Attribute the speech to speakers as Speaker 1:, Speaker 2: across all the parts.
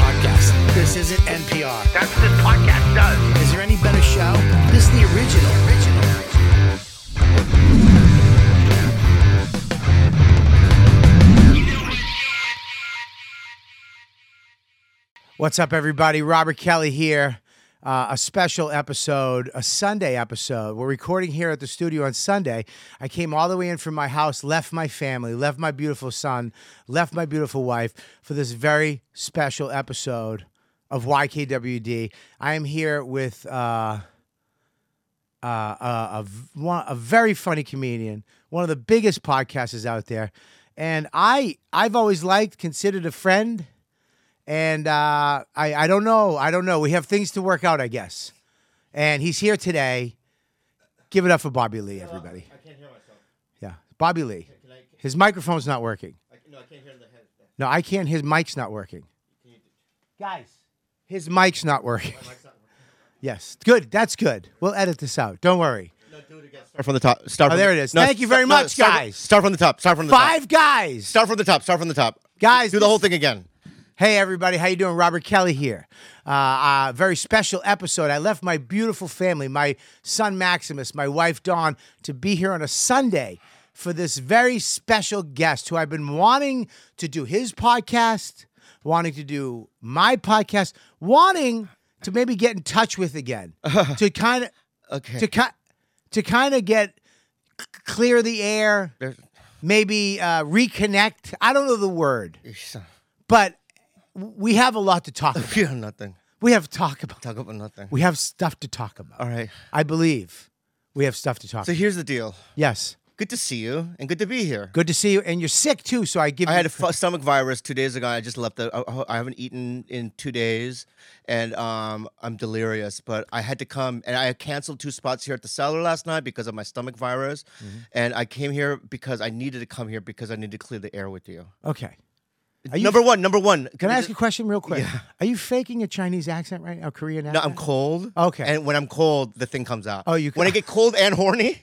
Speaker 1: podcast. This isn't NPR.
Speaker 2: That's what this podcast does.
Speaker 1: Is there any better show? This is the original. Original. What's up, everybody? Robert Kelly here. Uh, a special episode, a Sunday episode. We're recording here at the studio on Sunday. I came all the way in from my house, left my family, left my beautiful son, left my beautiful wife for this very special episode of YKWD. I am here with. Uh, uh, a, a v- one, a very funny comedian, one of the biggest podcasters out there. And I, I've always liked, considered a friend. And uh, I, I don't know. I don't know. We have things to work out, I guess. And he's here today. Give it up for Bobby Lee, everybody. I can't hear myself. Yeah, Bobby Lee. His microphone's not working. no, I can't hear the head. No, I can't. His mic's not working. Guys, his mic's not working. Yes, good. That's good. We'll edit this out. Don't worry.
Speaker 3: Start from the top. Start.
Speaker 1: Oh,
Speaker 3: from
Speaker 1: there
Speaker 3: the-
Speaker 1: it is. Thank you very
Speaker 3: sta-
Speaker 1: much,
Speaker 3: start-
Speaker 1: guys.
Speaker 3: Start from the top. Start from the top.
Speaker 1: Five guys.
Speaker 3: Start from the top. Start from the top.
Speaker 1: Guys,
Speaker 3: do the
Speaker 1: this-
Speaker 3: whole thing again.
Speaker 1: Hey everybody, how you doing? Robert Kelly here. Uh, uh, very special episode. I left my beautiful family, my son Maximus, my wife Dawn, to be here on a Sunday for this very special guest who I've been wanting to do his podcast, wanting to do my podcast, wanting to maybe get in touch with again, to kind of,
Speaker 3: Okay.
Speaker 1: to kind, to kind of get c- clear the air, maybe uh, reconnect. I don't know the word but we have a lot to talk about.
Speaker 3: Yeah, nothing.
Speaker 1: We have talk about.
Speaker 3: Talk about nothing.
Speaker 1: We have stuff to talk about.
Speaker 3: All right.
Speaker 1: I believe we have stuff to talk.
Speaker 3: So
Speaker 1: about.
Speaker 3: here's the deal.
Speaker 1: yes.
Speaker 3: Good to see you, and good to be here.
Speaker 1: Good to see you, and you're sick too. So I give.
Speaker 3: I
Speaker 1: you,
Speaker 3: had a fu- stomach virus two days ago. I just left. The, uh, I, I haven't eaten in two days, and um, I'm delirious. But I had to come, and I canceled two spots here at the cellar last night because of my stomach virus.
Speaker 1: Mm-hmm.
Speaker 3: And I came here because I needed to come here because I needed to clear the air with you.
Speaker 1: okay. Are you-
Speaker 3: Number one. Number one.
Speaker 1: Can I
Speaker 3: you
Speaker 1: ask you a question real quick? Are you faking a Chinese accent right now, Korean
Speaker 3: No,
Speaker 1: accent?
Speaker 3: I'm cold.
Speaker 1: Okay.
Speaker 3: And when I'm cold, the thing comes out.
Speaker 1: Oh, you
Speaker 3: When I
Speaker 1: ca-
Speaker 3: get cold and horny,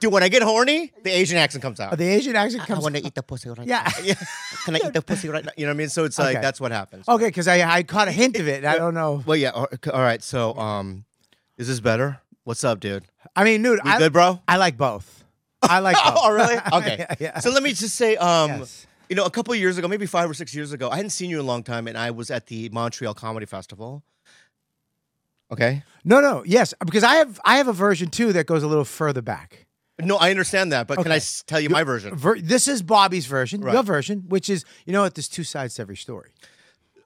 Speaker 3: dude. When I get horny, the Asian accent comes
Speaker 1: Oh,
Speaker 3: out.
Speaker 1: the Asian accent
Speaker 3: I
Speaker 1: comes.
Speaker 3: want to eat the pussy right
Speaker 1: Yeah.
Speaker 3: now. Yeah. Can I eat the pussy right now? You know what I mean? So it's
Speaker 1: Okay.
Speaker 3: like that's what happens.
Speaker 1: okay, because I, I caught a hint of it. and I don't know.
Speaker 3: Well, yeah. all- All right. So, um, is this better? What's up, dude?
Speaker 1: I mean, dude,
Speaker 3: We
Speaker 1: I,
Speaker 3: good, bro?
Speaker 1: I like both. I like. both.
Speaker 3: Oh, really? Okay.
Speaker 1: Yeah.
Speaker 3: So let me just say, um,
Speaker 1: Yes.
Speaker 3: you know, a couple years ago, maybe five or six years ago, I hadn't seen you in a long time, and I was at the Montreal Comedy Festival. Okay.
Speaker 1: No, no, yes, because I have I have a version too that goes a little further back.
Speaker 3: No, I understand that, but can
Speaker 1: Okay.
Speaker 3: I s- tell you my version?
Speaker 1: Ver- this is Bobby's version, your
Speaker 3: Right.
Speaker 1: version, which is you know what? There's two sides to every story.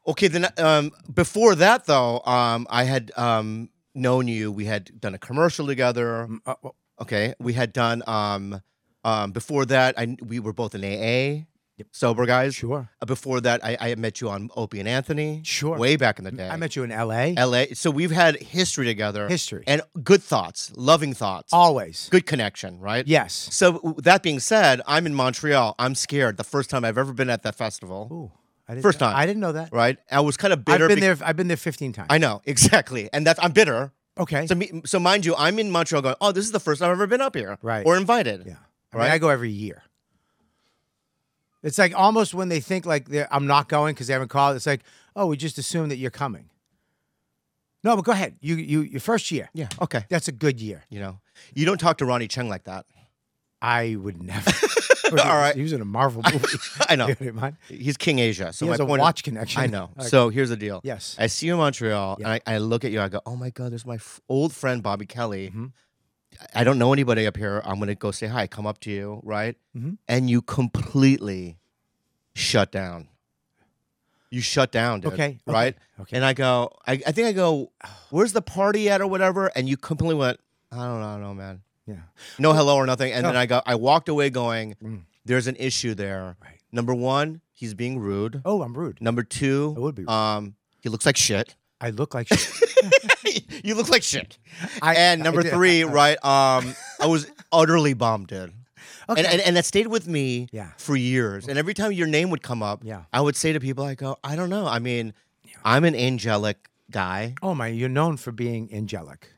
Speaker 3: Okay, then um, before that though, um, I had um, known you. We had done a commercial together.
Speaker 1: Mm, uh,
Speaker 3: okay, we had done um, um, before that. I we were both in AA, sober guys.
Speaker 1: Sure.
Speaker 3: Uh, before that, I, I had met you on Opie and Anthony.
Speaker 1: Sure.
Speaker 3: Way back in the day.
Speaker 1: I met you in L.A.
Speaker 3: LA. So we've had history together.
Speaker 1: History.
Speaker 3: and good thoughts, loving thoughts,
Speaker 1: always.
Speaker 3: good connection, right?
Speaker 1: Yes.
Speaker 3: So w- that being said, I'm in Montreal. I'm scared. The first time I've ever been at that festival.
Speaker 1: Ooh, I didn't
Speaker 3: First
Speaker 1: know-
Speaker 3: time.
Speaker 1: I didn't know that.
Speaker 3: Right, I was kind of bitter.
Speaker 1: I've been
Speaker 3: bec-
Speaker 1: there. I've been there 15 times.
Speaker 3: I know exactly, and that's I'm bitter.
Speaker 1: okay.
Speaker 3: So, me, so mind you, I'm in Montreal going, oh, this is the first time I've ever been up here,
Speaker 1: Right.
Speaker 3: Or invited,
Speaker 1: yeah. I mean,
Speaker 3: right.
Speaker 1: I go every year. It's like almost when they think like they're- I'm not going because they haven't called. It's like, oh, we just assume that you're coming. No, but go ahead. You, you, your first year.
Speaker 3: yeah, okay.
Speaker 1: That's a good year.
Speaker 3: You know, you don't talk to Ronnie Cheng like that.
Speaker 1: I would never.
Speaker 3: All right.
Speaker 1: He was in a Marvel movie.
Speaker 3: I know.
Speaker 1: You don't mind?
Speaker 3: He's King Asia. So
Speaker 1: He
Speaker 3: my
Speaker 1: has a
Speaker 3: point
Speaker 1: watch
Speaker 3: is,
Speaker 1: connection.
Speaker 3: I know.
Speaker 1: All right.
Speaker 3: So here's the deal.
Speaker 1: Yes.
Speaker 3: I see you in Montreal,
Speaker 1: Yeah.
Speaker 3: and I, I look at you. I go, oh my god, there's my f- old friend Bobby Kelly.
Speaker 1: Mm-hmm.
Speaker 3: I I don't know anybody up here. I'm gonna go say hi. Come up to you, right?
Speaker 1: Mm-hmm.
Speaker 3: And you completely shut down. You shut down, dude.
Speaker 1: Okay, okay,
Speaker 3: Right.
Speaker 1: okay.
Speaker 3: And I go, I, I think I go, where's the party at or whatever? And you completely went, I don't know, I don't know, man
Speaker 1: Yeah.
Speaker 3: no hello or nothing. And then
Speaker 1: No. Mm.
Speaker 3: I got I walked away going, there's an issue there.
Speaker 1: Right.
Speaker 3: Number one, he's being rude.
Speaker 1: Oh, I'm rude.
Speaker 3: Number two,
Speaker 1: I would be rude.
Speaker 3: um, he looks like shit.
Speaker 1: I look like shit.
Speaker 3: you look like shit.
Speaker 1: I-
Speaker 3: and
Speaker 1: I
Speaker 3: number
Speaker 1: did.
Speaker 3: three, right? Um, I was utterly bummed, dude.
Speaker 1: Okay.
Speaker 3: And, and and that stayed with me
Speaker 1: Yeah.
Speaker 3: for years. And every time your name would come up,
Speaker 1: Yeah.
Speaker 3: I would say to people, I go, I don't know. I mean, I'm an angelic guy.
Speaker 1: oh my, you're known for being angelic.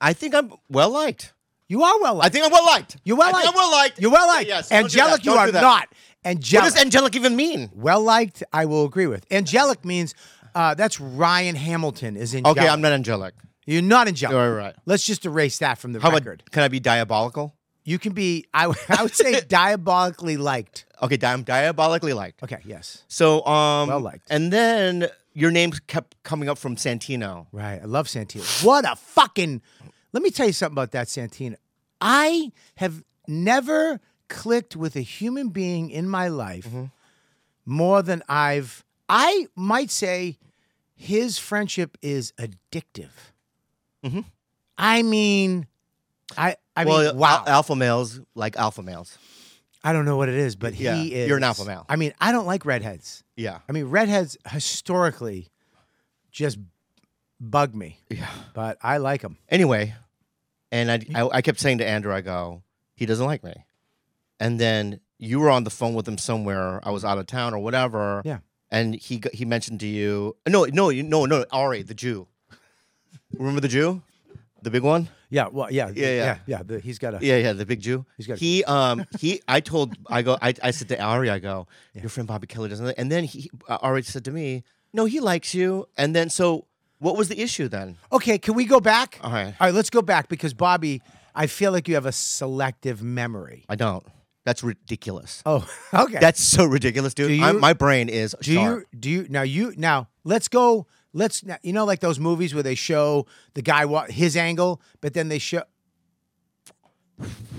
Speaker 3: I think I'm well liked.
Speaker 1: You are well
Speaker 3: I
Speaker 1: liked.
Speaker 3: think I'm well liked.
Speaker 1: You're well liked.
Speaker 3: I'm well liked.
Speaker 1: You're well liked.
Speaker 3: Yes. don't do that.
Speaker 1: angelic, you
Speaker 3: Don't
Speaker 1: are
Speaker 3: do that.
Speaker 1: not.
Speaker 3: What
Speaker 1: Angelic.
Speaker 3: does angelic even mean?
Speaker 1: well liked, I will agree with. Angelic means uh, that's Ryan Hamilton is angelic.
Speaker 3: Okay, I'm not angelic.
Speaker 1: You're not angelic.
Speaker 3: All right.
Speaker 1: Let's just erase that from the
Speaker 3: How
Speaker 1: record.
Speaker 3: about can I be diabolical?
Speaker 1: you can be. I, w- I would say diabolically liked.
Speaker 3: Okay, di- I'm diabolically liked.
Speaker 1: Okay. Yes.
Speaker 3: So um
Speaker 1: Well-liked.
Speaker 3: And then your name kept coming up from Santino.
Speaker 1: Right. I love Santino. What a fucking. Let me tell you something about that Santino. I have never clicked with a human being in my life
Speaker 3: Mm-hmm.
Speaker 1: more than I've. I might say his friendship is addictive. I mean, I. I
Speaker 3: Mm-hmm. well,
Speaker 1: mean, wow.
Speaker 3: al- alpha males like alpha males.
Speaker 1: I don't know what it is, but
Speaker 3: Yeah,
Speaker 1: he is.
Speaker 3: you're an alpha male.
Speaker 1: I mean, I don't like redheads.
Speaker 3: Yeah.
Speaker 1: I mean, redheads historically just bug me. Yeah. But I like them.
Speaker 3: Anyway, and I, I I kept saying to Andrew, I go, he doesn't like me. And then you were on the phone with him somewhere. I was out of town or whatever.
Speaker 1: Yeah.
Speaker 3: And he g- he mentioned to you, no, no, you- no, no, Ari, the Jew. Remember the Jew, the big one.
Speaker 1: Yeah, well, yeah, yeah,
Speaker 3: yeah.
Speaker 1: yeah, yeah. the- he's got a.
Speaker 3: Yeah, yeah, the big Jew.
Speaker 1: He's got-
Speaker 3: he um he I told I go I, I said to Ari I go your friend Bobby Kelly doesn't like-" and then he uh, Ari said to me no he likes you and then so what was the issue then
Speaker 1: Okay, can we go back?
Speaker 3: All right.
Speaker 1: all right. Let's go back because Bobby, I feel like you have a selective memory.
Speaker 3: I don't that's ridiculous
Speaker 1: Oh, okay.
Speaker 3: that's so ridiculous dude
Speaker 1: Do
Speaker 3: I,
Speaker 1: you-
Speaker 3: my brain is
Speaker 1: do
Speaker 3: sharp.
Speaker 1: you do you now you now let's go let's now, you know like those movies where they show the guy wa- his angle, but then they show.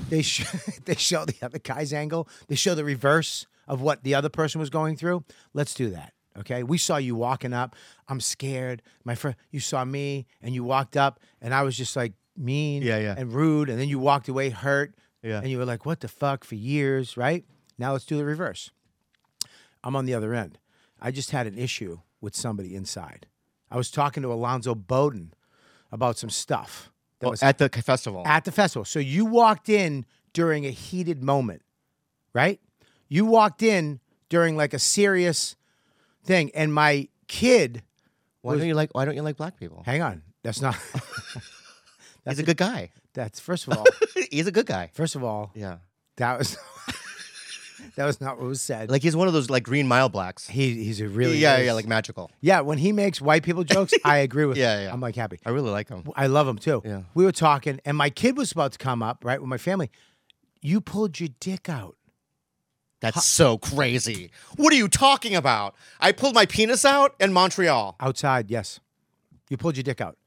Speaker 1: They show, they show the other guy's angle. They show the reverse of what the other person was going through. Let's do that. Okay. We saw you walking up. I'm scared. My friend, you saw me and you walked up and I was just like mean
Speaker 3: Yeah, yeah.
Speaker 1: and rude. And then you walked away hurt.
Speaker 3: Yeah.
Speaker 1: And you were like, what the fuck for years, right? Now let's do the reverse. I'm on the other end. I just had an issue with somebody inside. I was talking to Alonzo Bowden about some stuff that
Speaker 3: Well,
Speaker 1: was
Speaker 3: Oh, at the festival
Speaker 1: at the festival. So you walked in during a heated moment, right? You walked in during like a serious thing, and my kid.
Speaker 3: why don't you like why don't you like black people
Speaker 1: Hang on, that's not.
Speaker 3: he's a good guy
Speaker 1: That's first of all.
Speaker 3: he's a good guy
Speaker 1: First of all,
Speaker 3: yeah
Speaker 1: that was that was not what was said.
Speaker 3: like he's one of those like green mile blacks
Speaker 1: he he's a really
Speaker 3: yeah
Speaker 1: is-
Speaker 3: yeah like magical
Speaker 1: yeah. When he makes white people jokes, I agree with.
Speaker 3: Yeah,
Speaker 1: him.
Speaker 3: yeah.
Speaker 1: I'm like happy.
Speaker 3: I really like him
Speaker 1: I love him too.
Speaker 3: Yeah.
Speaker 1: We were talking, and my kid was about to come up, right, with my family. You pulled your dick out.
Speaker 3: That's so crazy. What are you talking about? I pulled my penis out in Montreal.
Speaker 1: Outside, yes. You pulled your dick out.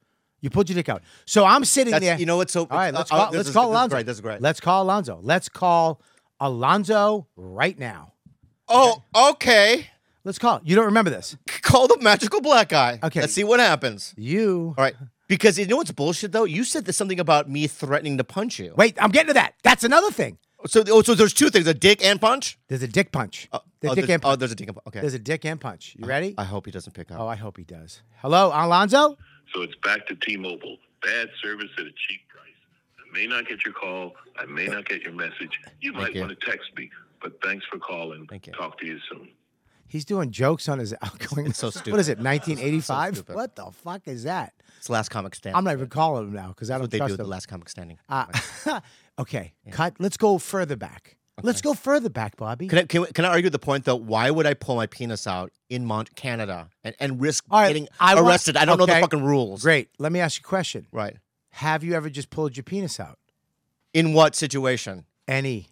Speaker 1: You pulled your dick out. So I'm sitting
Speaker 3: That's,
Speaker 1: there.
Speaker 3: you know what's so
Speaker 1: All right, let's
Speaker 3: uh, uh,
Speaker 1: call,
Speaker 3: this
Speaker 1: let's
Speaker 3: is-
Speaker 1: call
Speaker 3: this is
Speaker 1: Alonzo.
Speaker 3: great, this is great.
Speaker 1: Let's call Alonzo. Let's call Alonzo right now.
Speaker 3: Oh, okay.
Speaker 1: Let's call. You don't remember this.
Speaker 3: Call the magical black guy.
Speaker 1: Okay.
Speaker 3: Let's see what happens.
Speaker 1: You.
Speaker 3: All right. Because you know what's bullshit though? You said that something about me threatening to punch you.
Speaker 1: Wait, I'm getting to that. That's another thing.
Speaker 3: So, oh, so there's two things: a dick and punch.
Speaker 1: There's a dick punch. there's
Speaker 3: oh,
Speaker 1: a dick
Speaker 3: there's,
Speaker 1: and
Speaker 3: oh,
Speaker 1: punch.
Speaker 3: there's a dick and punch. Okay. Uh-huh.
Speaker 1: there's a dick and punch. You ready?
Speaker 3: I hope he doesn't pick up.
Speaker 1: oh, I hope he does. Hello, Alonzo?
Speaker 4: So it's back to T-Mobile. Bad service at a cheap price. I may not get your call. I may not get your message. You might
Speaker 3: you.
Speaker 4: want to text me. But thanks for calling.
Speaker 3: Thank you.
Speaker 4: Talk to you soon.
Speaker 1: He's doing jokes on his outgoing.
Speaker 3: It's so
Speaker 1: What is
Speaker 3: stupid.
Speaker 1: it, 1985?
Speaker 3: stupid.
Speaker 1: what the fuck is that?
Speaker 3: it's the last comic standing.
Speaker 1: I'm not even calling him now because I don't
Speaker 3: what they do
Speaker 1: trust
Speaker 3: at the
Speaker 1: him.
Speaker 3: last comic standing.
Speaker 1: Uh, okay, cut. Let's go further back. Let's go further back, Bobby.
Speaker 3: Can I, can, we- can I argue the point though? Why would I pull my penis out in Mont Canada and, and risk
Speaker 1: All right,
Speaker 3: getting
Speaker 1: I want-
Speaker 3: arrested? I don't know
Speaker 1: okay.
Speaker 3: the fucking rules.
Speaker 1: Great. Let me ask you a question.
Speaker 3: Right.
Speaker 1: Have you ever just pulled your penis out?
Speaker 3: In what situation?
Speaker 1: Any?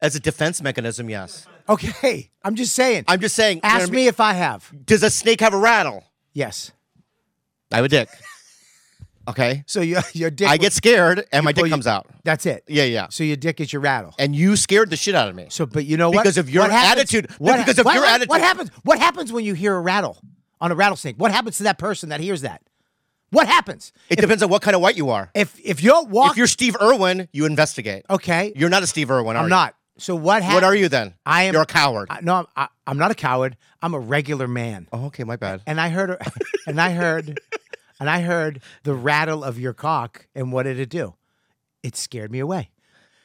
Speaker 3: As a defense mechanism, yes.
Speaker 1: Okay, I'm just saying.
Speaker 3: I'm just saying. you know
Speaker 1: Ask
Speaker 3: what I
Speaker 1: me
Speaker 3: mean?
Speaker 1: if I have.
Speaker 3: Does a snake have a rattle?
Speaker 1: Yes.
Speaker 3: I have a dick. Okay.
Speaker 1: So your your dick.
Speaker 3: I get scared and my
Speaker 1: pull
Speaker 3: dick
Speaker 1: you-
Speaker 3: comes out.
Speaker 1: That's it.
Speaker 3: Yeah, yeah.
Speaker 1: So your dick is your rattle.
Speaker 3: And you scared the shit out of me.
Speaker 1: So, but you know what?
Speaker 3: Because of your
Speaker 1: What happens-
Speaker 3: attitude. No,
Speaker 1: What,
Speaker 3: because of
Speaker 1: what-
Speaker 3: your
Speaker 1: what- What
Speaker 3: attitude.
Speaker 1: happens? What happens when you hear a rattle on a rattlesnake? What happens to that person that hears that? What happens?
Speaker 3: It depends on what kind of white you are.
Speaker 1: If if you're walking,
Speaker 3: If you're Steve Irwin, you investigate.
Speaker 1: okay,
Speaker 3: You're not a Steve Irwin, are
Speaker 1: I'm
Speaker 3: you?
Speaker 1: not. So what? Hap-
Speaker 3: What are you then?
Speaker 1: I am-
Speaker 3: You're a coward.
Speaker 1: I- no, I'm, I, I'm not a coward. I'm a regular man.
Speaker 3: oh, okay, my bad.
Speaker 1: And I heard, and I heard, and I heard the rattle of your cock. And what did it do? It scared me away.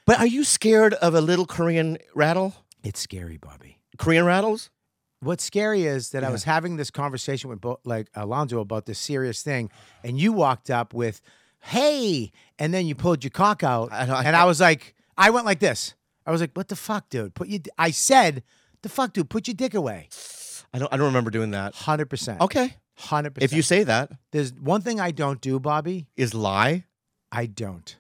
Speaker 3: But are you scared of a little Korean rattle?
Speaker 1: It's scary, Bobby.
Speaker 3: Korean rattles?
Speaker 1: What's scary is that I was having this conversation with Bo- like Alonzo about this serious thing, and you walked up with, "Hey," and then you pulled your cock out,
Speaker 3: I know, I-
Speaker 1: and I was like, I went like this. I was like, "What the fuck, dude? Put your." d-" I said, "The fuck, dude? Put your dick away."
Speaker 3: I don't. I don't remember doing that.
Speaker 1: Hundred percent.
Speaker 3: Okay.
Speaker 1: Hundred percent.
Speaker 3: If you say that
Speaker 1: there's one thing I don't do, Bobby.
Speaker 3: is lie,
Speaker 1: I don't.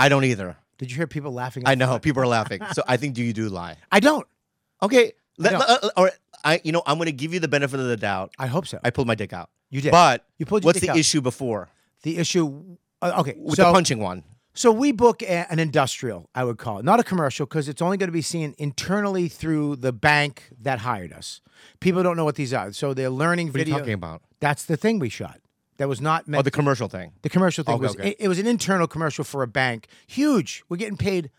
Speaker 3: I don't either.
Speaker 1: Did you hear people laughing?
Speaker 3: I know people are laughing, so I think do you do lie?
Speaker 1: I don't.
Speaker 3: Okay. Let,
Speaker 1: I don't.
Speaker 3: uh, uh, or I, you know, I'm going to give you the benefit of the doubt.
Speaker 1: I hope so.
Speaker 3: I pulled my dick out.
Speaker 1: you did,
Speaker 3: But
Speaker 1: you pulled your
Speaker 3: what's
Speaker 1: dick
Speaker 3: the
Speaker 1: out.
Speaker 3: issue before
Speaker 1: the issue. uh, okay,
Speaker 3: with
Speaker 1: so
Speaker 3: the punching one?
Speaker 1: So we book a- an industrial, I would call it, not a commercial, because it's only going to be seen internally through the bank that hired us. People don't know what these are, so they're learning
Speaker 3: What are you
Speaker 1: video.
Speaker 3: talking about?
Speaker 1: That's the thing we shot. That was not meant.
Speaker 3: Oh, the commercial thing.
Speaker 1: the commercial thing
Speaker 3: Oh, Okay,
Speaker 1: was
Speaker 3: okay.
Speaker 1: It, it was an internal commercial for a bank. Huge. We're getting paid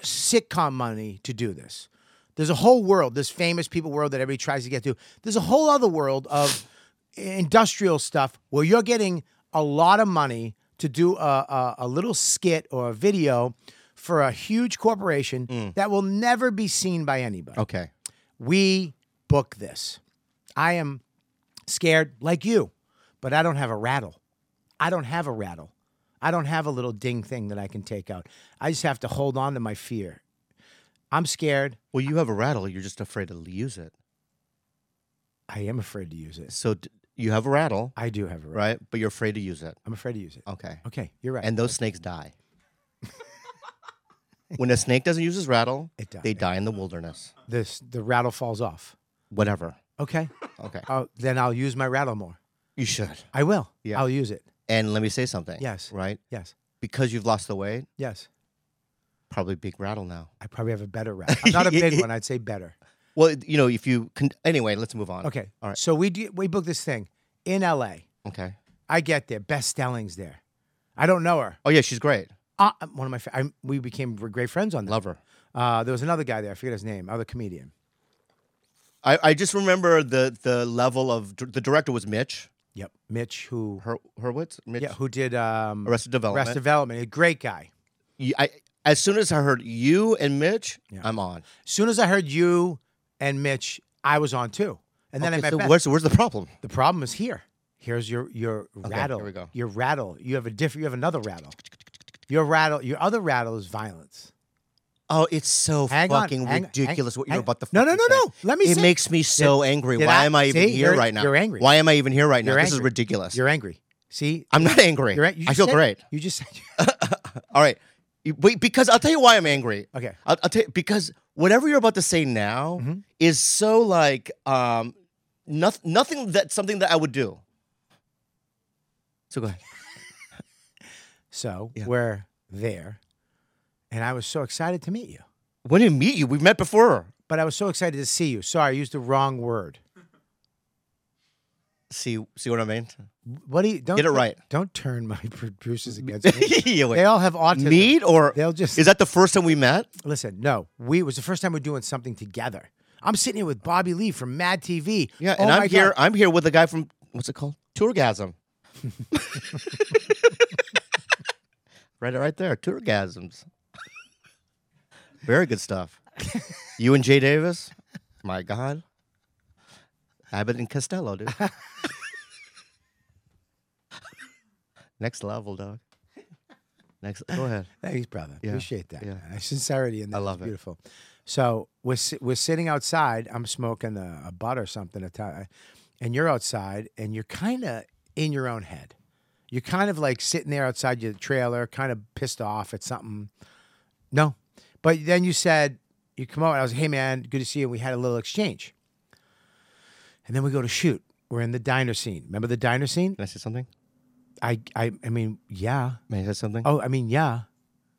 Speaker 1: sitcom money to do this. There's a whole world, this famous people world that everybody tries to get to. There's a whole other world of industrial stuff where you're getting a lot of money to do a, a, a little skit or a video for a huge corporation
Speaker 3: Mm.
Speaker 1: that will never be seen by anybody
Speaker 3: Okay.
Speaker 1: we book this. I am scared like you, but I don't have a rattle. I don't have a rattle. I don't have a little ding thing that I can take out. I just have to hold on to my fear. I'm scared.
Speaker 3: Well, you have a rattle. You're just afraid to use it.
Speaker 1: I am afraid to use it.
Speaker 3: So d- you have a rattle,
Speaker 1: I do have a rattle.
Speaker 3: right? But you're afraid to use it.
Speaker 1: I'm afraid to use it.
Speaker 3: Okay.
Speaker 1: Okay, you're right.
Speaker 3: And those snakes die. when a snake doesn't use his rattle,
Speaker 1: It die-
Speaker 3: they
Speaker 1: it-
Speaker 3: die in the wilderness.
Speaker 1: this the rattle falls off.
Speaker 3: Whatever.
Speaker 1: Okay.
Speaker 3: Okay.
Speaker 1: Oh, then I'll use my rattle more.
Speaker 3: You should.
Speaker 1: I will.
Speaker 3: Yeah.
Speaker 1: I'll use it.
Speaker 3: And let me say something.
Speaker 1: Yes.
Speaker 3: Right?
Speaker 1: Yes.
Speaker 3: Because you've lost the weight,
Speaker 1: Yes.
Speaker 3: probably big rattle now.
Speaker 1: I probably have a better rattle. I'm not a big one. I'd say better.
Speaker 3: Well, it- you know, if you can. Anyway, let's move on.
Speaker 1: Okay.
Speaker 3: All right.
Speaker 1: So we do, we booked this thing in LA.
Speaker 3: Okay.
Speaker 1: I get there. Best Stelling's there. I don't know her.
Speaker 3: Oh, yeah, she's great.
Speaker 1: Uh, one of my, fa- I, we became great friends on that.
Speaker 3: Love her.
Speaker 1: Uh, there was another guy there. I forget his name. Other comedian.
Speaker 3: I, I just remember the the level of the director was Mitch
Speaker 1: Yep. Mitch, who,
Speaker 3: Her Hurwitz. Mitch
Speaker 1: yeah, who did um,
Speaker 3: Arrested Development.
Speaker 1: Arrested Development. A great guy.
Speaker 3: You- I, as soon as I heard you and Mitch, I'm on.
Speaker 1: As soon as I heard you and Mitch, I was on too. And then
Speaker 3: Okay,
Speaker 1: I met
Speaker 3: so
Speaker 1: Beth.
Speaker 3: where's where's the problem?
Speaker 1: The problem is here. Here's your your rattle.
Speaker 3: here we go.
Speaker 1: Your rattle. You have a different. You have another rattle. Your rattle. Your other rattle is violence.
Speaker 3: Oh, it's so
Speaker 1: Hang on,
Speaker 3: fucking
Speaker 1: hang-
Speaker 3: ridiculous
Speaker 1: hang-
Speaker 3: what you're
Speaker 1: hang-
Speaker 3: about to.
Speaker 1: No, no,
Speaker 3: fucking
Speaker 1: no,
Speaker 3: say.
Speaker 1: no. Let me
Speaker 3: It
Speaker 1: say-
Speaker 3: makes me so angry.
Speaker 1: did
Speaker 3: Why
Speaker 1: I-
Speaker 3: am I even
Speaker 1: see,
Speaker 3: here
Speaker 1: you're-
Speaker 3: right now?
Speaker 1: you're angry.
Speaker 3: Why am I even here right now?
Speaker 1: You're
Speaker 3: This is
Speaker 1: angry.
Speaker 3: ridiculous.
Speaker 1: You're angry. See,
Speaker 3: I'm not angry.
Speaker 1: You're right. You
Speaker 3: I
Speaker 1: just
Speaker 3: feel
Speaker 1: said-
Speaker 3: great.
Speaker 1: You just said.
Speaker 3: All right. You- Wait, because I'll tell you why I'm angry.
Speaker 1: Okay.
Speaker 3: I'll, I'll tell you because whatever you're about to say now
Speaker 1: Mm-hmm.
Speaker 3: is so like um noth- nothing that something that I would do. So go ahead.
Speaker 1: So we're there, and I was so excited to meet you,
Speaker 3: When did we meet you? We've met before.
Speaker 1: but I was so excited to see you. Sorry, I used the wrong word.
Speaker 3: See see what I mean?
Speaker 1: What do you don't
Speaker 3: Get it right.
Speaker 1: Don't turn my producers against me.
Speaker 3: Yeah, wait.
Speaker 1: they all have autism.
Speaker 3: Meet or
Speaker 1: They'll just-
Speaker 3: is that the first time we met?
Speaker 1: Listen, no, we it was the first time we're doing something together. I'm sitting here with Bobby Lee from Mad TV.
Speaker 3: Yeah,
Speaker 1: Oh
Speaker 3: and
Speaker 1: my
Speaker 3: I'm here.
Speaker 1: God.
Speaker 3: I'm here with a guy from what's it called? Tourgasm. right, right there. Tourgasms. Very good stuff. You and Jay Davis. My God. Abbott and Costello, dude. Next level, dog. Next. Go ahead.
Speaker 1: Thanks, brother.
Speaker 3: Yeah,
Speaker 1: Appreciate that.
Speaker 3: yeah.
Speaker 1: man. Sincerity in that.
Speaker 3: I
Speaker 1: is
Speaker 3: love it.
Speaker 1: Beautiful. So we're si- we're sitting outside. I'm smoking a, a butt or something at time, and you're outside, and you're kind of in your own head. You're kind of like sitting there outside your trailer, kind of pissed off at something. No, But then you said you come out, and I was, hey man, good to see you. We had a little exchange, and then we go to shoot. We're in the diner scene. Remember the diner scene?
Speaker 3: Can I say something?
Speaker 1: I, I, I mean, yeah.
Speaker 3: May I say something?
Speaker 1: Oh, I mean, yeah,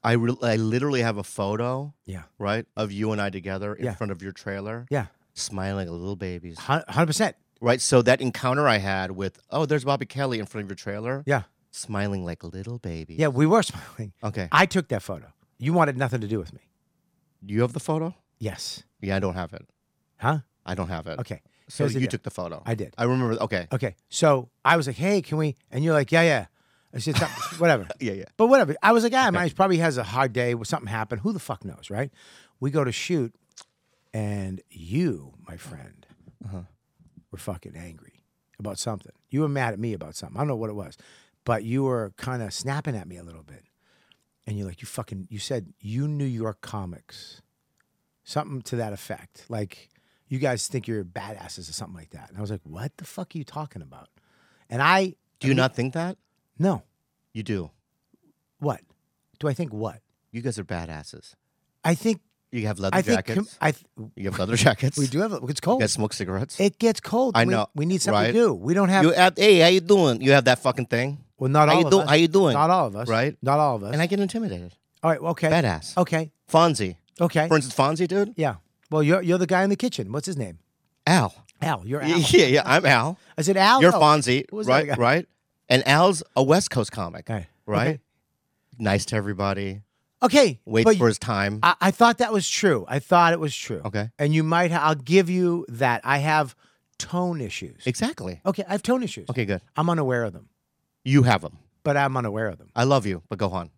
Speaker 3: I re- I literally have a photo,
Speaker 1: yeah,
Speaker 3: right, of you and I together in
Speaker 1: Yeah.
Speaker 3: front of your trailer,
Speaker 1: yeah,
Speaker 3: smiling like little babies,
Speaker 1: hundred percent.
Speaker 3: right? So that encounter I had with oh, there's Bobby Kelly in front of your trailer,
Speaker 1: Yeah,
Speaker 3: smiling like a little baby.
Speaker 1: yeah, we were smiling.
Speaker 3: Okay.
Speaker 1: I took that photo. You wanted nothing to do with me.
Speaker 3: you have the photo?
Speaker 1: Yes.
Speaker 3: Yeah, I don't have it.
Speaker 1: Huh?
Speaker 3: I don't have it.
Speaker 1: Okay.
Speaker 3: So
Speaker 1: Here's the
Speaker 3: you
Speaker 1: deal.
Speaker 3: took the photo.
Speaker 1: I did. Uh,
Speaker 3: I remember. Okay.
Speaker 1: Okay. So I was like, hey, can we? And you're like, yeah, yeah. I said, "Some- whatever.
Speaker 3: Yeah, yeah.
Speaker 1: But whatever. I was like, ah, man, he probably has a hard day. Well, Something happened. Who the fuck knows, right? We go to shoot, and you, my friend,
Speaker 3: Uh-huh.
Speaker 1: were fucking angry about something. You were mad at me about something. I don't know what it was, but you were kind of snapping at me a little bit. And you're like, you fucking, you said, you New York comics. Something to that effect. Like, you guys think you're badasses or something like that. And I was like, what the fuck are you talking about? And I,
Speaker 3: Do you not think that?
Speaker 1: no.
Speaker 3: You do.
Speaker 1: What? Do I think what?
Speaker 3: You guys are badasses.
Speaker 1: I think
Speaker 3: You have leather
Speaker 1: I think com-
Speaker 3: jackets.
Speaker 1: I th-
Speaker 3: you have leather jackets.
Speaker 1: we do have it's
Speaker 3: You
Speaker 1: cold.
Speaker 3: guys smoke cigarettes.
Speaker 1: It gets cold.
Speaker 3: I
Speaker 1: We-
Speaker 3: know,
Speaker 1: We, need something
Speaker 3: right?
Speaker 1: to do. We don't have
Speaker 3: you have, hey, how you doing? You have that fucking thing.
Speaker 1: well not
Speaker 3: how
Speaker 1: all
Speaker 3: you
Speaker 1: of
Speaker 3: do-
Speaker 1: us.
Speaker 3: how you doing?
Speaker 1: Not all of us.
Speaker 3: Right?
Speaker 1: Not all of us.
Speaker 3: And I get intimidated.
Speaker 1: all right, okay.
Speaker 3: Badass.
Speaker 1: Okay.
Speaker 3: Fonzie.
Speaker 1: Okay.
Speaker 3: For instance, Fonzie, dude.
Speaker 1: yeah. Well, you're you're the guy in the kitchen. What's his name?
Speaker 3: Al.
Speaker 1: Al. You're Al.
Speaker 3: Yeah, yeah. I'm Al.
Speaker 1: I said Al.
Speaker 3: You're
Speaker 1: no.
Speaker 3: Fonzie,
Speaker 1: Oh, Who was the
Speaker 3: right?
Speaker 1: other guy?
Speaker 3: Right. And Al's a West Coast comic,
Speaker 1: Okay.
Speaker 3: right?
Speaker 1: Okay.
Speaker 3: Nice to everybody.
Speaker 1: Okay.
Speaker 3: Waits
Speaker 1: but
Speaker 3: for his time.
Speaker 1: I, I thought that was true. I thought it was true.
Speaker 3: Okay.
Speaker 1: And you might ha- I'll give you that. I have tone issues.
Speaker 3: exactly.
Speaker 1: okay, I have tone issues.
Speaker 3: Okay, good.
Speaker 1: I'm unaware of them.
Speaker 3: You have him.
Speaker 1: But I'm unaware of them.
Speaker 3: I love you, but go on.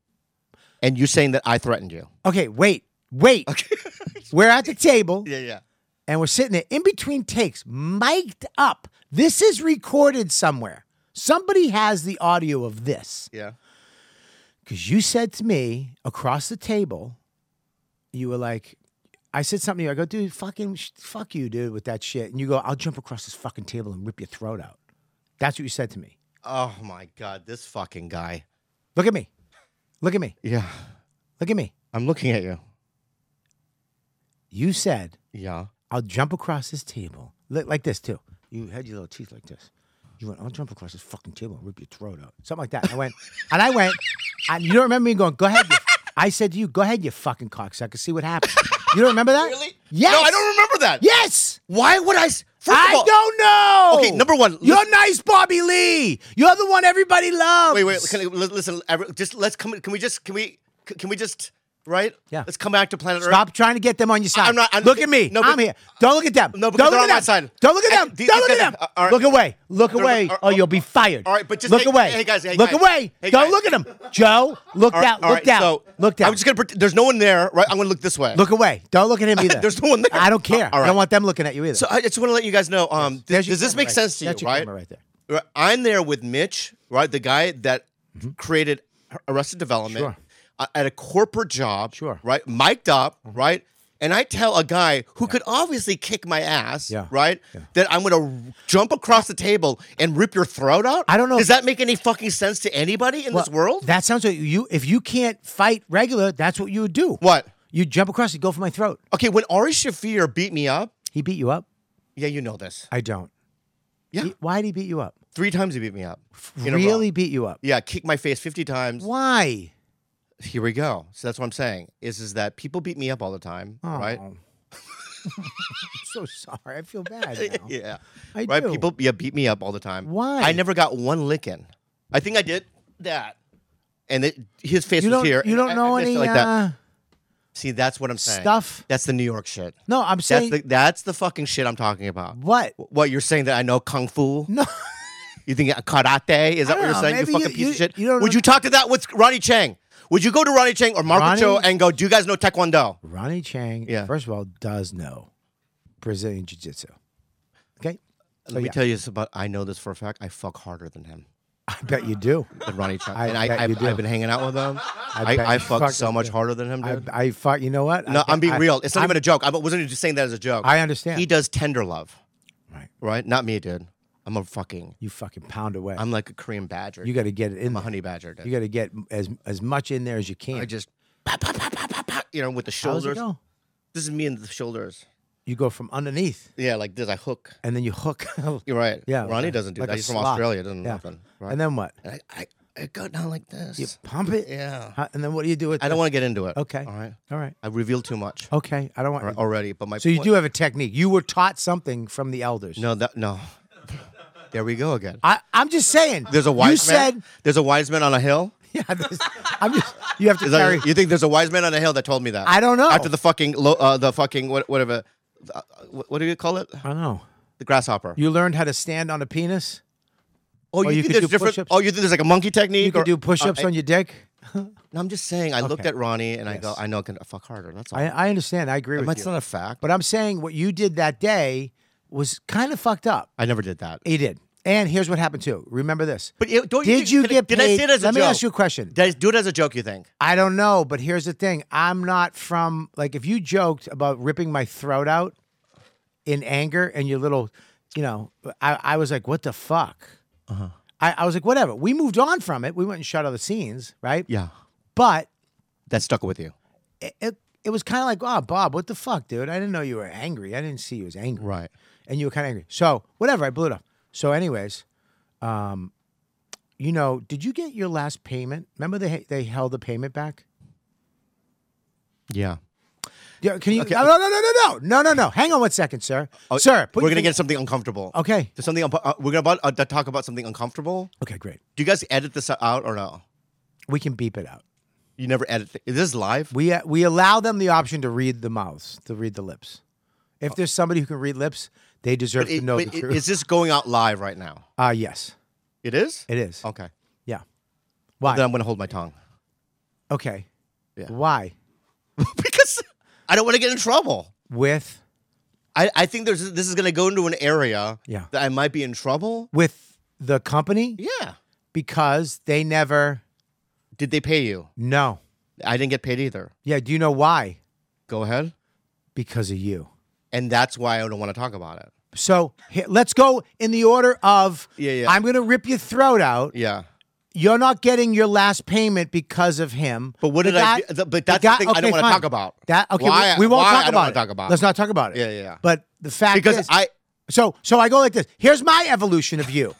Speaker 3: And you're saying that I threatened you.
Speaker 1: Okay, wait, wait.
Speaker 3: Okay.
Speaker 1: We're at the table
Speaker 3: yeah, yeah.
Speaker 1: and we're sitting there in between takes, mic'd up. This is recorded somewhere. Somebody has the audio of this.
Speaker 3: Yeah.
Speaker 1: Because you said to me across the table, you were like, I said something to you. I go, dude, fucking, sh- fuck you, dude, with that shit. And you go, I'll jump across this fucking table and rip your throat out. That's what you said to me.
Speaker 3: Oh my God, this fucking guy.
Speaker 1: Look at me. Look at me.
Speaker 3: Yeah.
Speaker 1: Look at me.
Speaker 3: I'm looking at you.
Speaker 1: You said,
Speaker 3: Yeah.
Speaker 1: I'll jump across this table. Li- Like this, too. You had your little teeth like this. You went, I'll jump across this fucking table and rip your throat out. Something like that. And I went, and I went, and you don't remember me going, go ahead. You. I said to you, go ahead, you fucking cocksucker, see what happens. You don't remember that?
Speaker 3: Really?
Speaker 1: Yes.
Speaker 3: No, I don't remember that.
Speaker 1: Yes.
Speaker 3: Why would I? s- First
Speaker 1: I
Speaker 3: of all,
Speaker 1: don't know.
Speaker 3: Okay, number one,
Speaker 1: You're
Speaker 3: listen-
Speaker 1: nice, Bobby Lee. You're the one everybody loves.
Speaker 3: Wait, wait. Can, I- li- listen, every- just let's come. Can we just? Can we? c- Can we just? Right?
Speaker 1: Yeah.
Speaker 3: Let's come back to planet Earth.
Speaker 1: Stop trying to get them on your side.
Speaker 3: I'm not- I'm-
Speaker 1: look at me.
Speaker 3: No,
Speaker 1: I'm
Speaker 3: but-
Speaker 1: here. Don't look at them.
Speaker 3: No, because
Speaker 1: don't
Speaker 3: they're
Speaker 1: look
Speaker 3: on
Speaker 1: at
Speaker 3: my
Speaker 1: them.
Speaker 3: side.
Speaker 1: Don't look at
Speaker 3: And
Speaker 1: them.
Speaker 3: these-
Speaker 1: don't look
Speaker 3: these
Speaker 1: at
Speaker 3: guys-
Speaker 1: them.
Speaker 3: uh, are-
Speaker 1: look away. Look
Speaker 3: They're-
Speaker 1: away,
Speaker 3: are-
Speaker 1: or you'll be fired.
Speaker 3: All right, but just-
Speaker 1: look
Speaker 3: hey-
Speaker 1: away.
Speaker 3: hey, guys, hey,
Speaker 1: look
Speaker 3: guys.
Speaker 1: away.
Speaker 3: Hey,
Speaker 1: don't
Speaker 3: guys.
Speaker 1: look at them. Joe, look
Speaker 3: All right,
Speaker 1: down.
Speaker 3: all
Speaker 1: look
Speaker 3: right,
Speaker 1: down.
Speaker 3: So
Speaker 1: look down.
Speaker 3: I'm just gonna. pret- There's no one there, right? I'm gonna look this way.
Speaker 1: look away. Don't look at him either.
Speaker 3: There's no one there.
Speaker 1: I don't care.
Speaker 3: All
Speaker 1: I
Speaker 3: right.
Speaker 1: don't want them looking at you either.
Speaker 3: So I just want to let you guys know. Um, th-
Speaker 1: There's your
Speaker 3: does this
Speaker 1: camera
Speaker 3: make
Speaker 1: right
Speaker 3: sense to
Speaker 1: there. That's
Speaker 3: you?
Speaker 1: your
Speaker 3: Right?
Speaker 1: camera right there. Mm-hmm.
Speaker 3: Right, I'm there with Mitch, right? The guy that created Arrested Development
Speaker 1: Sure.
Speaker 3: uh, at a corporate job,
Speaker 1: Sure. Mm-hmm.
Speaker 3: right? Mic'd up, right? And I tell a guy who could obviously kick my ass,
Speaker 1: Yeah.
Speaker 3: right? That I'm gonna r- jump across the table and rip your throat out.
Speaker 1: I don't know
Speaker 3: Does
Speaker 1: if-
Speaker 3: that make any fucking sense to anybody in this
Speaker 1: Well,
Speaker 3: world?
Speaker 1: That sounds like you. If you can't fight regular, that's what you would do.
Speaker 3: what?
Speaker 1: You jump across. You go for my throat.
Speaker 3: Okay, when Ari Shafir beat me up,
Speaker 1: He beat you up.
Speaker 3: yeah, you know this.
Speaker 1: I don't.
Speaker 3: Yeah.
Speaker 1: He- why did he beat you up?
Speaker 3: Three times he beat me up. in a row.
Speaker 1: Really beat you up.
Speaker 3: Yeah, kicked my face 50 times.
Speaker 1: Why?
Speaker 3: Here we go. So that's what I'm saying is is that people beat me up all the time, right?
Speaker 1: Oh. I'm so sorry. I feel bad. Now.
Speaker 3: Yeah.
Speaker 1: I
Speaker 3: right?
Speaker 1: do.
Speaker 3: People yeah, beat me up all the time.
Speaker 1: Why?
Speaker 3: I never got one lick in. I think I did that. And it, his face
Speaker 1: You
Speaker 3: was
Speaker 1: don't.
Speaker 3: here.
Speaker 1: You don't
Speaker 3: and I- I
Speaker 1: know
Speaker 3: missed it
Speaker 1: any
Speaker 3: like that.
Speaker 1: uh,
Speaker 3: See, that's what I'm saying.
Speaker 1: stuff.
Speaker 3: That's the New York shit.
Speaker 1: No, I'm
Speaker 3: That's
Speaker 1: saying
Speaker 3: the that's the fucking shit I'm talking about.
Speaker 1: what?
Speaker 3: What you're saying that I know kung fu?
Speaker 1: No.
Speaker 3: You think karate? Is
Speaker 1: I
Speaker 3: that what
Speaker 1: don't
Speaker 3: you're
Speaker 1: know.
Speaker 3: saying? You
Speaker 1: Maybe
Speaker 3: fucking
Speaker 1: you-
Speaker 3: piece
Speaker 1: you-
Speaker 3: of shit.
Speaker 1: you don't
Speaker 3: Would
Speaker 1: know-
Speaker 3: you talk to that with Ronnie Chang? Would you go to Ronnie Chang or Marco
Speaker 1: Ronnie-
Speaker 3: Cho and go, "Do you guys know Taekwondo?"
Speaker 1: Ronnie Chang.
Speaker 3: Yeah.
Speaker 1: First of all, does know Brazilian Jiu Jitsu. Okay. So,
Speaker 3: Let me
Speaker 1: yeah,
Speaker 3: tell you this about. I know this for a fact. I fuck harder than him,
Speaker 1: I bet you do.
Speaker 3: than Ronnie Chang.
Speaker 1: I
Speaker 3: and I,
Speaker 1: bet you
Speaker 3: I've,
Speaker 1: do.
Speaker 3: I've been hanging out with him. I,
Speaker 1: bet
Speaker 3: I,
Speaker 1: you
Speaker 3: fuck
Speaker 1: fucking
Speaker 3: so much
Speaker 1: do.
Speaker 3: harder than him.
Speaker 1: I,
Speaker 3: Dude.
Speaker 1: I thought. You know what? I
Speaker 3: no,
Speaker 1: bet-
Speaker 3: I'm being
Speaker 1: I-
Speaker 3: real. It's not
Speaker 1: I'm-
Speaker 3: even a joke. I wasn't just saying that as a joke.
Speaker 1: I understand.
Speaker 3: He does tender love,
Speaker 1: Right.
Speaker 3: right? Not me, dude. I'm a fucking.
Speaker 1: You fucking pound away.
Speaker 3: I'm like a Korean badger.
Speaker 1: you got to get it in.
Speaker 3: I'm a
Speaker 1: there.
Speaker 3: honey badger. Dude.
Speaker 1: You got to get as as much in there as you can.
Speaker 3: I just pa, pa, pa, pa, pa, pa, you know, with the
Speaker 1: How does it
Speaker 3: shoulders.
Speaker 1: go?
Speaker 3: This is me and the shoulders.
Speaker 1: You go from underneath
Speaker 3: Yeah, like this. I hook.
Speaker 1: and then you hook.
Speaker 3: You're right.
Speaker 1: Yeah,
Speaker 3: Ronnie
Speaker 1: okay.
Speaker 3: doesn't do
Speaker 1: Like
Speaker 3: that.
Speaker 1: a
Speaker 3: He's from
Speaker 1: slot.
Speaker 3: Australia. Doesn't
Speaker 1: Yeah.
Speaker 3: happen. Right?
Speaker 1: And then what?
Speaker 3: And I, I, I go down like this.
Speaker 1: You pump it.
Speaker 3: Yeah.
Speaker 1: Huh? And then what do you do with?
Speaker 3: I don't want to get into it.
Speaker 1: Okay.
Speaker 3: All right.
Speaker 1: All right.
Speaker 3: I revealed too much
Speaker 1: Okay. I don't want.
Speaker 3: al- already, but my
Speaker 1: So you
Speaker 3: point-
Speaker 1: do have a technique. You were taught something from the elders.
Speaker 3: no that no. There we go again.
Speaker 1: I, I'm just saying.
Speaker 3: There's a
Speaker 1: You
Speaker 3: wise man.
Speaker 1: said.
Speaker 3: there's a wise man on a hill.
Speaker 1: Yeah. there's- I'm just. You have to
Speaker 3: Is
Speaker 1: carry.
Speaker 3: that, you think there's a wise man on a hill that told me that?
Speaker 1: I don't know.
Speaker 3: After the fucking lo, uh, the fucking what, whatever, uh, what, what do you call it?
Speaker 1: I don't know.
Speaker 3: The grasshopper.
Speaker 1: You learned how to stand on a penis.
Speaker 3: oh,
Speaker 1: or you could
Speaker 3: think there's
Speaker 1: do
Speaker 3: different?
Speaker 1: push-ups.
Speaker 3: Oh, you think there's like a monkey technique?
Speaker 1: You
Speaker 3: or-
Speaker 1: could do push-ups
Speaker 3: uh,
Speaker 1: on your dick.
Speaker 3: No, I'm just saying. I looked
Speaker 1: Okay.
Speaker 3: at Ronnie and I go,
Speaker 1: Yes.
Speaker 3: I know I can fuck harder. That's all.
Speaker 1: I, I understand. I agree with
Speaker 3: That's
Speaker 1: you.
Speaker 3: not a fact.
Speaker 1: but I'm saying what you did that day was kind of fucked up.
Speaker 3: I never did that.
Speaker 1: He did. And here's what happened too. Remember this.
Speaker 3: But it- don't
Speaker 1: did you
Speaker 3: did I-
Speaker 1: get
Speaker 3: Did
Speaker 1: paid?
Speaker 3: I say it as a
Speaker 1: Let me
Speaker 3: joke?
Speaker 1: ask you a question.
Speaker 3: Did I do it as a joke? You think?
Speaker 1: I don't know, but here's the thing. I'm not from like if you joked about ripping my throat out in anger and your little, you know, I, I was like, what the fuck?
Speaker 3: Uh-huh.
Speaker 1: I, I was like, whatever. We moved on from it. We went and shot other scenes, right?
Speaker 3: Yeah,
Speaker 1: But
Speaker 3: that stuck with you.
Speaker 1: it, it, it was kind of like, oh, Bob, what the fuck, dude? I didn't know you were angry. I didn't see you was angry.
Speaker 3: Right.
Speaker 1: And you were kind of angry. So whatever, I blew it up. So anyways, um, you know, did you get your last payment? Remember they they held the payment back?
Speaker 3: Yeah.
Speaker 1: Yeah, can you? No, no, no, no, no, no, no, no. Hang on one second, sir. sir, put
Speaker 3: Oh, we're
Speaker 1: your
Speaker 3: gonna
Speaker 1: finger-
Speaker 3: get something uncomfortable.
Speaker 1: Okay.
Speaker 3: There's something. unpo- Uh, we're gonna about, uh, talk about something uncomfortable.
Speaker 1: Okay, great.
Speaker 3: Do you guys edit this out or no?
Speaker 1: We can beep it out.
Speaker 3: You never edit. Th- is this live?
Speaker 1: We uh, we allow them the option to read the mouths, to read the lips. If there's somebody who can read lips, they deserve
Speaker 3: It-
Speaker 1: to know
Speaker 3: Oh. but
Speaker 1: the
Speaker 3: it-
Speaker 1: truth.
Speaker 3: is this going out live right now?
Speaker 1: uh yes,
Speaker 3: It is.
Speaker 1: it is.
Speaker 3: Okay.
Speaker 1: Yeah. Why?
Speaker 3: Oh. Then I'm gonna hold my tongue
Speaker 1: okay.
Speaker 3: Yeah.
Speaker 1: Why?
Speaker 3: because I don't want to get in trouble.
Speaker 1: With
Speaker 3: I, I think there's this is gonna go into an area
Speaker 1: Yeah.
Speaker 3: that I might be in trouble.
Speaker 1: with the company
Speaker 3: Yeah.
Speaker 1: because they never
Speaker 3: Did they pay you?
Speaker 1: no.
Speaker 3: I didn't get paid either.
Speaker 1: Yeah. Do you know why?
Speaker 3: Go ahead.
Speaker 1: Because of you.
Speaker 3: And that's why I don't want to talk about it.
Speaker 1: So he- let's go in the order of
Speaker 3: Yeah, yeah.
Speaker 1: I'm going to rip your throat out.
Speaker 3: Yeah.
Speaker 1: You're not getting your last payment because of him.
Speaker 3: But what
Speaker 1: The
Speaker 3: did I
Speaker 1: guy-
Speaker 3: do- the- but that's the thing I don't wanna
Speaker 1: fine.
Speaker 3: talk about.
Speaker 1: That okay?
Speaker 3: Why-
Speaker 1: we, we won't
Speaker 3: why I
Speaker 1: talk
Speaker 3: don't
Speaker 1: about
Speaker 3: wanna
Speaker 1: it.
Speaker 3: talk about
Speaker 1: Let's
Speaker 3: it.
Speaker 1: not talk about it.
Speaker 3: Yeah, yeah, yeah.
Speaker 1: But the fact
Speaker 3: Because
Speaker 1: is,
Speaker 3: I-
Speaker 1: so so I go like this. Here's my evolution of you.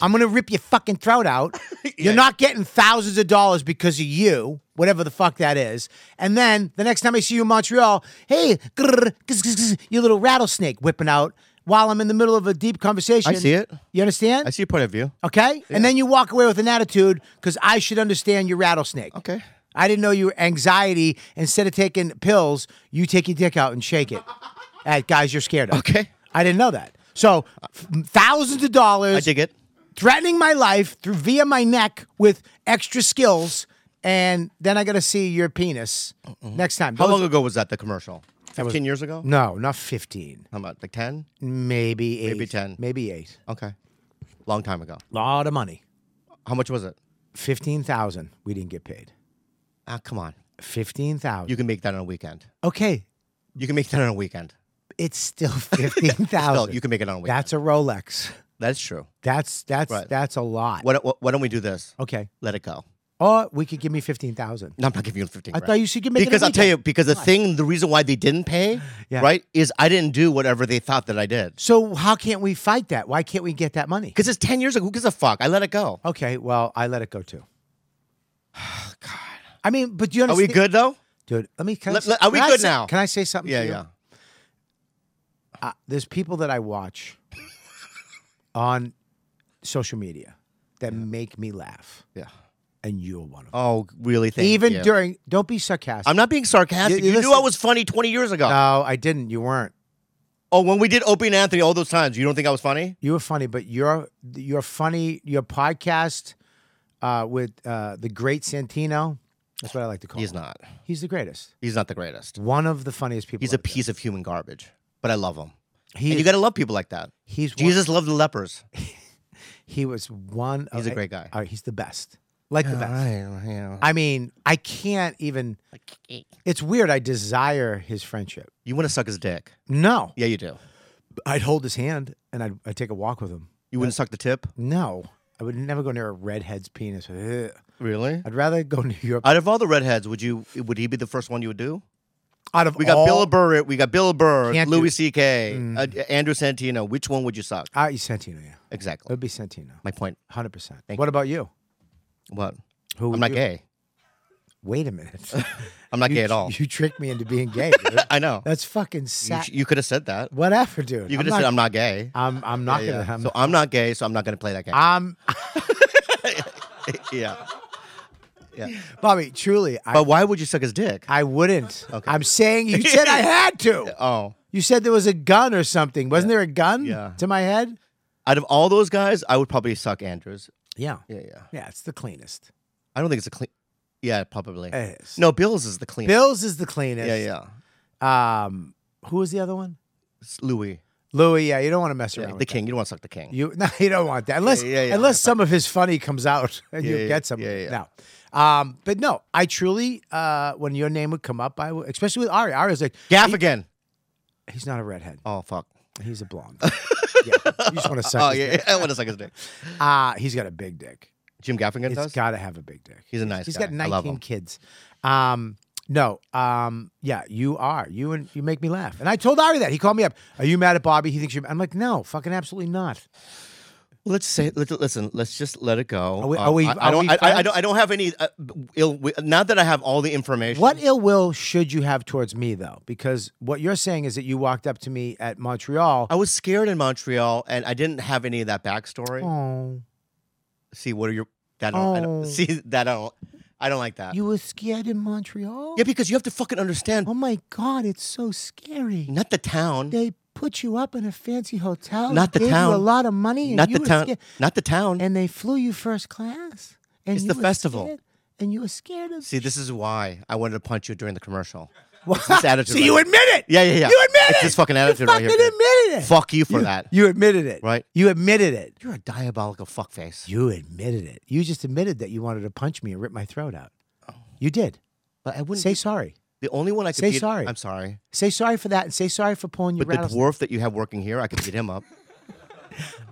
Speaker 1: I'm gonna rip your fucking throat out. You're not getting thousands of dollars because of you, whatever the fuck that is. And then the next time I see you in Montreal, hey, grrr, gzz, gzz, gzz, your little rattlesnake whipping out while I'm in the middle of a deep conversation.
Speaker 3: see it.
Speaker 1: You understand?
Speaker 3: I see your point of view.
Speaker 1: Okay? And then you walk away with an attitude because I should understand your rattlesnake.
Speaker 3: Okay.
Speaker 1: I didn't know you were anxiety. Instead of taking pills, you take your dick out and shake it at guys you're scared of.
Speaker 3: Okay.
Speaker 1: I didn't know that. So f- thousands of
Speaker 3: I
Speaker 1: dollars
Speaker 3: dig it.
Speaker 1: threatening my life through via my neck with extra skills. And then I got to see your penis next time.
Speaker 3: How
Speaker 1: Those-
Speaker 3: long ago was that? The commercial. Fifteen years ago.
Speaker 1: No, not 15.
Speaker 3: How about like ten?
Speaker 1: Maybe eight.
Speaker 3: Maybe 10.
Speaker 1: Maybe eight.
Speaker 3: Okay. Long time ago.
Speaker 1: Lot of money.
Speaker 3: How much was it?
Speaker 1: 15,000. We didn't get paid.
Speaker 3: Ah, come on. You
Speaker 1: 15,000.
Speaker 3: can make that on a weekend.
Speaker 1: Okay.
Speaker 3: You can make that on a weekend.
Speaker 1: It's still 15,000.
Speaker 3: Still, you can make it on a weekend.
Speaker 1: That's a Rolex.
Speaker 3: That's true.
Speaker 1: That's that's
Speaker 3: Right.
Speaker 1: that's a lot.
Speaker 3: Why, don't- why, why don't we do this?
Speaker 1: Okay.
Speaker 3: Let it go.
Speaker 1: Or we could give me fifteen thousand.
Speaker 3: No, I'm not giving you 15
Speaker 1: I
Speaker 3: grand.
Speaker 1: thought you said you could make it a
Speaker 3: Because I'll tell you,
Speaker 1: weekend.
Speaker 3: because the thing, the reason why they didn't pay,
Speaker 1: Yeah.
Speaker 3: right, is I didn't do whatever they thought that I did.
Speaker 1: So how can't we fight that? Why can't we get that money?
Speaker 3: Because it's 10 years ago. Who gives a fuck? I let it go.
Speaker 1: Okay. Well, I let it go too. God. I mean, but do you
Speaker 3: Are
Speaker 1: understand?
Speaker 3: we good, though?
Speaker 1: dude? Let me. Can I
Speaker 3: Let-
Speaker 1: say-
Speaker 3: let- are we
Speaker 1: can I
Speaker 3: good
Speaker 1: say-
Speaker 3: now?
Speaker 1: Can I say something?
Speaker 3: Yeah,
Speaker 1: to you?
Speaker 3: yeah.
Speaker 1: Uh, there's people that I watch on social media that make me laugh,
Speaker 3: Yeah.
Speaker 1: and you're one of them.
Speaker 3: Oh, really? Thank
Speaker 1: Even
Speaker 3: you.
Speaker 1: during, don't be sarcastic.
Speaker 3: I'm not being sarcastic.
Speaker 1: You-
Speaker 3: You,
Speaker 1: you
Speaker 3: knew I
Speaker 1: listen.
Speaker 3: was funny 20 years ago.
Speaker 1: No, I didn't. You weren't.
Speaker 3: Oh, when we did Opie and Anthony all those times, you don't think I was funny?
Speaker 1: You were funny, but your your funny your podcast uh, with uh, the great Santino. That's what I like to call.
Speaker 3: He's
Speaker 1: him.
Speaker 3: not.
Speaker 1: He's the greatest.
Speaker 3: He's not the greatest.
Speaker 1: One of the funniest people.
Speaker 3: He's a
Speaker 1: out there.
Speaker 3: piece of human garbage, but I love him.
Speaker 1: He
Speaker 3: and
Speaker 1: is-
Speaker 3: you got to love people like that.
Speaker 1: He's one-
Speaker 3: Jesus loved the lepers.
Speaker 1: He was one. of
Speaker 3: He's a great guy.
Speaker 1: uh, he's the best. Like the best.
Speaker 3: Yeah.
Speaker 1: I mean, I can't even. It's weird. I desire his friendship.
Speaker 3: You want to suck his dick?
Speaker 1: No,
Speaker 3: Yeah, you do.
Speaker 1: I'd hold his hand and I'd, I'd take a walk with him.
Speaker 3: You wouldn't suck the tip?
Speaker 1: No, I would never go near a redhead's penis. Ugh.
Speaker 3: Really?
Speaker 1: I'd rather go New York.
Speaker 3: Out of all the redheads, would you would he be the first one you would do?
Speaker 1: Out of
Speaker 3: We got
Speaker 1: all,
Speaker 3: Bill Burr, we got Bill Burr,
Speaker 1: Can't do- Mm.
Speaker 3: Louis C.K., uh, Andrew Santino. Which one would you suck?
Speaker 1: Ah, you Santino, yeah. It
Speaker 3: Exactly.
Speaker 1: would be Santino.
Speaker 3: My point.
Speaker 1: 100%.
Speaker 3: Thank
Speaker 1: what about you?
Speaker 3: What?
Speaker 1: Who would
Speaker 3: I'm not
Speaker 1: you-
Speaker 3: gay.
Speaker 1: Wait a minute.
Speaker 3: I'm not
Speaker 1: you,
Speaker 3: gay at all.
Speaker 1: You tricked me into being gay. dude.
Speaker 3: I know.
Speaker 1: That's fucking
Speaker 3: You,
Speaker 1: sad.
Speaker 3: sh- you could have said that.
Speaker 1: Whatever, dude.
Speaker 3: You could have said I'm not gay.
Speaker 1: I'm, I'm not
Speaker 3: Yeah.
Speaker 1: gonna. I'm,
Speaker 3: so uh, I'm not gay, so I'm not gonna play that game.
Speaker 1: I'm
Speaker 3: yeah.
Speaker 1: Bobby. Truly, I,
Speaker 3: But why would you suck his dick?
Speaker 1: I wouldn't. I'm saying you said I had to.
Speaker 3: Oh.
Speaker 1: You said there was a gun or something. Wasn't there a gun
Speaker 3: Yeah.
Speaker 1: to my head?
Speaker 3: Out of all those guys, I would probably suck Andrews.
Speaker 1: Yeah.
Speaker 3: Yeah, yeah.
Speaker 1: Yeah, it's the cleanest.
Speaker 3: I don't think it's a clean. Yeah, probably.
Speaker 1: It is.
Speaker 3: No, Bill's is the clean.
Speaker 1: Bills is the cleanest.
Speaker 3: Yeah, yeah.
Speaker 1: yeah. Um, who was the other one?
Speaker 3: It's Louis,
Speaker 1: Louis. Yeah, you don't want to mess
Speaker 3: yeah,
Speaker 1: around.
Speaker 3: the
Speaker 1: with that.
Speaker 3: king. You don't want to suck the king.
Speaker 1: You no, you don't want that unless
Speaker 3: yeah, yeah,
Speaker 1: unless some of his funny comes out and you
Speaker 3: Yeah, yeah,
Speaker 1: get some.
Speaker 3: yeah, yeah.
Speaker 1: No, um, but no, I truly uh, when your name would come up, I would, especially with Ari. Ari's like
Speaker 3: Gaff again.
Speaker 1: he's not a redhead,
Speaker 3: Oh fuck.
Speaker 1: he's a blonde. yeah, you just want to suck.
Speaker 3: Oh
Speaker 1: his
Speaker 3: yeah,
Speaker 1: dick.
Speaker 3: yeah. I want to suck his dick.
Speaker 1: Uh, he's got a big dick.
Speaker 3: Jim Gaffigan
Speaker 1: It's
Speaker 3: does.
Speaker 1: got to have a big dick.
Speaker 3: He's a nice
Speaker 1: He's
Speaker 3: guy.
Speaker 1: got
Speaker 3: I love
Speaker 1: 19
Speaker 3: him.
Speaker 1: kids. Um, no, um, yeah, you are. You and you make me laugh. And I told Ari that. He called me up. Are you mad at Bobby? He thinks you're. I'm like, no, fucking absolutely not.
Speaker 3: let's say. Let, listen. Let's just let it go.
Speaker 1: Are we-
Speaker 3: Uh,
Speaker 1: are we-
Speaker 3: I, I
Speaker 1: are
Speaker 3: don't.
Speaker 1: we
Speaker 3: I, I, I
Speaker 1: friends?
Speaker 3: don't. I don't have any uh, b- ill. wi- Not that I have all the information.
Speaker 1: What ill will should you have towards me though? Because what you're saying is that you walked up to me at Montreal.
Speaker 3: I was scared in Montreal, and I didn't have any of that backstory.
Speaker 1: Oh,
Speaker 3: See, what are your? That I don't, I
Speaker 1: Oh.
Speaker 3: don't see that. I don't. I don't like that.
Speaker 1: you were scared in Montreal?
Speaker 3: yeah, because you have to fucking understand.
Speaker 1: Oh my God, it's so scary.
Speaker 3: Not the town.
Speaker 1: They put you up in a fancy hotel.
Speaker 3: Not the
Speaker 1: gave
Speaker 3: town.
Speaker 1: You a lot of money. And
Speaker 3: Not
Speaker 1: you
Speaker 3: the
Speaker 1: were
Speaker 3: town.
Speaker 1: scared-
Speaker 3: Not the town.
Speaker 1: and they flew you first class. And
Speaker 3: It's
Speaker 1: you
Speaker 3: the
Speaker 1: were
Speaker 3: festival.
Speaker 1: scared- and you were scared of.
Speaker 3: See, this is why I wanted to punch you during the commercial. It's this attitude.
Speaker 1: See, you
Speaker 3: right-
Speaker 1: admit it.
Speaker 3: Yeah, yeah, yeah.
Speaker 1: You admit
Speaker 3: It's
Speaker 1: it.
Speaker 3: this fucking
Speaker 1: you
Speaker 3: attitude right
Speaker 1: fucking
Speaker 3: here, dude.
Speaker 1: admitted it.
Speaker 3: Fuck you for
Speaker 1: You-
Speaker 3: that.
Speaker 1: You admitted it.
Speaker 3: Right?
Speaker 1: You admitted it.
Speaker 3: You're a diabolical fuckface.
Speaker 1: You admitted it. You just admitted that you wanted to punch me and rip my throat out. You did.
Speaker 3: Oh. But I wouldn't
Speaker 1: Say
Speaker 3: be-
Speaker 1: sorry.
Speaker 3: the only one I could
Speaker 1: say
Speaker 3: beat-
Speaker 1: sorry.
Speaker 3: I'm sorry,
Speaker 1: Say sorry for that and say sorry for pulling your
Speaker 3: but the
Speaker 1: rattlesnake.
Speaker 3: dwarf that you have working here, I could beat him up.
Speaker 1: Oh,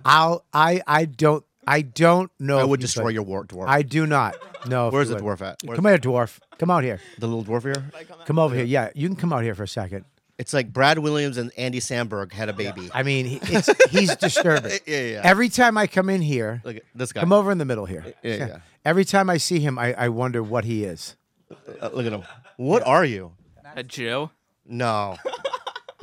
Speaker 1: I'll I I don't I don't know.
Speaker 3: I
Speaker 1: if
Speaker 3: would
Speaker 1: you
Speaker 3: destroy
Speaker 1: could.
Speaker 3: your war- dwarf.
Speaker 1: I do not know. if
Speaker 3: Where's
Speaker 1: you
Speaker 3: the
Speaker 1: would.
Speaker 3: dwarf at? Where's
Speaker 1: Come here, dwarf. Come out here.
Speaker 3: the little dwarf here?
Speaker 1: Come over here. Yeah, you can come out here for a second.
Speaker 3: It's like Brad Williams and Andy Samberg had a baby.
Speaker 1: I mean, he, it's, he's disturbing.
Speaker 3: Yeah, yeah, yeah.
Speaker 1: Every time I come in here,
Speaker 3: Look at this guy.
Speaker 1: come over in the middle here.
Speaker 3: Yeah, yeah.
Speaker 1: Every time I see him, I, I wonder what he is.
Speaker 3: Uh, look at him. What are you?
Speaker 5: A Jew?
Speaker 3: No.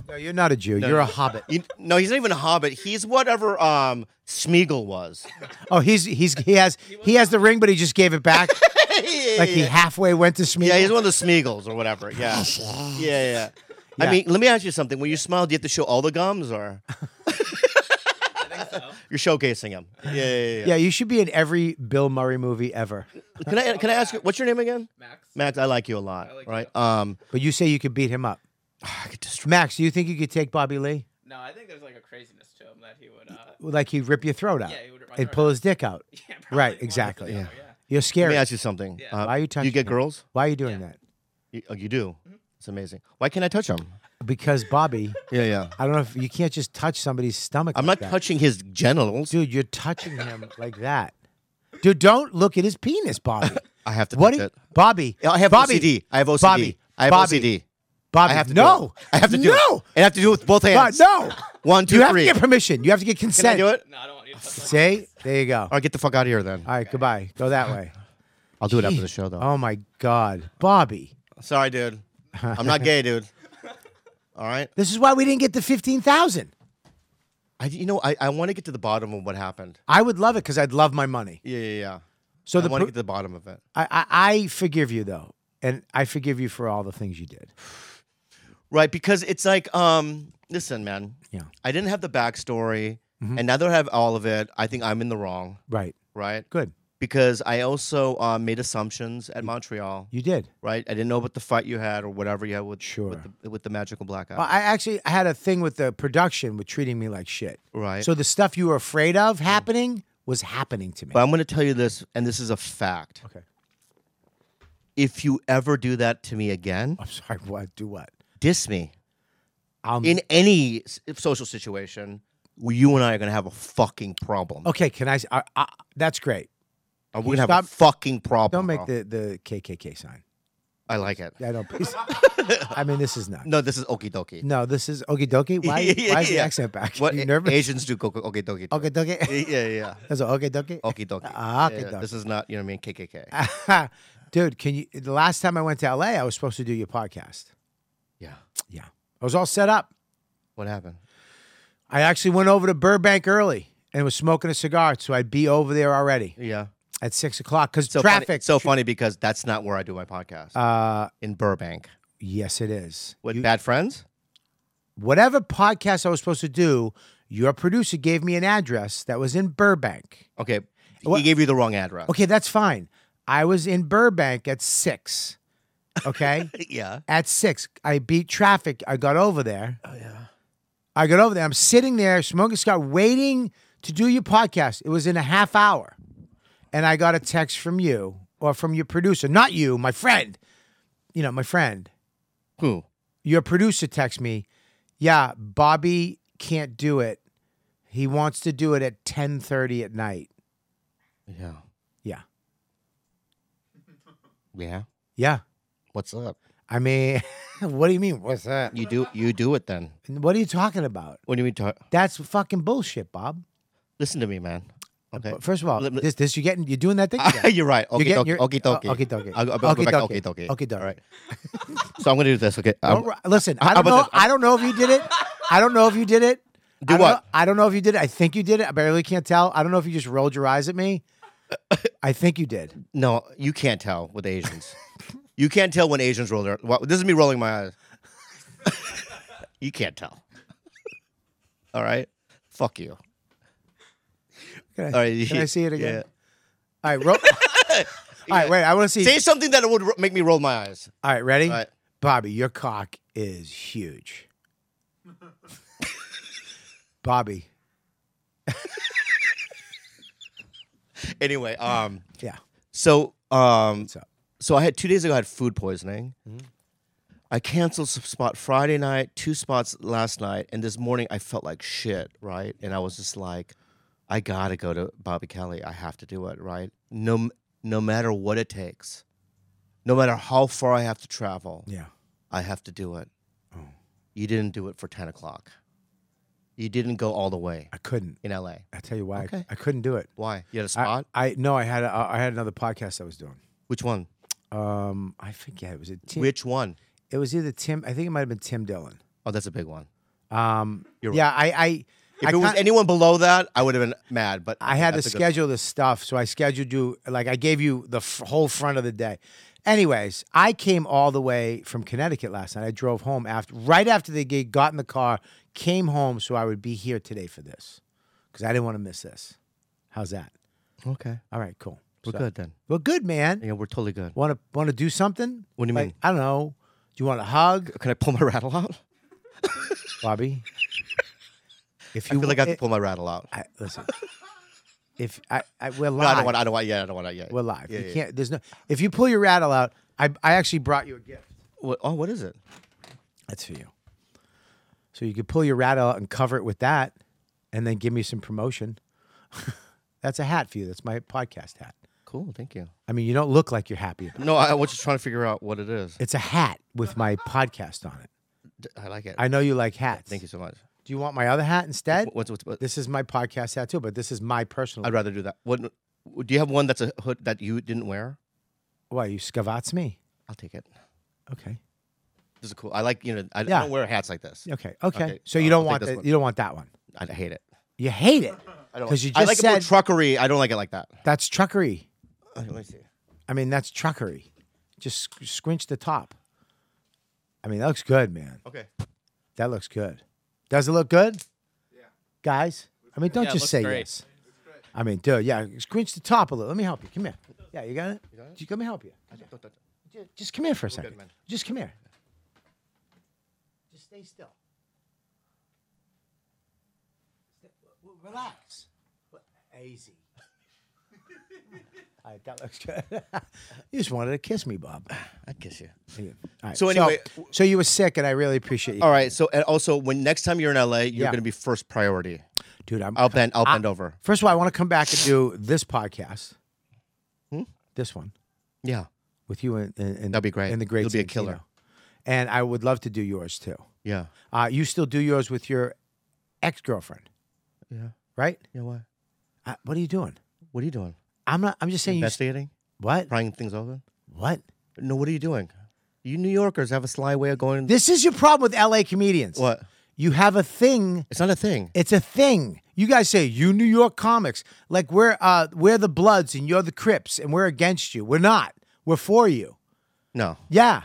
Speaker 1: No, you're not a Jew. you're a hobbit.
Speaker 3: You- no, he's not even a hobbit. He's whatever um Smeagol was.
Speaker 1: Oh, he's he's he has he has the ring, but he just gave it back. like he halfway went to Smeagol.
Speaker 3: Yeah, he's one of the Smeagles or whatever. Yeah. yeah, yeah.
Speaker 1: Yeah.
Speaker 3: I mean, let me ask you something. When you smile, do you have to show all the gums or? You're showcasing him. Yeah, yeah, yeah.
Speaker 1: Yeah, you should be in every Bill Murray movie ever.
Speaker 3: Can I can I ask you what's your name again? Max. Max, I like you a lot. right? Um,
Speaker 1: But you say you could beat him up.
Speaker 3: Ah, I could destroy.
Speaker 1: Max, do you think you could take Bobby Lee?
Speaker 6: No, I think there's like a craziness to him that he would. Uh,
Speaker 1: Like he'd rip your throat out
Speaker 6: Yeah, he would rip my
Speaker 1: and
Speaker 6: throat
Speaker 1: pull his dick out.
Speaker 6: yeah, probably more
Speaker 1: Right,
Speaker 6: than
Speaker 1: exactly.
Speaker 6: the other,
Speaker 1: You're
Speaker 3: Let
Speaker 1: scary.
Speaker 3: me ask you something. Uh,
Speaker 1: Why are you
Speaker 3: You
Speaker 1: touching
Speaker 3: get
Speaker 1: him?
Speaker 3: girls?
Speaker 1: Why are you doing that?
Speaker 3: You, oh, you do. It's amazing. Why can't I touch him?
Speaker 1: Because Bobby,
Speaker 3: Yeah, yeah.
Speaker 1: I don't know if you can't just touch somebody's stomach.
Speaker 3: I'm
Speaker 1: like
Speaker 3: not
Speaker 1: that.
Speaker 3: touching his genitals.
Speaker 1: Dude, you're touching him like that. Dude, don't look at his penis, Bobby.
Speaker 3: I have to
Speaker 1: What
Speaker 3: touch
Speaker 1: do you-
Speaker 3: it.
Speaker 1: Bobby?
Speaker 3: I have
Speaker 1: Bobby,
Speaker 3: OCD. I have OCD.
Speaker 1: Bobby,
Speaker 3: I have
Speaker 1: Bobby,
Speaker 3: OCD.
Speaker 1: Bobby,
Speaker 3: I have to
Speaker 1: no.
Speaker 3: Do it. I have to do
Speaker 1: no.
Speaker 3: it. I have to do it with both
Speaker 1: Bob,
Speaker 3: hands.
Speaker 1: no.
Speaker 3: One, two,
Speaker 1: you have
Speaker 3: three.
Speaker 1: to get permission. You have to get
Speaker 3: Can I
Speaker 1: consent.
Speaker 3: do it?
Speaker 6: No, I don't want you to touch my-
Speaker 1: See? There you go.
Speaker 3: All right, get the fuck out of here then.
Speaker 1: All right, goodbye. Go that way.
Speaker 3: I'll do it after the show though.
Speaker 1: Oh my God, Bobby.
Speaker 3: Sorry, dude. I'm not gay, dude. All right.
Speaker 1: This is why we didn't get the fifteen thousand.
Speaker 3: I, you know, I, I want to get to the bottom of what happened.
Speaker 1: I would love it because I'd love my money.
Speaker 3: Yeah, yeah, yeah.
Speaker 1: So
Speaker 3: I
Speaker 1: the,
Speaker 3: want
Speaker 1: pro-
Speaker 3: to get to the bottom of it.
Speaker 1: I, I I forgive you though, and I forgive you for all the things you did.
Speaker 3: Right, because it's like, um, listen, man.
Speaker 1: Yeah. Mm-hmm.
Speaker 3: I didn't have the backstory, and now that I have all of it, I think I'm in the wrong,
Speaker 1: Right.
Speaker 3: right?
Speaker 1: Good.
Speaker 3: Because I also uh, made assumptions at Montreal,
Speaker 1: You did.
Speaker 3: right? I didn't know about the fight you had or whatever you had with
Speaker 1: Sure.
Speaker 3: with, the, with the magical black eye.
Speaker 1: Well, I actually had a thing with the production with treating me like shit.
Speaker 3: Right.
Speaker 1: So the stuff you were afraid of happening was happening to me.
Speaker 3: But I'm going to tell you this, and this is a fact.
Speaker 1: Okay.
Speaker 3: If you ever do that to me again,
Speaker 1: I'm sorry. What? Do what?
Speaker 3: diss me
Speaker 1: Mm-hmm. Um,
Speaker 3: in any s- social situation, you and I are going to have a fucking problem.
Speaker 1: okay. Can I? s- I- I- that's great.
Speaker 3: Or
Speaker 1: you
Speaker 3: we're gonna
Speaker 1: stop-
Speaker 3: have a fucking problem.
Speaker 1: Don't make
Speaker 3: bro.
Speaker 1: the, the KKK sign.
Speaker 3: I like it.
Speaker 1: I don't. Please. I mean, this is not.
Speaker 3: No, this is okie dokie.
Speaker 1: No, this is okie dokie. Why,
Speaker 3: Yeah,
Speaker 1: why is the
Speaker 3: yeah.
Speaker 1: accent back?
Speaker 3: What
Speaker 1: you
Speaker 3: A-
Speaker 1: nervous?
Speaker 3: Asians do go go- okie dokie.
Speaker 1: Okie dokie.
Speaker 3: Yeah, yeah, yeah.
Speaker 1: That's a okie dokie.
Speaker 3: Okie dokie.
Speaker 1: Ah,
Speaker 3: Yeah,
Speaker 1: okey-dokey.
Speaker 3: This is not, you know what I mean, KKK. Oh.
Speaker 1: Dude, can you? The last time I went to LA, I was supposed to do your podcast.
Speaker 3: yeah.
Speaker 1: Yeah, I was all set up.
Speaker 3: What happened?
Speaker 1: I actually went over to Burbank early and was smoking a cigar, so I'd be over there already
Speaker 3: Yeah.
Speaker 1: at six o'clock because
Speaker 3: So funny-
Speaker 1: traffic.
Speaker 3: so funny because that's not where I do my podcast.
Speaker 1: Uh,
Speaker 3: in Burbank.
Speaker 1: yes, it is.
Speaker 3: With bad friends?
Speaker 1: Whatever podcast I was supposed to do, your producer gave me an address that was in Burbank.
Speaker 3: Okay.
Speaker 1: What-
Speaker 3: He gave you the wrong address.
Speaker 1: Okay, that's fine. I was in Burbank at six. Okay.
Speaker 3: Yeah.
Speaker 1: at six. I beat traffic. I got over there. Oh yeah. I got over there. I'm sitting there smoking cigar, waiting to do your podcast. It was in a half hour, and I got a text from you or from your producer, not you, my friend. You know, my friend.
Speaker 3: Who?
Speaker 1: Your producer texted me, "Yeah, Bobby can't do it. He wants to do it at 10:30 at night."
Speaker 3: Yeah.
Speaker 1: Yeah,
Speaker 3: Yeah.
Speaker 1: yeah.
Speaker 3: What's up?
Speaker 1: I mean, what do you mean? What's that?
Speaker 3: You do you do it then.
Speaker 1: What are you talking about?
Speaker 3: What do you mean talk?
Speaker 1: That's fucking bullshit, Bob.
Speaker 3: Listen to me, man. Okay.
Speaker 1: But first of all,
Speaker 3: Uh, Let me-
Speaker 1: this this you're getting you're doing that thing. Again.
Speaker 3: You're right.
Speaker 1: You're
Speaker 3: Okay,
Speaker 1: getting
Speaker 3: dokie.
Speaker 1: your-
Speaker 3: Okay, dokie.
Speaker 1: uh, okey-dokey.
Speaker 3: I'll, I'll go back. Okay,
Speaker 1: Okey-dokey.
Speaker 3: dokie.
Speaker 1: Okey-dokey.
Speaker 3: All right. so I'm gonna do this. Okay.
Speaker 1: Don't
Speaker 3: Um,
Speaker 1: ri- listen, I
Speaker 3: how
Speaker 1: don't
Speaker 3: about
Speaker 1: know.
Speaker 3: this?
Speaker 1: I don't know if you did it. I don't know if you did it.
Speaker 3: Do
Speaker 1: I don't
Speaker 3: what?
Speaker 1: know- I don't know if you did it. I think you did it. I barely can't tell. I don't know if you just rolled your eyes at me. I think you did.
Speaker 3: No, you can't tell with Asians. you can't tell when Asians roll their. Well, this is me rolling my eyes. you can't tell. All right, fuck you.
Speaker 1: Can I,
Speaker 3: All right,
Speaker 1: can I see it again? All right, roll. All right, wait. I want to see.
Speaker 3: Say something that would ro- make me roll my eyes.
Speaker 1: All right, ready?
Speaker 3: All right.
Speaker 1: Bobby, your cock is huge. Bobby,
Speaker 3: Anyway, um,
Speaker 1: yeah.
Speaker 3: so um,
Speaker 1: What's up?
Speaker 3: so I had two days ago. I had food poisoning.
Speaker 1: Mm-hmm.
Speaker 3: I canceled some spot Friday night, two spots last night, and this morning I felt like shit, right? And I was just like, I gotta go to Bobby Kelly. I have to do it, right? No, no matter what it takes, no matter how far I have to travel,
Speaker 1: Yeah. Oh.
Speaker 3: I have to do it. You didn't do it for ten o'clock. You didn't go all the way
Speaker 1: I couldn't.
Speaker 3: in LA.
Speaker 1: I tell you why. I-
Speaker 3: Okay.
Speaker 1: I, couldn't do it.
Speaker 3: Why? You had a
Speaker 1: I-
Speaker 3: spot?
Speaker 1: I no. I had a, I had another podcast I was doing.
Speaker 3: Which one?
Speaker 1: Um, I forget. Was it Tim?
Speaker 3: Which one?
Speaker 1: It was either Tim. I think it might have been Tim Dillon.
Speaker 3: Oh, that's a big one.
Speaker 1: Um,
Speaker 3: You're
Speaker 1: yeah, I, I,
Speaker 3: If
Speaker 1: I,
Speaker 3: it was
Speaker 1: kin-
Speaker 3: anyone below that, I would have been mad. But
Speaker 1: I had to
Speaker 3: that's a good one.
Speaker 1: schedule this stuff, so I scheduled you. Like I gave you the f- whole front of the day. Anyways, I came all the way from Connecticut last night. I drove home after, right after the gig, got in the car, came home, so I would be here today for this, because I didn't want to miss this. How's that?
Speaker 3: Okay,
Speaker 1: All right, cool.
Speaker 3: we're
Speaker 1: So-
Speaker 3: good then.
Speaker 1: We're good, man.
Speaker 3: Yeah, we're totally good.
Speaker 1: Want to want to do something?
Speaker 3: What do you
Speaker 1: Like,
Speaker 3: mean?
Speaker 1: I don't know. Do you want a hug?
Speaker 3: Can I pull my rattle out?
Speaker 1: Bobby. If
Speaker 3: I
Speaker 1: you
Speaker 3: feel like I
Speaker 1: want-
Speaker 3: have to pull my rattle out.
Speaker 1: I- listen, if I, I we're
Speaker 3: No, I
Speaker 1: live,
Speaker 3: don't want. I don't want. Yeah, I don't want. Yeah,
Speaker 1: we're live.
Speaker 3: Yeah,
Speaker 1: you
Speaker 3: yeah.
Speaker 1: can't. There's no. If you pull your rattle out, I I actually brought you a gift.
Speaker 3: What, oh, what is it?
Speaker 1: That's for you. So you could pull your rattle out and cover it with that, and then give me some promotion. That's a hat for you. That's my podcast hat.
Speaker 3: Cool. Thank you.
Speaker 1: I mean, you don't look like you're happy. About it.
Speaker 3: No, I, I was just trying to figure out what it is.
Speaker 1: It's a hat with my podcast on it.
Speaker 3: D- I like it.
Speaker 1: I know you like hats.
Speaker 3: Thank you so much.
Speaker 1: Do you want my other hat instead?
Speaker 3: What's what's? What,
Speaker 1: This is my podcast hat too, but this is my personal.
Speaker 3: I'd rather do that. What? Do you have one that's a hood that you didn't wear?
Speaker 1: Why you scavats me?
Speaker 3: I'll take it.
Speaker 1: Okay.
Speaker 3: This is cool. I like. You know, I, I
Speaker 1: Yeah.
Speaker 3: don't wear hats like this.
Speaker 1: Okay. Okay.
Speaker 3: Okay,
Speaker 1: So
Speaker 3: I'll-
Speaker 1: you don't
Speaker 3: I'll take
Speaker 1: want
Speaker 3: this
Speaker 1: that.
Speaker 3: one.
Speaker 1: You don't want that one.
Speaker 3: I hate it.
Speaker 1: You hate it
Speaker 3: I don't.
Speaker 1: because you
Speaker 3: I
Speaker 1: just
Speaker 3: like
Speaker 1: said
Speaker 3: it more truckery. I don't like it like that.
Speaker 1: that's truckery.
Speaker 3: Okay, Oh, let me see.
Speaker 1: I mean, that's truckery. Just sc- scrunch the top. I mean, that looks good, man.
Speaker 3: Okay.
Speaker 1: That looks good. Does it look good? Yeah. Guys, I mean, don't
Speaker 6: Yeah, it
Speaker 1: just
Speaker 6: looks
Speaker 1: say
Speaker 6: great.
Speaker 1: yes. I mean, dude, yeah, scrunch the top a little. Let me help you. Come here. Yeah, you got it. You got it? Let me help you. Ju- Just come here for a second.
Speaker 3: man.
Speaker 1: Just come here. Just stay still. Stay- w- w- Relax. W- Easy. All right, that looks good. you just wanted to kiss me, Bob.
Speaker 3: I'd kiss you.
Speaker 1: Yeah. All right,
Speaker 3: So anyway-
Speaker 1: so, so you were sick, and I really appreciate you,
Speaker 3: All right. So and also, when next time you're in LA,
Speaker 1: Yeah.
Speaker 3: you're going to be first priority.
Speaker 1: dude. I'm,
Speaker 3: I'll bend. I'll bend over.
Speaker 1: First of all, I want to come back and do this podcast. This one
Speaker 3: Yeah.
Speaker 1: with you and, and, and
Speaker 3: Hmm? That'd be great.
Speaker 1: And the great
Speaker 3: You'll be a
Speaker 1: Santino.
Speaker 3: killer.
Speaker 1: And I would love to do yours too.
Speaker 3: Yeah.
Speaker 1: Uh, you still do yours with your ex girlfriend,
Speaker 3: Yeah.
Speaker 1: right?
Speaker 3: Yeah. What?
Speaker 1: Uh, what are you doing?
Speaker 3: What are you doing?
Speaker 1: I'm not. I'm just saying. You, st-
Speaker 3: Investigating?
Speaker 1: what?
Speaker 3: Prying things open?
Speaker 1: What?
Speaker 3: No. What are you doing? You New Yorkers have a sly way of going.
Speaker 1: This is your problem with LA comedians.
Speaker 3: what?
Speaker 1: You have a thing.
Speaker 3: It's not a thing.
Speaker 1: It's a thing. You guys say you New York comics like we're uh, we're the Bloods and you're the Crips and we're against you. We're not. We're for you.
Speaker 3: No.
Speaker 1: Yeah.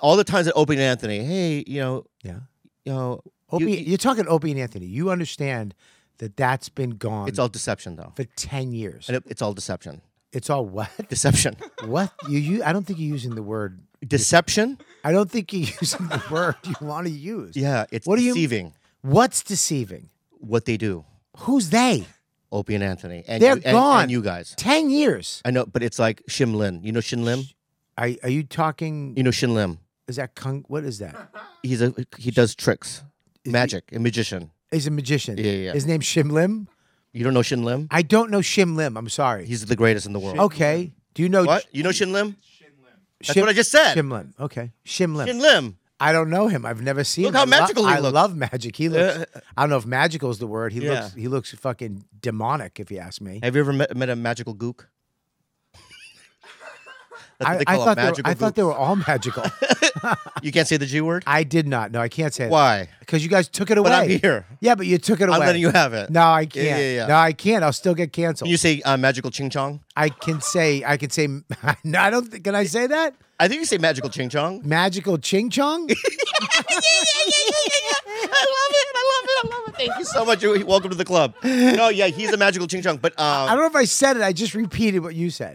Speaker 3: All the times that Opie and Anthony, hey, you know,
Speaker 1: Yeah.
Speaker 3: you know, you-
Speaker 1: Opie, you, are talking Opie and Anthony. You understand that that's been gone
Speaker 3: it's all deception, though.
Speaker 1: for ten years.
Speaker 3: And it- it's all deception.
Speaker 1: it's all what?
Speaker 3: Deception.
Speaker 1: what you, you? I don't think you're using the word.
Speaker 3: deception?
Speaker 1: I don't think you're using the word you want to use.
Speaker 3: Yeah. It's
Speaker 1: What do you-
Speaker 3: deceiving
Speaker 1: What's deceiving?
Speaker 3: what they do.
Speaker 1: Who's they?
Speaker 3: Opie and Anthony. And
Speaker 1: They're
Speaker 3: you, and- and
Speaker 1: gone.
Speaker 3: you guys.
Speaker 1: Ten years.
Speaker 3: I know, but it's like Shim Lim. You know Shin Lim?
Speaker 1: Are, are you talking?
Speaker 3: You know Shin Lim.
Speaker 1: Is that kung? What is that?
Speaker 3: He's a he does tricks, magic, a magician.
Speaker 1: He's a magician.
Speaker 3: Yeah, yeah, yeah.
Speaker 1: His name's Shim Lim.
Speaker 3: You don't know Shin Lim?
Speaker 1: I don't know Shim Lim. I'm sorry.
Speaker 3: He's the greatest in the world.
Speaker 1: okay. Do you know
Speaker 3: What?
Speaker 1: Sh-
Speaker 3: You know Shin Lim? That's
Speaker 1: Shim-
Speaker 3: what I just said.
Speaker 1: Shim Lim. Okay. Shim Lim.
Speaker 3: Shin Lim.
Speaker 1: I don't know him. I've never seen him.
Speaker 3: Look how
Speaker 1: I lo-
Speaker 3: magical he
Speaker 1: I
Speaker 3: looks.
Speaker 1: love magic. He looks I don't know if magical is the word. He
Speaker 3: Yeah.
Speaker 1: looks he looks fucking demonic if you ask me.
Speaker 3: Have you ever met, met a magical gook? That's what
Speaker 1: I,
Speaker 3: they
Speaker 1: I
Speaker 3: call a
Speaker 1: thought they were,
Speaker 3: magical
Speaker 1: I thought
Speaker 3: gook.
Speaker 1: they were all magical.
Speaker 3: You can't say the G word?
Speaker 1: I did not. No, I can't say
Speaker 3: Why?
Speaker 1: Because you guys took it away.
Speaker 3: But I'm here.
Speaker 1: Yeah, but you took it away.
Speaker 3: I'm letting you have it.
Speaker 1: No, I
Speaker 3: Yeah,
Speaker 1: can't.
Speaker 3: yeah, yeah.
Speaker 1: No, I can't. I'll still get
Speaker 3: Can
Speaker 1: canceled.
Speaker 3: you say uh, magical ching chong?
Speaker 1: I can say I can say no, I don't think can I say that?
Speaker 3: I think you say magical ching chong.
Speaker 1: Magical ching chong?
Speaker 3: Thank you so much. You're- Welcome to the club. No, yeah, he's a magical ching chong. But
Speaker 1: I
Speaker 3: um,
Speaker 1: don't know if I said it. I just repeated what you said.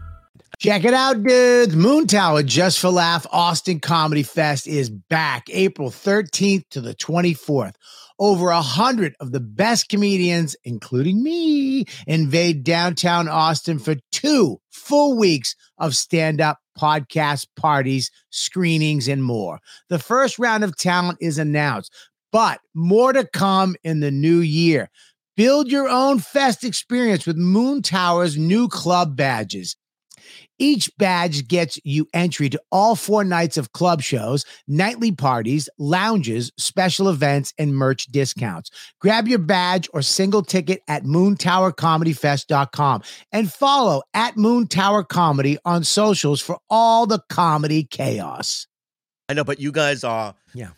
Speaker 1: Check it out, dudes. Moon Tower Just for Laugh Austin Comedy Fest is back April 13th to the 24th. Over a hundred of the best comedians, including me, invade downtown Austin for two full weeks of stand up podcast parties, screenings, and more. The first round of talent is announced, but more to come in the new year. Build your own fest experience with Moon Tower's new club badges. Each badge gets you entry to all four nights of club shows, nightly parties, lounges, special events, and merch discounts. Grab your badge or single ticket at moontowercomedyfest.com and follow at Moon Tower Comedy on socials for all the comedy chaos.
Speaker 3: I know, but you guys are.
Speaker 1: Yeah.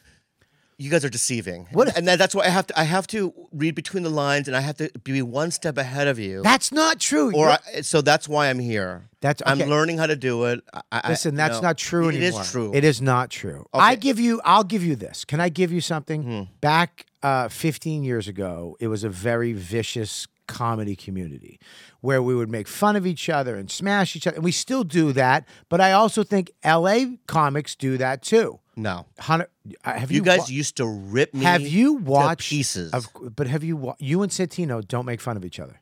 Speaker 3: You guys are deceiving.
Speaker 1: What
Speaker 3: And that, that's why I have to. I have to read between the lines, and I have to be one step ahead of you.
Speaker 1: That's not true.
Speaker 3: or
Speaker 1: You're-
Speaker 3: I, so that's why I'm here.
Speaker 1: that's
Speaker 3: I'm
Speaker 1: okay.
Speaker 3: learning how to do it. I- I,
Speaker 1: Listen,
Speaker 3: you
Speaker 1: that's
Speaker 3: know,
Speaker 1: not true
Speaker 3: It
Speaker 1: anymore.
Speaker 3: is true.
Speaker 1: It is not true. I give you, I'll give you this. Can I give you something?
Speaker 3: Hmm.
Speaker 1: Back uh, 15 years ago, it was a very vicious comedy community where we would make fun of each other and smash each other. And we still do that. But I also think LA comics do that too.
Speaker 3: No,
Speaker 1: Hunter, uh, have
Speaker 3: you,
Speaker 1: you,
Speaker 3: guys
Speaker 1: wa-
Speaker 3: used to rip me.
Speaker 1: have you
Speaker 3: to
Speaker 1: watched
Speaker 3: pieces?
Speaker 1: Of, but have you wa- you and Santino don't make fun of each other.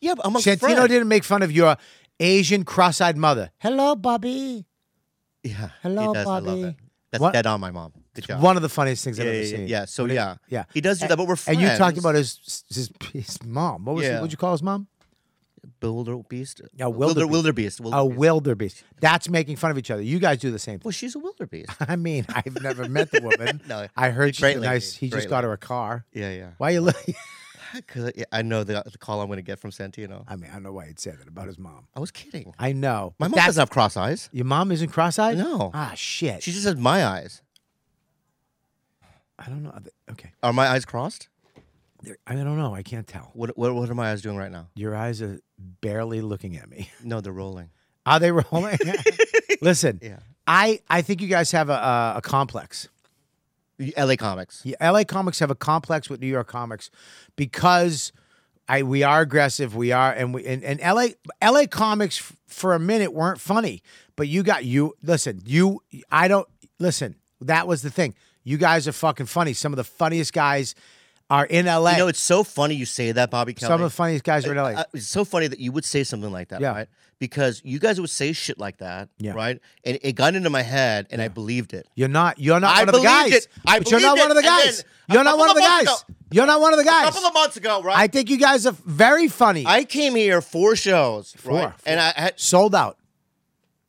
Speaker 3: yeah, but I'm a
Speaker 1: Santino
Speaker 3: friend.
Speaker 1: didn't make fun of your Asian cross-eyed mother. Hello, Bobby.
Speaker 3: Yeah.
Speaker 1: Hello,
Speaker 3: he does. I love
Speaker 1: Bobby.
Speaker 3: it. That's
Speaker 1: What-
Speaker 3: dead on, my mom. Good job.
Speaker 1: One of the funniest things I've
Speaker 3: yeah,
Speaker 1: ever
Speaker 3: yeah,
Speaker 1: seen.
Speaker 3: yeah. So
Speaker 1: When it-
Speaker 3: yeah,
Speaker 1: yeah.
Speaker 3: He does do that, but we're friends.
Speaker 1: And you talked about his his, his mom. What was
Speaker 3: Yeah.
Speaker 1: it? What'd you call his mom?
Speaker 3: wildebeest.
Speaker 1: A
Speaker 3: wilder,
Speaker 1: wildebeest.
Speaker 3: wildebeest.
Speaker 1: A
Speaker 3: wildebeest.
Speaker 1: wildebeest. That's making fun of each other. You guys do the same thing.
Speaker 3: Well, she's a wildebeest.
Speaker 1: I mean, I've never met the woman.
Speaker 3: No,
Speaker 1: I heard she's
Speaker 3: great
Speaker 1: a nice.
Speaker 3: lady,
Speaker 1: He just
Speaker 3: great
Speaker 1: got her a car.
Speaker 3: yeah, yeah.
Speaker 1: Why you looking?
Speaker 3: Because I know the, the call I'm going to get from Santino.
Speaker 1: I mean, I don't know why he'd say that about his mom.
Speaker 3: I was kidding.
Speaker 1: I know.
Speaker 3: My
Speaker 1: but
Speaker 3: mom
Speaker 1: that's-
Speaker 3: doesn't have cross eyes.
Speaker 1: Your mom isn't cross-eyed.
Speaker 3: No.
Speaker 1: Ah, shit.
Speaker 3: She just has my eyes.
Speaker 1: I don't know. Okay.
Speaker 3: Are my eyes crossed?
Speaker 1: There- I don't know. I can't tell.
Speaker 3: What what, what are my eyes doing right now?
Speaker 1: Your eyes are barely looking at me.
Speaker 3: No, they're rolling.
Speaker 1: Are they rolling? Listen,
Speaker 3: Yeah.
Speaker 1: I I think you guys have a a, a complex.
Speaker 3: The LA Comics.
Speaker 1: Yeah, LA comics have a complex with New York comics because I we are aggressive. We are and we and, and LA LA comics f- for a minute weren't funny, but you got you listen, you I don't listen. That was the thing. You guys are fucking funny. Some of the funniest guys are in LA.
Speaker 3: You know, it's so funny you say that, Bobby Kelly.
Speaker 1: Some of the funniest guys are in LA.
Speaker 3: Uh, it's so funny that you would say something like that,
Speaker 1: Yeah.
Speaker 3: right? Because you guys would say shit like that,
Speaker 1: Yeah.
Speaker 3: right? And it got into my head, and I believed it.
Speaker 1: You're not. You're not
Speaker 3: I
Speaker 1: one of the guys.
Speaker 3: believed it. I
Speaker 1: but you're not
Speaker 3: believed
Speaker 1: one of the
Speaker 3: it, and
Speaker 1: guys.
Speaker 3: then
Speaker 1: You're
Speaker 3: a
Speaker 1: not
Speaker 3: couple
Speaker 1: one of the
Speaker 3: of
Speaker 1: guys.
Speaker 3: months ago-
Speaker 1: You're not one of the
Speaker 3: A
Speaker 1: guys.
Speaker 3: couple of months ago, right?
Speaker 1: I think you guys are very funny.
Speaker 3: I came here four shows, right?
Speaker 1: Four,
Speaker 3: And I had
Speaker 1: sold out.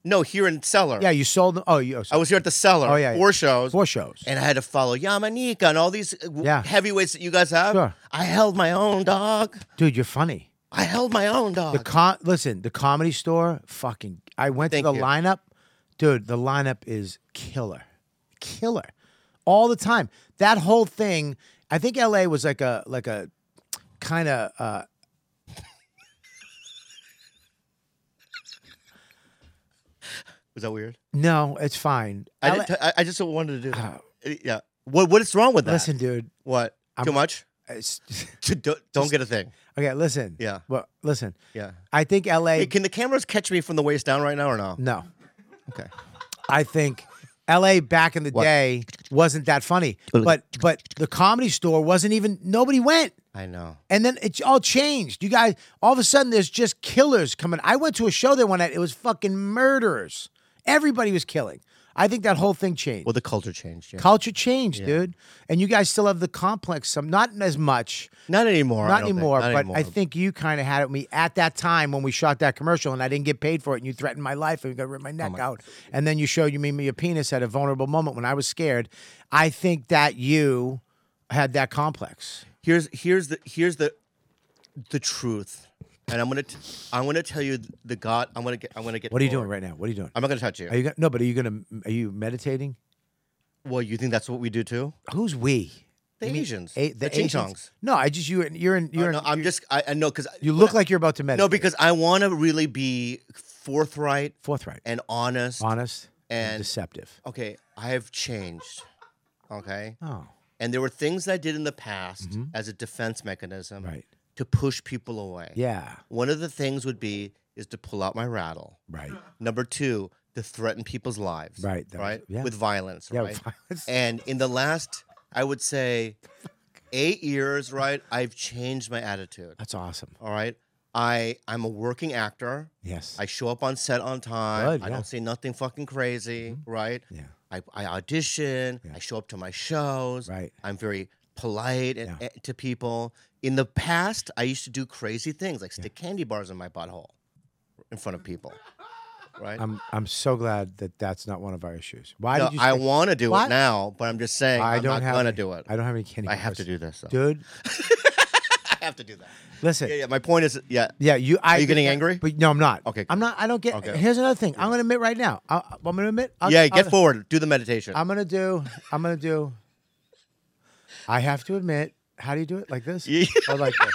Speaker 3: no here in cellar.
Speaker 1: Yeah, you sold. them. Oh, you.
Speaker 3: I was here at the cellar.
Speaker 1: Oh, yeah, yeah.
Speaker 3: four shows.
Speaker 1: Four shows.
Speaker 3: And I had to follow Yamanika and all these uh, w-
Speaker 1: Yeah.
Speaker 3: heavyweights that you guys have.
Speaker 1: Sure.
Speaker 3: I held my own dog.
Speaker 1: dude, you're funny.
Speaker 3: I held my own
Speaker 1: The
Speaker 3: dog.
Speaker 1: com- listen, the comedy store. Fucking, I went
Speaker 3: Thank
Speaker 1: to the
Speaker 3: you.
Speaker 1: lineup, dude. The lineup is killer, killer, all the time. That whole thing. I think LA was like a like a kind of. Uh,
Speaker 3: Was that weird?
Speaker 1: no, it's fine.
Speaker 3: I,
Speaker 1: LA
Speaker 3: didn't t- I I just wanted to do that. Uh, yeah. What What is wrong with that?
Speaker 1: listen, dude.
Speaker 3: What? Too much?
Speaker 1: it's-
Speaker 3: don't don't get a thing.
Speaker 1: okay, listen.
Speaker 3: Yeah.
Speaker 1: Well, listen.
Speaker 3: Yeah.
Speaker 1: I think LA.
Speaker 3: Hey, can the cameras catch me from the waist down right now or no?
Speaker 1: no,
Speaker 3: Okay.
Speaker 1: I think LA back in the day wasn't that funny, but but the comedy store wasn't even nobody went.
Speaker 3: I know.
Speaker 1: And then it all changed. You guys, all of a sudden, there's just killers coming. I went to a show there one night. It was fucking murderers. Everybody was killing. I think that whole thing changed.
Speaker 3: Well, the culture changed. Yeah.
Speaker 1: Culture changed, dude. And you guys still have the complex. Some not as much,
Speaker 3: not anymore. I
Speaker 1: not
Speaker 3: don't think.
Speaker 1: anymore.
Speaker 3: Not
Speaker 1: but I
Speaker 3: anymore.
Speaker 1: think you kind of had it with me at that time when we shot that commercial, and I didn't get paid for it, and you threatened my life, and you got rip
Speaker 3: Oh
Speaker 1: my neck out, and then you showed you me me your penis at a vulnerable moment when I was scared. I think that you had that complex.
Speaker 3: here's here's the here's the the truth, and I'm gonna t- I'm gonna tell you the God. I'm gonna get I'm gonna get.
Speaker 1: What are you
Speaker 3: forward.
Speaker 1: doing right now? What are you doing?
Speaker 3: I'm not gonna touch you.
Speaker 1: Are you gonna, no? But are you gonna? Are you meditating?
Speaker 3: well, you think that's what we do too?
Speaker 1: Who's we?
Speaker 3: The Asians,
Speaker 1: A-
Speaker 3: the,
Speaker 1: Asians?
Speaker 3: Ching-chongs.
Speaker 1: No, I just you. You're in. You're.
Speaker 3: Oh,
Speaker 1: in,
Speaker 3: no, I'm just I, I know because
Speaker 1: you look like you're about to meditate.
Speaker 3: no because I want to really be forthright
Speaker 1: forthright,
Speaker 3: and honest.
Speaker 1: honest, and,
Speaker 3: and-
Speaker 1: deceptive.
Speaker 3: Okay, I have changed. Okay,
Speaker 1: Oh,
Speaker 3: and there were things that I did in the past as a defense mechanism
Speaker 1: Mm-hmm. right.
Speaker 3: to push people away.
Speaker 1: Yeah.
Speaker 3: One of the things would be is to pull out my rattle.
Speaker 1: Right.
Speaker 3: Number two, to threaten people's lives.
Speaker 1: Right, that was-
Speaker 3: right.
Speaker 1: yeah.
Speaker 3: With violence.
Speaker 1: Yeah.
Speaker 3: right. And in the last, I would say, eight years. Right. I've changed my attitude.
Speaker 1: That's awesome.
Speaker 3: All right. I I'm a working actor.
Speaker 1: Yes.
Speaker 3: I show up on set on time.
Speaker 1: Good,
Speaker 3: I
Speaker 1: yeah. Mm-hmm.
Speaker 3: don't say nothing fucking crazy. Right.
Speaker 1: yeah.
Speaker 3: I, I audition. I show up to my shows.
Speaker 1: Right.
Speaker 3: I'm very polite and, and to people. In the past, I used to do crazy things like stick candy bars in my butthole in front of people. Right.
Speaker 1: I'm. I'm so glad that that's not one of our issues. Um, Why
Speaker 3: No,
Speaker 1: did you?
Speaker 3: I
Speaker 1: stick-
Speaker 3: want to do
Speaker 1: What?
Speaker 3: it now, but I'm just saying I
Speaker 1: I
Speaker 3: am
Speaker 1: don't
Speaker 3: not
Speaker 1: have.
Speaker 3: gonna
Speaker 1: any-
Speaker 3: do it.
Speaker 1: I don't have any candy.
Speaker 3: I have to
Speaker 1: bars.
Speaker 3: do this, so.
Speaker 1: dude.
Speaker 3: I have to do that.
Speaker 1: Listen.
Speaker 3: Yeah, yeah. My point is, yeah.
Speaker 1: Yeah, you. I,
Speaker 3: you
Speaker 1: think
Speaker 3: getting
Speaker 1: that-
Speaker 3: angry?
Speaker 1: But no, I'm not.
Speaker 3: Okay,
Speaker 1: I'm
Speaker 3: good.
Speaker 1: not. I don't get.
Speaker 3: Okay.
Speaker 1: Here's another thing. I'm gonna admit right now. I, I'm gonna admit. I'll-
Speaker 3: yeah. Get
Speaker 1: I'll-
Speaker 3: forward. Do the meditation.
Speaker 1: I'm gonna do. I'm gonna do. I have to admit. How do you do it? Like this?
Speaker 3: Yeah.
Speaker 1: Or like this?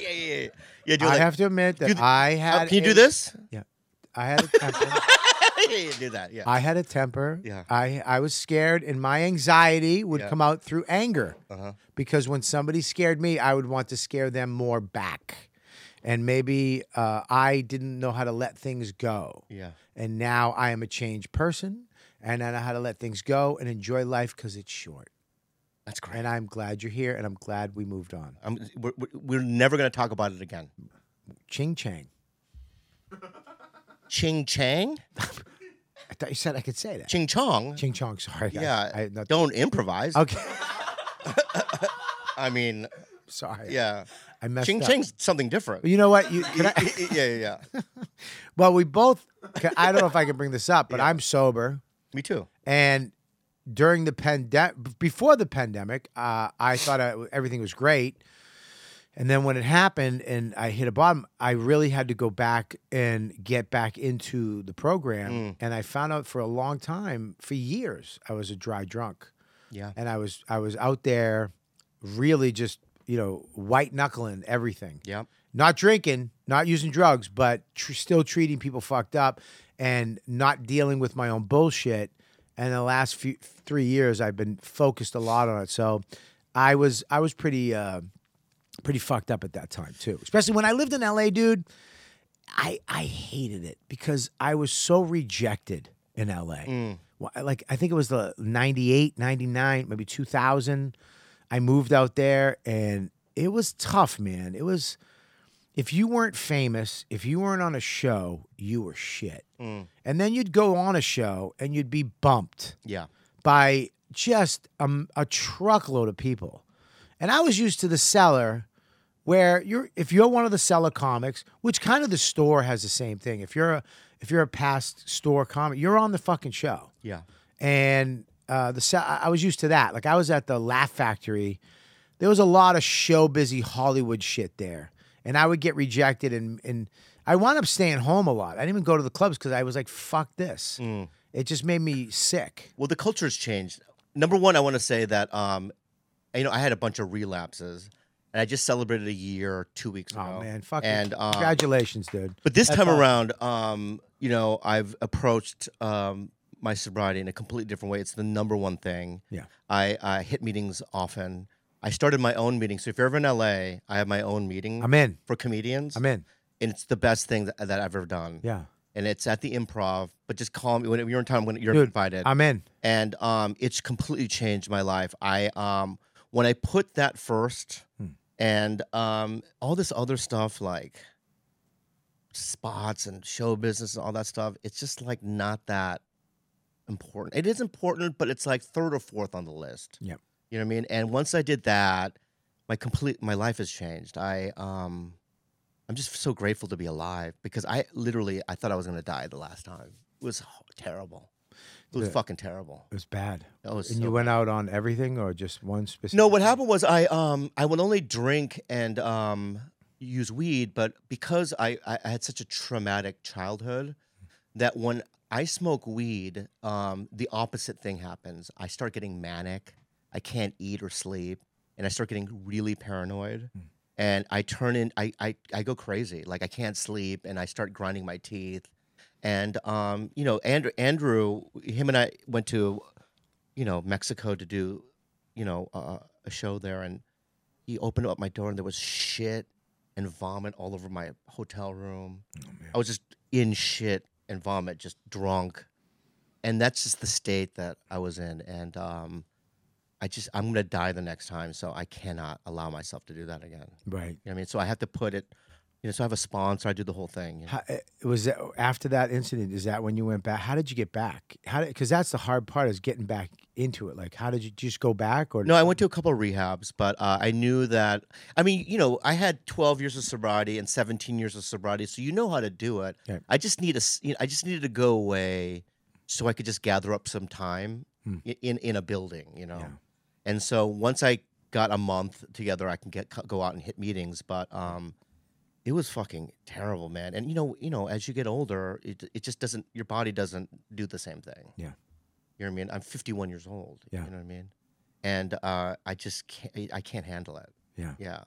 Speaker 3: yeah, yeah, yeah. Yeah. Do
Speaker 1: I
Speaker 3: like-
Speaker 1: have to admit that
Speaker 3: do the-
Speaker 1: I
Speaker 3: Uh,
Speaker 1: had.
Speaker 3: can you do
Speaker 1: a-
Speaker 3: this?
Speaker 1: Yeah. I had a temper.
Speaker 3: Yeah, yeah, do that. Yeah.
Speaker 1: I had a temper.
Speaker 3: Yeah.
Speaker 1: I I was scared, and my anxiety would
Speaker 3: Yeah. Uh-huh.
Speaker 1: come out through anger. Because when somebody scared me, I would want to scare them more back, and maybe uh, I didn't know how to let things go.
Speaker 3: Yeah.
Speaker 1: And now I am a changed person, and I know how to let things go and enjoy life because it's short.
Speaker 3: That's great.
Speaker 1: And I'm glad you're here, and I'm glad we moved on.
Speaker 3: I'm, Um, we're, we're- we're never going to talk about it again.
Speaker 1: Ching Chang.
Speaker 3: Ching Chang?
Speaker 1: I thought you said I could say that.
Speaker 3: Ching Chong?
Speaker 1: Ching Chong. Sorry. I-
Speaker 3: yeah.
Speaker 1: I, not,
Speaker 3: don't improvise.
Speaker 1: okay.
Speaker 3: I mean,
Speaker 1: Sorry.
Speaker 3: yeah.
Speaker 1: I messed
Speaker 3: Ching
Speaker 1: up.
Speaker 3: Chang's something different.
Speaker 1: You know what? You, can I,
Speaker 3: yeah, yeah, yeah.
Speaker 1: Well, we both. I don't know if I can bring this up, but I'm sober,
Speaker 3: Me too.
Speaker 1: and during the pandemic, before the pandemic, uh, I thought I, everything was great, and then when it happened and I hit a bottom, I really had to go back and get back into the program, and I found out for a long time, for years, I was a dry drunk,
Speaker 3: Yeah.
Speaker 1: and I was I was out there, really just you know white knuckling everything,
Speaker 3: Yeah.
Speaker 1: not drinking, not using drugs, but tr- still treating people fucked up and not dealing with my own bullshit. And the last few three years, I've been focused a lot on it. So I was I was pretty uh, pretty fucked up at that time too. Especially when I lived in LA, dude. I I hated it because I was so rejected in LA. Wh- Like I think it was the 98, 99, maybe 2000. I moved out there and it was tough, man. It was if you weren't famous, if you weren't on a show, you were shit. And then you'd go on a show and you'd be bumped
Speaker 3: Yeah.
Speaker 1: by just um, a truckload of people. And I was used to the seller where you're if you're one of the seller comics, which kind of the store has the same thing. If you're a if you're a past store comic, you're on the fucking show.
Speaker 3: Yeah.
Speaker 1: And uh, the se- I I was used to that. Like I was at the Laugh Factory. There was a lot of show busy Hollywood shit there, and I would get rejected. And and I wound up staying home a lot. I didn't even go to the clubs because I was like, "Fuck this." It just made me sick.
Speaker 3: Well, the culture's changed. Number one, I want to say that um, you know, I had a bunch of relapses, and I just celebrated a year two weeks ago.
Speaker 1: Oh man, fucking
Speaker 3: and um,
Speaker 1: congratulations, dude.
Speaker 3: But this time around, um, you know, I've approached um, my sobriety in a completely different way. It's the number one thing.
Speaker 1: Yeah.
Speaker 3: I, I hit meetings often. I started my own meeting. So if you're ever in LA, I have my own meeting.
Speaker 1: I'm in.
Speaker 3: For comedians.
Speaker 1: I'm in.
Speaker 3: And it's the best thing that, that I've ever done.
Speaker 1: Yeah.
Speaker 3: And it's at the improv, but just call me when you're in town, when you're
Speaker 1: Dude,
Speaker 3: invited
Speaker 1: I'm in.
Speaker 3: and um, it's completely changed my life. I um, when I put that first, and um, all this other stuff like spots and show business and all that stuff, it's just like not that important. It is important, but it's like third or fourth on the list.
Speaker 1: Yep.
Speaker 3: You know what I mean? And once I did that, my complete my life has changed. I um. I'm just so grateful to be alive because I literally I thought I was gonna die the last time. It was h- terrible. It was
Speaker 1: Yeah.
Speaker 3: fucking terrible.
Speaker 1: It was bad.
Speaker 3: That was
Speaker 1: and
Speaker 3: so
Speaker 1: you went out on everything or just one specific?
Speaker 3: No, what happened was I um I would only drink and um use weed, but because I I I had such a traumatic childhood that when I smoke weed, um the opposite thing happens. I start getting manic. I can't eat or sleep, and I start getting really paranoid. And I turn in I, I I go crazy. Like I can't sleep and I start grinding my teeth. And um, you know, Andrew Andrew, him and I went to you know Mexico to do you know uh, a show there, and he opened up my door and there was shit and vomit all over my hotel room. I was just in shit and vomit, just drunk, and that's just the state that I was in. And um, I just I'm gonna die the next time, so I cannot allow myself to do that again.
Speaker 1: Right.
Speaker 3: You know what I mean? So I have to put it. You know, so I have a sponsor. I do the whole thing. you know?
Speaker 1: How, eh, was that, after that incident? Is that when you went back? How did you get back? How? Because that's the hard part is getting back into it. Like, how did you just go back or
Speaker 3: No, I went to a couple of rehabs, but uh, I knew that. I mean, you know, I had 12 years of sobriety and 17 years of sobriety, so you know how to do it.
Speaker 1: Right.
Speaker 3: I just need a, s- you know, I just needed to go away so I could just gather up some time
Speaker 1: Hmm.
Speaker 3: i- in in a building, you know. And so once I got a month together, I can get co- go out and hit meetings, but um, it was fucking terrible, man. And you know, you know, as you get older, it it just doesn't your body doesn't do the same thing.
Speaker 1: Yeah.
Speaker 3: You know what I mean? I'm 51 years old.
Speaker 1: Yeah.
Speaker 3: You know what I mean? And uh, I just can't. I can't handle it.
Speaker 1: Yeah.
Speaker 3: Yeah.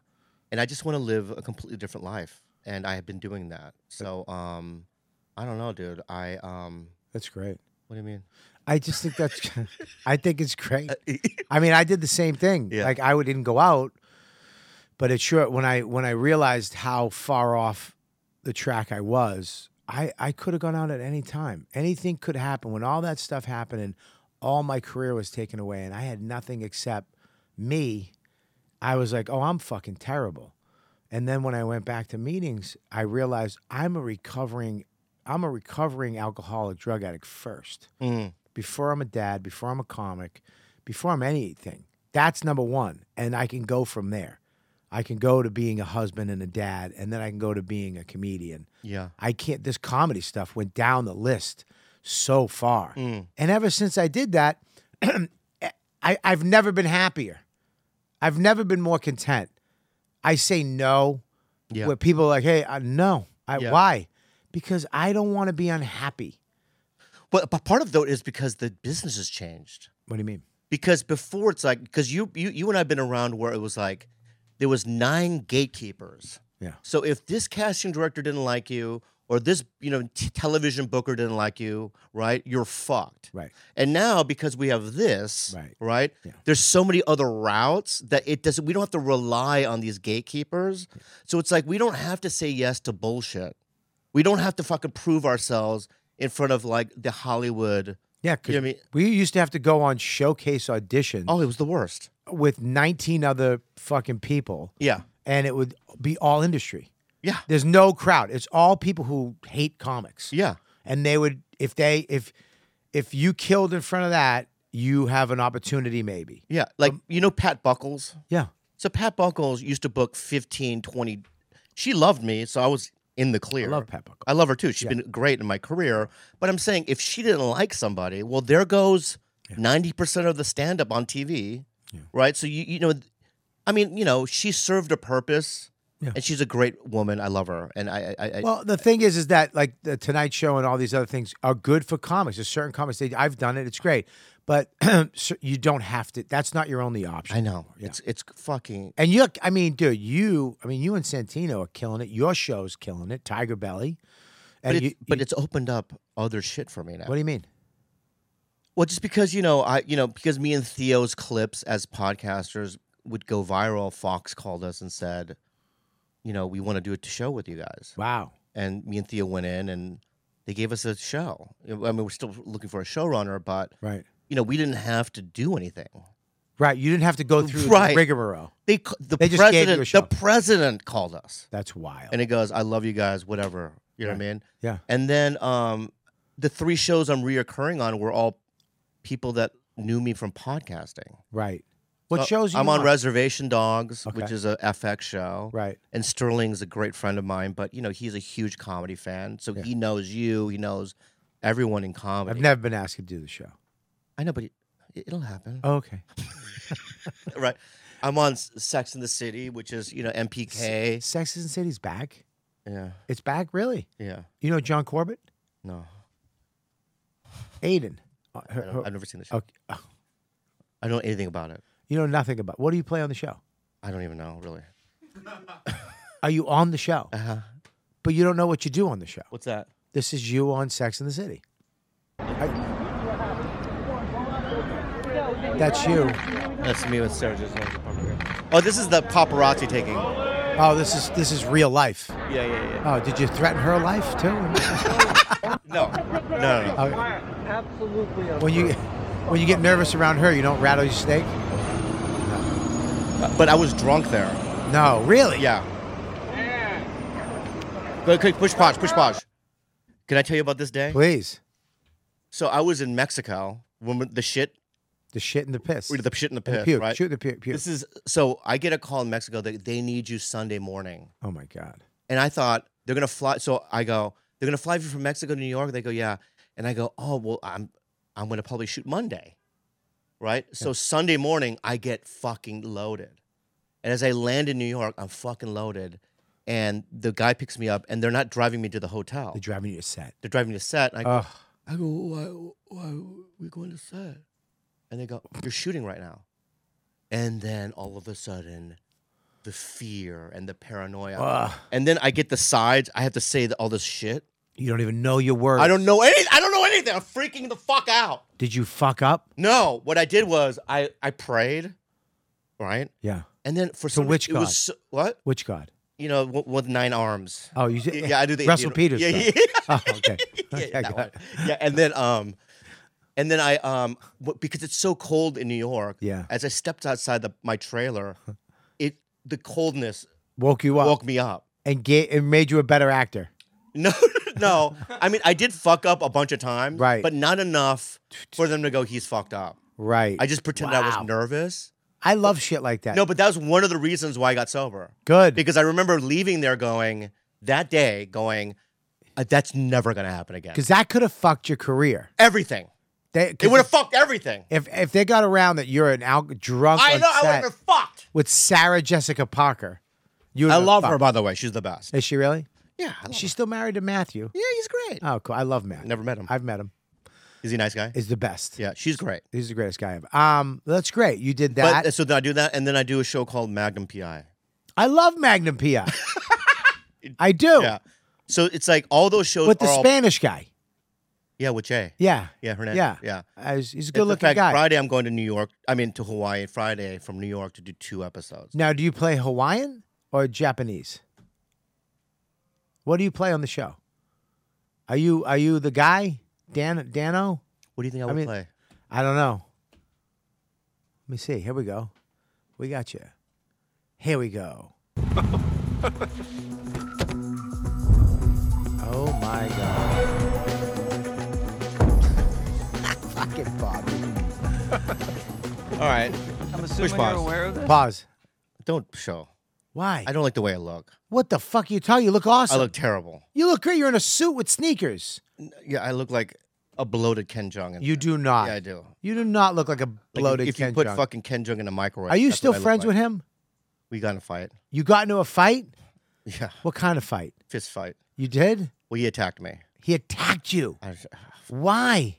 Speaker 3: And I just want to live a completely different life, and I have been doing that. So, um, I don't know, dude. I um,
Speaker 1: That's great.
Speaker 3: what do you mean?
Speaker 1: I just think that's. I think it's great.
Speaker 3: Uh,
Speaker 1: I mean, I did the same thing.
Speaker 3: Yeah.
Speaker 1: Like I would didn't go out, but it sure when I when I realized how far off the track I was, I I could have gone out at any time. Anything could happen when all that stuff happened and all my career was taken away and I had nothing except me. I was like, "Oh, I'm fucking terrible." And then when I went back to meetings, I realized I'm a recovering I'm a recovering alcoholic drug addict first before I'm a dad, before I'm a comic, before I'm anything. That's number one. And I can go from there. I can go to being a husband and a dad, and then I can go to being a comedian.
Speaker 3: Yeah.
Speaker 1: I can't, this comedy stuff went down the list so far.
Speaker 3: Mm.
Speaker 1: And ever since I did that, I, I've never been happier. I've never been more content. I say no
Speaker 3: Yeah.
Speaker 1: where people are like, hey, uh, no. I,
Speaker 3: Yeah.
Speaker 1: Why? Because I don't want to be unhappy.
Speaker 3: But, but part of though is because the business has changed.
Speaker 1: What do you mean?
Speaker 3: because before it's like because you you you and I've been around where it was like there was nine gatekeepers.
Speaker 1: Yeah.
Speaker 3: So if this casting director didn't like you, or this you know t- television booker didn't like you, right? You're fucked.
Speaker 1: Right.
Speaker 3: And now because we have this,
Speaker 1: Right. Yeah.
Speaker 3: There's so many other routes that it doesn't. We don't have to rely on these gatekeepers. So it's like we don't have to say yes to bullshit. We don't have to fucking prove ourselves in front of like the Hollywood.
Speaker 1: Yeah, 'cause
Speaker 3: You know what I mean?
Speaker 1: we used to have to go on showcase auditions
Speaker 3: Oh, it was the worst.
Speaker 1: with 19 other fucking people,
Speaker 3: Yeah.
Speaker 1: and it would be all industry.
Speaker 3: Yeah.
Speaker 1: There's no crowd. It's all people who hate comics.
Speaker 3: Yeah.
Speaker 1: and they would if they if if you killed in front of that, you have an opportunity maybe.
Speaker 3: Yeah. Like
Speaker 1: Um,
Speaker 3: you know Pat Buckles.
Speaker 1: Yeah,
Speaker 3: So Pat Buckles used to book 15, 20. She loved me, so I was in the clear.
Speaker 1: I love Pat Buckles.
Speaker 3: I love her too. She's been great in my career. But I'm saying if she didn't like somebody, well, there goes 90% of the stand up on TV, right? So, you, you know, I mean, you know, she served a purpose.
Speaker 1: Yeah.
Speaker 3: And she's a great woman. I love her. And I, I, I
Speaker 1: Well, the thing is, is that like the Tonight Show and all these other things are good for comics. There's certain comics. They, I've done it. It's great, but so you don't have to. That's not your only option.
Speaker 3: I know.
Speaker 1: Yeah.
Speaker 3: It's it's fucking
Speaker 1: And you, I mean, dude, you, I mean, you and Santino are killing it. Your show's killing it. Tiger Belly. And
Speaker 3: but, it's,
Speaker 1: you,
Speaker 3: but
Speaker 1: you-
Speaker 3: it's opened up other shit for me now.
Speaker 1: what do you mean?
Speaker 3: Well, just because you know, I you know, because me and Theo's clips as podcasters would go viral. Fox called us and said, you know, we want to do a t- show with you guys.
Speaker 1: Wow.
Speaker 3: And me and Theo went in and they gave us a show. I mean, we're still looking for a showrunner, but
Speaker 1: Right.
Speaker 3: you know, we didn't have to do anything.
Speaker 1: Right. You didn't have to go through the
Speaker 3: Right.
Speaker 1: rigmarole.
Speaker 3: They c- the
Speaker 1: They just gave you a
Speaker 3: president
Speaker 1: show.
Speaker 3: the president called us
Speaker 1: That's wild.
Speaker 3: and he goes, "I love you guys, whatever." You know what I mean?
Speaker 1: yeah.
Speaker 3: And then um, the three shows I'm reoccurring on were all people that knew me from podcasting.
Speaker 1: Right. What
Speaker 3: So
Speaker 1: shows you
Speaker 3: I'm on Reservation Dogs, which
Speaker 1: Okay.
Speaker 3: is a FX show.
Speaker 1: Right.
Speaker 3: And Sterling's a great friend of mine, but you know, he's a huge comedy fan. So he knows you, he knows everyone in comedy.
Speaker 1: I've never been asked to do the show.
Speaker 3: I know, but it, it'll happen.
Speaker 1: Oh, okay.
Speaker 3: Right. I'm on S- Sex in the City, which is, you know, MPK.
Speaker 1: Sex and the City's back.
Speaker 3: yeah.
Speaker 1: It's back, really.
Speaker 3: Yeah.
Speaker 1: You know John Corbett?
Speaker 3: No.
Speaker 1: Aiden. Uh, her-
Speaker 3: I don't-
Speaker 1: her-
Speaker 3: I've never seen the show.
Speaker 1: okay. Oh,
Speaker 3: I don't know anything about it.
Speaker 1: You know nothing about. What do you play on the show?
Speaker 3: I don't even know, really.
Speaker 1: Are you on the show?
Speaker 3: Uh-huh.
Speaker 1: But you don't know what you do on the show.
Speaker 3: What's that?
Speaker 1: This is you on Sex in the City. I- That's you.
Speaker 3: That's me with Sarah Jessica Parker. Oh, this is the paparazzi taking. Yeah,
Speaker 1: Oh, this is this is real life.
Speaker 3: yeah, yeah.
Speaker 1: Oh, did you threaten her life too?
Speaker 3: No. No, no, no.
Speaker 1: Absolutely. When you when you get nervous around her, you don't rattle your snake.
Speaker 3: But I was drunk there.
Speaker 1: No, really.
Speaker 3: Yeah. Go quick, push posh, push posh. Can I tell you about this day?
Speaker 1: Please,
Speaker 3: So I was in Mexico. Remember the shit,
Speaker 1: the shit and the piss.
Speaker 3: the shit in
Speaker 1: And
Speaker 3: the
Speaker 1: the
Speaker 3: pit,
Speaker 1: puke.
Speaker 3: right?
Speaker 1: Shoot the puke. puke.
Speaker 3: This is so I get a call in Mexico that they need you Sunday morning,
Speaker 1: oh my god.
Speaker 3: and I thought they're gonna fly. So I go, they're gonna fly you from Mexico to New York. They go, yeah, and I go, oh well, I'm, I'm gonna probably shoot Monday, right? So Sunday morning I get fucking loaded, and as I land in New York, I'm fucking loaded, and the guy picks me up, and they're not driving me to the hotel.
Speaker 1: They're driving you to set.
Speaker 3: they're driving to set. And I go,
Speaker 1: Ugh.
Speaker 3: I go, why, why we going to set? And they go, you're shooting right now. And then all of a sudden, the fear and the paranoia.
Speaker 1: Ugh.
Speaker 3: And then I get the sides. I have to say the, all this shit.
Speaker 1: You don't even know your words.
Speaker 3: I don't know any. I don't know anything. I'm freaking the fuck out.
Speaker 1: Did you fuck up?
Speaker 3: No, what I did was I I prayed, right?
Speaker 1: Yeah.
Speaker 3: And then for
Speaker 1: To
Speaker 3: some
Speaker 1: which
Speaker 3: reason, it
Speaker 1: God?
Speaker 3: was so, what
Speaker 1: Which god?
Speaker 3: you know w- with nine arms.
Speaker 1: Oh, you
Speaker 3: Y- yeah, I do the
Speaker 1: Russell
Speaker 3: Indian-
Speaker 1: Peters.
Speaker 3: Yeah,
Speaker 1: god.
Speaker 3: yeah.
Speaker 1: Oh, okay.
Speaker 3: yeah,
Speaker 1: Okay,
Speaker 3: yeah,
Speaker 1: got
Speaker 3: that one.
Speaker 1: it.
Speaker 3: yeah, and then um, and then I um, w- because it's so cold in New York.
Speaker 1: Yeah.
Speaker 3: As I stepped outside the, my trailer, it the coldness
Speaker 1: Woke you up
Speaker 3: woke me up.
Speaker 1: and ga- it made you a better actor.
Speaker 3: No, no. I mean, I did fuck up a bunch of times,
Speaker 1: Right.
Speaker 3: But not enough for them to go. He's fucked up.
Speaker 1: Right.
Speaker 3: I just pretended I
Speaker 1: Wow.
Speaker 3: was nervous.
Speaker 1: I love shit like that.
Speaker 3: No, but that was one of the reasons why I got sober.
Speaker 1: Good.
Speaker 3: Because I remember leaving there going that day, going, "Uh, "That's never gonna happen again."
Speaker 1: Because that could have fucked your career.
Speaker 3: everything,
Speaker 1: They, 'cause
Speaker 3: it would have fucked everything.
Speaker 1: If if they got around that you're an al- drunk
Speaker 3: I
Speaker 1: on
Speaker 3: know. I would
Speaker 1: set
Speaker 3: have been fucked.
Speaker 1: with Sarah Jessica Parker, you.
Speaker 3: I
Speaker 1: would've
Speaker 3: love her,
Speaker 1: fucked.
Speaker 3: by the way. She's the best.
Speaker 1: Is she really?
Speaker 3: Yeah, I love
Speaker 1: She's still married to Matthew.
Speaker 3: her. yeah, he's great.
Speaker 1: Oh, cool. I love Matt.
Speaker 3: Never met him.
Speaker 1: I've met him.
Speaker 3: Is he a nice guy?
Speaker 1: He's the best.
Speaker 3: yeah, she's great.
Speaker 1: He's the greatest guy ever. Um, that's great. You did that.
Speaker 3: But uh, so then I do that, and then I do a show called Magnum PI.
Speaker 1: I love Magnum PI. I do.
Speaker 3: Yeah. So it's like all those shows
Speaker 1: Oh. With the
Speaker 3: are all-
Speaker 1: Spanish guy.
Speaker 3: yeah, with Jay.
Speaker 1: Yeah.
Speaker 3: Yeah, Hernandez.
Speaker 1: Yeah.
Speaker 3: Yeah.
Speaker 1: I was- he's a
Speaker 3: In
Speaker 1: good looking
Speaker 3: fact,
Speaker 1: guy.
Speaker 3: Friday I'm going to New York. I mean to Hawaii Friday from New York to do two episodes.
Speaker 1: Now, do you play Hawaiian or Japanese? What do you play on the show? Are you are you the guy, Dan Dano?
Speaker 3: What do you think I
Speaker 1: I
Speaker 3: would
Speaker 1: mean-
Speaker 3: play?
Speaker 1: I don't know. Let me see. Here we go. We got you. Here we go. oh my god. Fucking Bobby.
Speaker 3: All right.
Speaker 7: I'm
Speaker 3: Push
Speaker 7: assuming you're
Speaker 3: pause.
Speaker 7: aware of this.
Speaker 1: Pause.
Speaker 3: Don't show.
Speaker 1: Why?
Speaker 3: I don't like the way I look.
Speaker 1: what the fuck are you talking? You look awesome.
Speaker 3: I look terrible.
Speaker 1: you look great. You're in a suit with sneakers.
Speaker 3: Yeah, I look like a bloated Ken Jong. in
Speaker 1: You
Speaker 3: there.
Speaker 1: do not.
Speaker 3: Yeah, I do.
Speaker 1: You do not look like a
Speaker 3: Like,
Speaker 1: bloated
Speaker 3: if, if
Speaker 1: Ken
Speaker 3: you put
Speaker 1: Jeong.
Speaker 3: fucking Ken Jong in a microwave.
Speaker 1: Are you
Speaker 3: that's
Speaker 1: still
Speaker 3: what I look
Speaker 1: friends
Speaker 3: like.
Speaker 1: with him?
Speaker 3: We got in a fight.
Speaker 1: You got into a fight?
Speaker 3: Yeah,
Speaker 1: What kind of fight?
Speaker 3: fist fight.
Speaker 1: You did?
Speaker 3: Well, he attacked me.
Speaker 1: He attacked you.
Speaker 3: I was- uh,
Speaker 1: Why?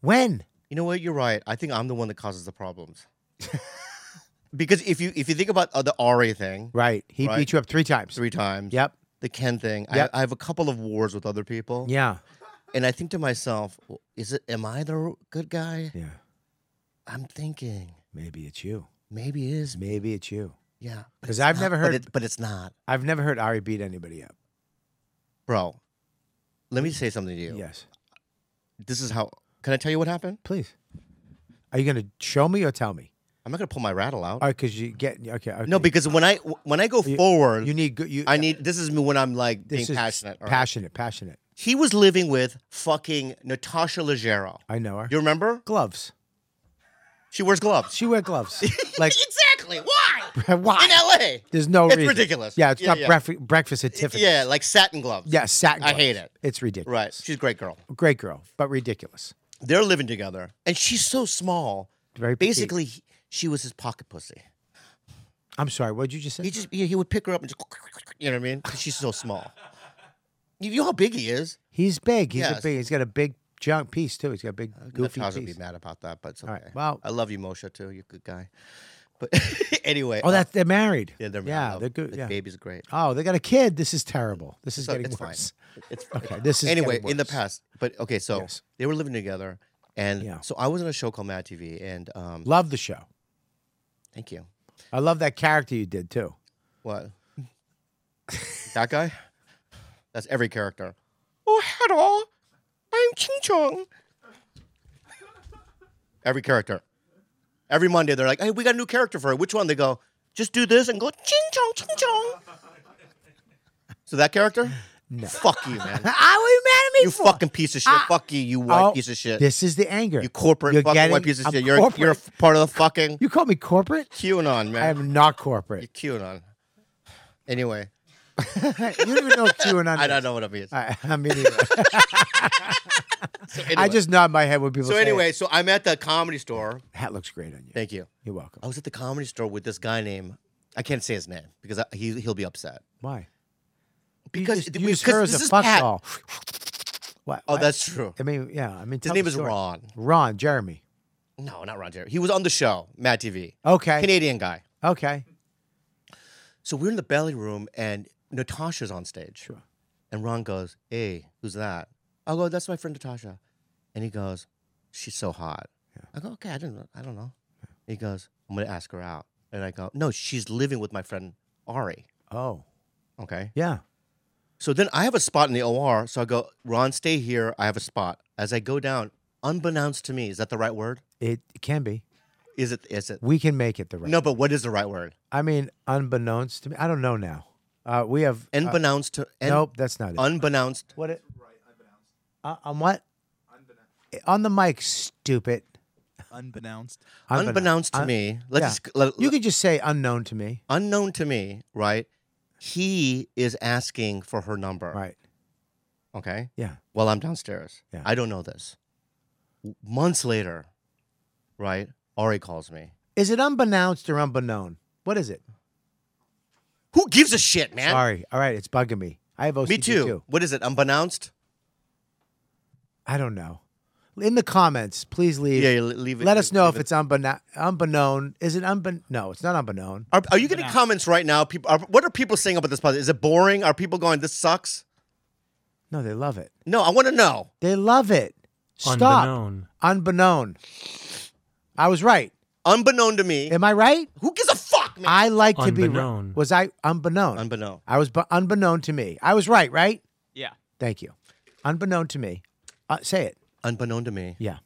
Speaker 1: When?
Speaker 3: You know what? You're right. I think I'm the one that causes the problems. because if you if you think about uh, the Ari thing
Speaker 1: Right. He
Speaker 3: Right.
Speaker 1: beat you up three times.
Speaker 3: three times,
Speaker 1: Yep.
Speaker 3: the Ken thing,
Speaker 1: Yep.
Speaker 3: I, I have a couple of wars with other people.
Speaker 1: Yeah.
Speaker 3: And I think to myself, "Well, is it am I the r- good guy?
Speaker 1: Yeah.
Speaker 3: I'm thinking
Speaker 1: Maybe it's you.
Speaker 3: maybe it is me.
Speaker 1: Maybe it's you.
Speaker 3: Yeah. but
Speaker 1: 'Cause
Speaker 3: it's
Speaker 1: I've
Speaker 3: not-
Speaker 1: never
Speaker 3: but
Speaker 1: heard-
Speaker 3: it- but it's not.
Speaker 1: I've never heard Ari beat anybody up.
Speaker 3: Bro, let me say something to you.
Speaker 1: Yes.
Speaker 3: This is how can I tell you what happened?
Speaker 1: Please. Are you gonna show me or tell me?
Speaker 3: I'm not gonna pull my rattle out.
Speaker 1: All right, because you get okay. okay.
Speaker 3: No, because when I when I go
Speaker 1: You-
Speaker 3: forward,
Speaker 1: you need good. You.
Speaker 3: I need this is me when I'm like
Speaker 1: this
Speaker 3: being
Speaker 1: is
Speaker 3: passionate. all right?
Speaker 1: Passionate. Passionate.
Speaker 3: He was living with fucking Natasha Leggero.
Speaker 1: I know her.
Speaker 3: You remember?
Speaker 1: gloves.
Speaker 3: She wears gloves.
Speaker 1: She wear gloves. Like
Speaker 3: exactly. Why?
Speaker 1: why?
Speaker 3: In LA.
Speaker 1: There's no
Speaker 3: It's
Speaker 1: reason.
Speaker 3: ridiculous.
Speaker 1: Yeah, it's
Speaker 3: Yeah,
Speaker 1: not
Speaker 3: yeah.
Speaker 1: breakfast breakfast at Tiffany's.
Speaker 3: Yeah, like satin gloves.
Speaker 1: Yeah, satin.
Speaker 3: I hate
Speaker 1: gloves.
Speaker 3: it.
Speaker 1: It's ridiculous.
Speaker 3: Right. She's a great girl.
Speaker 1: Great girl, but ridiculous.
Speaker 3: They're living together. And she's so small.
Speaker 1: Very petite.
Speaker 3: Basically, he- she was his pocket pussy.
Speaker 1: I'm sorry. What did you just say?
Speaker 3: He just he he would pick her up and just you know what I mean? 'Cause she's so small. You know how big he is?
Speaker 1: He's big. He's a
Speaker 3: Yes. Uh,
Speaker 1: big. He's got a big junk piece too. He's got a big goofy
Speaker 3: Natasha would
Speaker 1: piece.
Speaker 3: be mad about that, but it's okay.
Speaker 1: All right, well-
Speaker 3: I love you, Moshe, too. You're a good guy. But anyway.
Speaker 1: Oh,
Speaker 3: uh,
Speaker 1: that they're married.
Speaker 3: Yeah, they're
Speaker 1: yeah,
Speaker 3: married. Oh,
Speaker 1: they're good.
Speaker 3: The
Speaker 1: yeah.
Speaker 3: baby's great.
Speaker 1: Oh, they got a kid. This is terrible. This is
Speaker 3: So
Speaker 1: getting
Speaker 3: it's fine.
Speaker 1: worse.
Speaker 3: It's
Speaker 1: Okay, this is
Speaker 3: anyway
Speaker 1: getting
Speaker 3: in the
Speaker 1: worse.
Speaker 3: past. But okay, so
Speaker 1: Yes.
Speaker 3: they were living together, and
Speaker 1: Yeah.
Speaker 3: so I was on a show called Mad TV, and um,
Speaker 1: Love the show.
Speaker 3: thank you.
Speaker 1: I love that character you did too.
Speaker 3: What? that guy? That's every character. Oh, hello, I'm Ching Chong. every character. Every Monday, they're like, "Hey, we got a new character for it. Which one?" They go, "Just do this and go Ching Chong, Ching Chong." So that character? No. Fuck you, man.
Speaker 1: Ah, what are you mad at me
Speaker 3: You
Speaker 1: for?
Speaker 3: fucking piece of shit. Fuck you, you white
Speaker 1: Oh,
Speaker 3: piece of shit.
Speaker 1: This is the anger.
Speaker 3: You corporate
Speaker 1: You're
Speaker 3: fucking
Speaker 1: getting-
Speaker 3: white piece of
Speaker 1: I'm
Speaker 3: shit. You're you're a
Speaker 1: corporate.
Speaker 3: f- part of the fucking
Speaker 1: You call me corporate?
Speaker 3: QAnon,
Speaker 1: I
Speaker 3: man.
Speaker 1: am not corporate.
Speaker 3: You're QAnon. Anyway,
Speaker 1: you don't even know what QAnon.
Speaker 3: I
Speaker 1: is.
Speaker 3: don't know what it means.
Speaker 1: I, I mean, either.
Speaker 3: So anyway,
Speaker 1: I just nod my head when people
Speaker 3: so
Speaker 1: say,
Speaker 3: anyway, so I'm at the comedy store.
Speaker 1: hat looks great on you.
Speaker 3: Thank you.
Speaker 1: You're welcome.
Speaker 3: I was at the comedy store with this guy named I can't say his name because I, he he'll be upset
Speaker 1: Why?
Speaker 3: because
Speaker 1: you just
Speaker 3: it-
Speaker 1: use
Speaker 3: because
Speaker 1: her as
Speaker 3: this
Speaker 1: a
Speaker 3: is
Speaker 1: fuck
Speaker 3: Pat.
Speaker 1: doll. What?
Speaker 3: Oh,
Speaker 1: what?
Speaker 3: that's true.
Speaker 1: I mean, yeah. I mean,
Speaker 3: His
Speaker 1: tell
Speaker 3: name
Speaker 1: the
Speaker 3: is
Speaker 1: story.
Speaker 3: Ron.
Speaker 1: Ron Jeremy.
Speaker 3: No, not Ron Jerry. He was on the show, Matt TV.
Speaker 1: Okay.
Speaker 3: Canadian guy.
Speaker 1: Okay.
Speaker 3: So we're in the belly room and Natasha's on stage.
Speaker 1: Sure.
Speaker 3: And Ron goes, Hey, who's that? I go, That's my friend Natasha. And he goes, She's so hot. I go, Okay, I didn't know- I don't know. He goes, I'm gonna ask her out. And I go, No, she's living with my friend Ari.
Speaker 1: Oh,
Speaker 3: Okay.
Speaker 1: yeah.
Speaker 3: So then I have a spot in the OR. So I go, Ron, stay here. I have a spot. As I go down, unbeknownst to me, is that the right word?
Speaker 1: It can be.
Speaker 3: Is it is it
Speaker 1: We can make it the right.
Speaker 3: no, but what is the right word?
Speaker 1: I mean, unbeknownst to me, I don't know now. Uh, we have. uh,
Speaker 3: Unbeknownst to un-
Speaker 1: nope, that's not it.
Speaker 3: unbeknownst.
Speaker 1: what it? Uh, on what? On the mic, stupid.
Speaker 7: Unbeknownst.
Speaker 3: Unbeknownst, to
Speaker 1: un-
Speaker 3: me. Let's
Speaker 1: yeah.
Speaker 3: just let,
Speaker 1: You can just say unknown to me,
Speaker 3: unknown to me, right? He is asking for her number.
Speaker 1: right?
Speaker 3: Okay.
Speaker 1: Yeah.
Speaker 3: Well, I'm downstairs.
Speaker 1: Yeah.
Speaker 3: I don't know this. W- Months later, right? Ari calls me.
Speaker 1: Is it unbeknownst or unbeknown? What is it?
Speaker 3: Who gives a shit, man?
Speaker 1: Sorry. Oh, All right, it's bugging me. I have OCD
Speaker 3: Me too. What is it? Unbeknownst?
Speaker 1: I don't know. In the comments, please leave.
Speaker 3: Yeah, yeah, le- leave it.
Speaker 1: Let us know
Speaker 3: leave
Speaker 1: if it's unbeknown. unbeknown. Is it unbeknown? No, it's not unbeknown.
Speaker 3: Are, are you getting comments right now? People, are, what are people saying about this podcast? Is it boring? Are people going, "This sucks"?
Speaker 1: No, they love it.
Speaker 3: No, I want to know.
Speaker 1: They love it. Stop.
Speaker 7: Unbeknown.
Speaker 1: Unbeknown. I was right.
Speaker 3: Unbeknown to me,
Speaker 1: Am I right?
Speaker 3: who gives a fuck, man?
Speaker 1: I like to be
Speaker 7: Unbeknown.
Speaker 1: right. Was I unbeknown?
Speaker 3: Unbeknown.
Speaker 1: I was bu- unbeknown to me. I was right, right?
Speaker 6: Yeah.
Speaker 1: Thank you. Unbeknown to me. Uh, say it.
Speaker 3: Unbeknown to me.
Speaker 1: Yeah.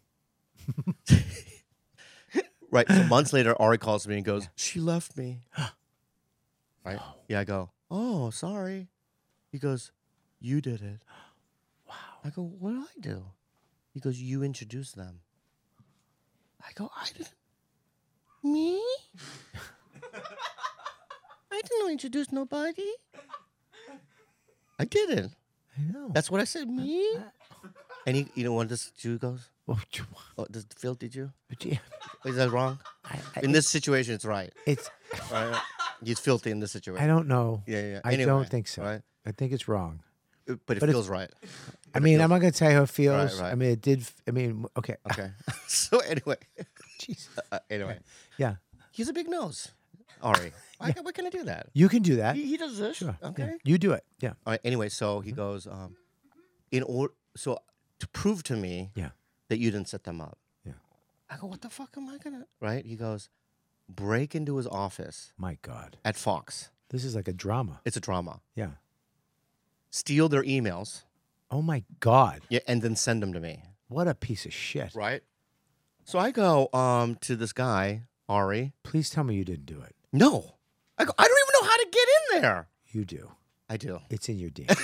Speaker 3: Right. So months later, Ari calls me and goes, "She left me." right. Yeah. I go, "Oh, sorry." He goes, "You did it." Wow. I go, "What did I do?" He goes, "You introduced them." I go, "I didn't." Me? I didn't introduce nobody. I didn't.
Speaker 1: I know.
Speaker 3: That's what I said. Me? And he, you know, when this Jew goes,
Speaker 1: Well, j-
Speaker 3: "Oh, this Phil, did you?"
Speaker 1: but yeah,
Speaker 3: Is that wrong?
Speaker 1: I, I,
Speaker 3: In this situation, it's right.
Speaker 1: it's.
Speaker 3: right? He's filthy in this situation.
Speaker 1: I don't know.
Speaker 3: Yeah, yeah.
Speaker 1: I
Speaker 3: Anyway,
Speaker 1: don't think so.
Speaker 3: right?
Speaker 1: I think it's wrong.
Speaker 3: Uh, But it
Speaker 1: But it's-
Speaker 3: feels right.
Speaker 1: I mean, I'm not gonna tell you how it feels. I
Speaker 3: right.
Speaker 1: mean, it did. f- I mean, okay.
Speaker 3: Okay. so anyway,
Speaker 1: Jesus.
Speaker 3: uh, anyway,
Speaker 1: Yeah,
Speaker 3: he's a big nose, Ari. I, what can I do that?
Speaker 1: you can do that.
Speaker 3: He, he does this. Okay.
Speaker 1: Yeah. Mm-hmm. You do it. Yeah.
Speaker 3: All right. Anyway, so he goes. Um, in order, so to prove to me
Speaker 1: Yeah.
Speaker 3: that you didn't set them up.
Speaker 1: Yeah.
Speaker 3: I go, what the fuck am I gonna? Right. He goes, break into his office
Speaker 1: My God,
Speaker 3: at Fox.
Speaker 1: this is like a drama.
Speaker 3: It's a drama.
Speaker 1: Yeah.
Speaker 3: Steal their emails.
Speaker 1: Oh my God,
Speaker 3: Yeah, and then send them to me.
Speaker 1: what a piece of shit.
Speaker 3: Right. So I go um to this guy, Ari.
Speaker 1: Please tell me you didn't do it.
Speaker 3: No. I go, I don't even know how to get in there.
Speaker 1: You do.
Speaker 3: I do.
Speaker 1: It's in your DNA.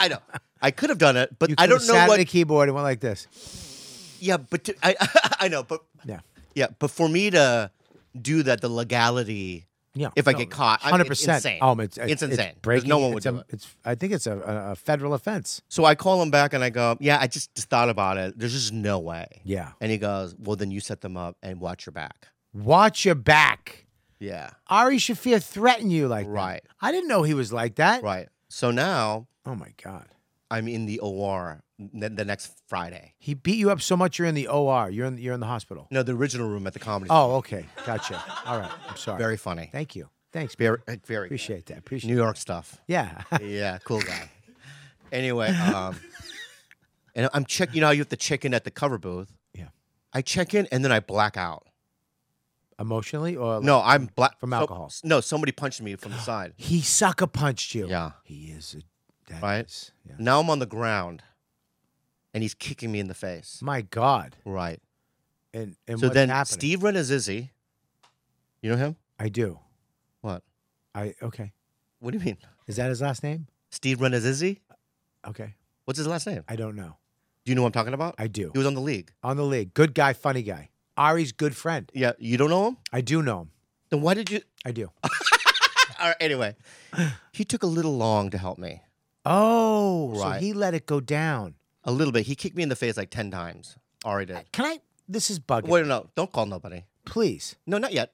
Speaker 3: I know. I could have done it, but
Speaker 1: You
Speaker 3: I
Speaker 1: could've
Speaker 3: don't know
Speaker 1: sat
Speaker 3: what
Speaker 1: at a keyboard and went like this.
Speaker 3: Yeah, but to, I I know, but
Speaker 1: Yeah.
Speaker 3: yeah, but for me to do that the legality
Speaker 1: Yeah.
Speaker 3: if I get caught, I mean,
Speaker 1: hundred
Speaker 3: it's
Speaker 1: percent.
Speaker 3: insane.
Speaker 1: Um, it's,
Speaker 3: It's insane. 'Cause
Speaker 1: breaking.
Speaker 3: no one would
Speaker 1: it's a-
Speaker 3: do it.
Speaker 1: It's. I think it's a, a, a federal offense.
Speaker 3: So I call him back and I go, "Yeah, I just, just thought about it. There's just no way."
Speaker 1: Yeah.
Speaker 3: And he goes, "Well, then you set them up and watch your back."
Speaker 1: Watch your back.
Speaker 3: Yeah.
Speaker 1: Ari Shafir threatened you like
Speaker 3: Right.
Speaker 1: that. I didn't know he was like that.
Speaker 3: Right. So now
Speaker 1: Oh my God.
Speaker 3: I'm in the OR the, the next Friday.
Speaker 1: He beat you up so much you're in the OR. You're in. You're in the hospital.
Speaker 3: No, the original room at the comedy. Store.
Speaker 1: Oh, okay. Gotcha. All right. I'm sorry.
Speaker 3: very funny.
Speaker 1: Thank you. Thanks. man.
Speaker 3: Very, very good.
Speaker 1: Appreciate that. Appreciate.
Speaker 3: New York stuff.
Speaker 1: Yeah.
Speaker 3: Yeah, cool guy. anyway, um, and I'm check. You know, how you have to check in at the cover booth.
Speaker 1: Yeah.
Speaker 3: I check in and then I black out.
Speaker 1: Emotionally or
Speaker 3: No, I'm black
Speaker 1: Oh, From
Speaker 3: so-
Speaker 1: alcohol.
Speaker 3: no, somebody punched me from the side.
Speaker 1: He sucker punched you.
Speaker 3: Yeah.
Speaker 1: He is a. that
Speaker 3: Right.
Speaker 1: is- yeah.
Speaker 3: Now I'm on the ground, and he's kicking me in the face.
Speaker 1: My God.
Speaker 3: Right.
Speaker 1: And and
Speaker 3: so
Speaker 1: what's
Speaker 3: then
Speaker 1: happening?
Speaker 3: Steve Renazzisi, you know him?
Speaker 1: I do.
Speaker 3: What?
Speaker 1: I okay.
Speaker 3: What do you mean?
Speaker 1: Is that his last name?
Speaker 3: Steve Renazzisi?
Speaker 1: Okay.
Speaker 3: What's his last name?
Speaker 1: I don't know.
Speaker 3: Do you know what I'm talking about?
Speaker 1: I do.
Speaker 3: He was on the league.
Speaker 1: On the league. Good guy, funny guy. Ari's good friend.
Speaker 3: Yeah, you don't know him?
Speaker 1: I do know him.
Speaker 3: Then why did you?
Speaker 1: I do.
Speaker 3: All right, anyway, he took a little long to help me.
Speaker 1: Oh,
Speaker 3: Right.
Speaker 1: so he let it go down.
Speaker 3: A little bit. He kicked me in the face like ten times. Already did.
Speaker 1: Can I? This is bugging.
Speaker 3: Wait, no, don't call nobody.
Speaker 1: Please.
Speaker 3: No, not yet.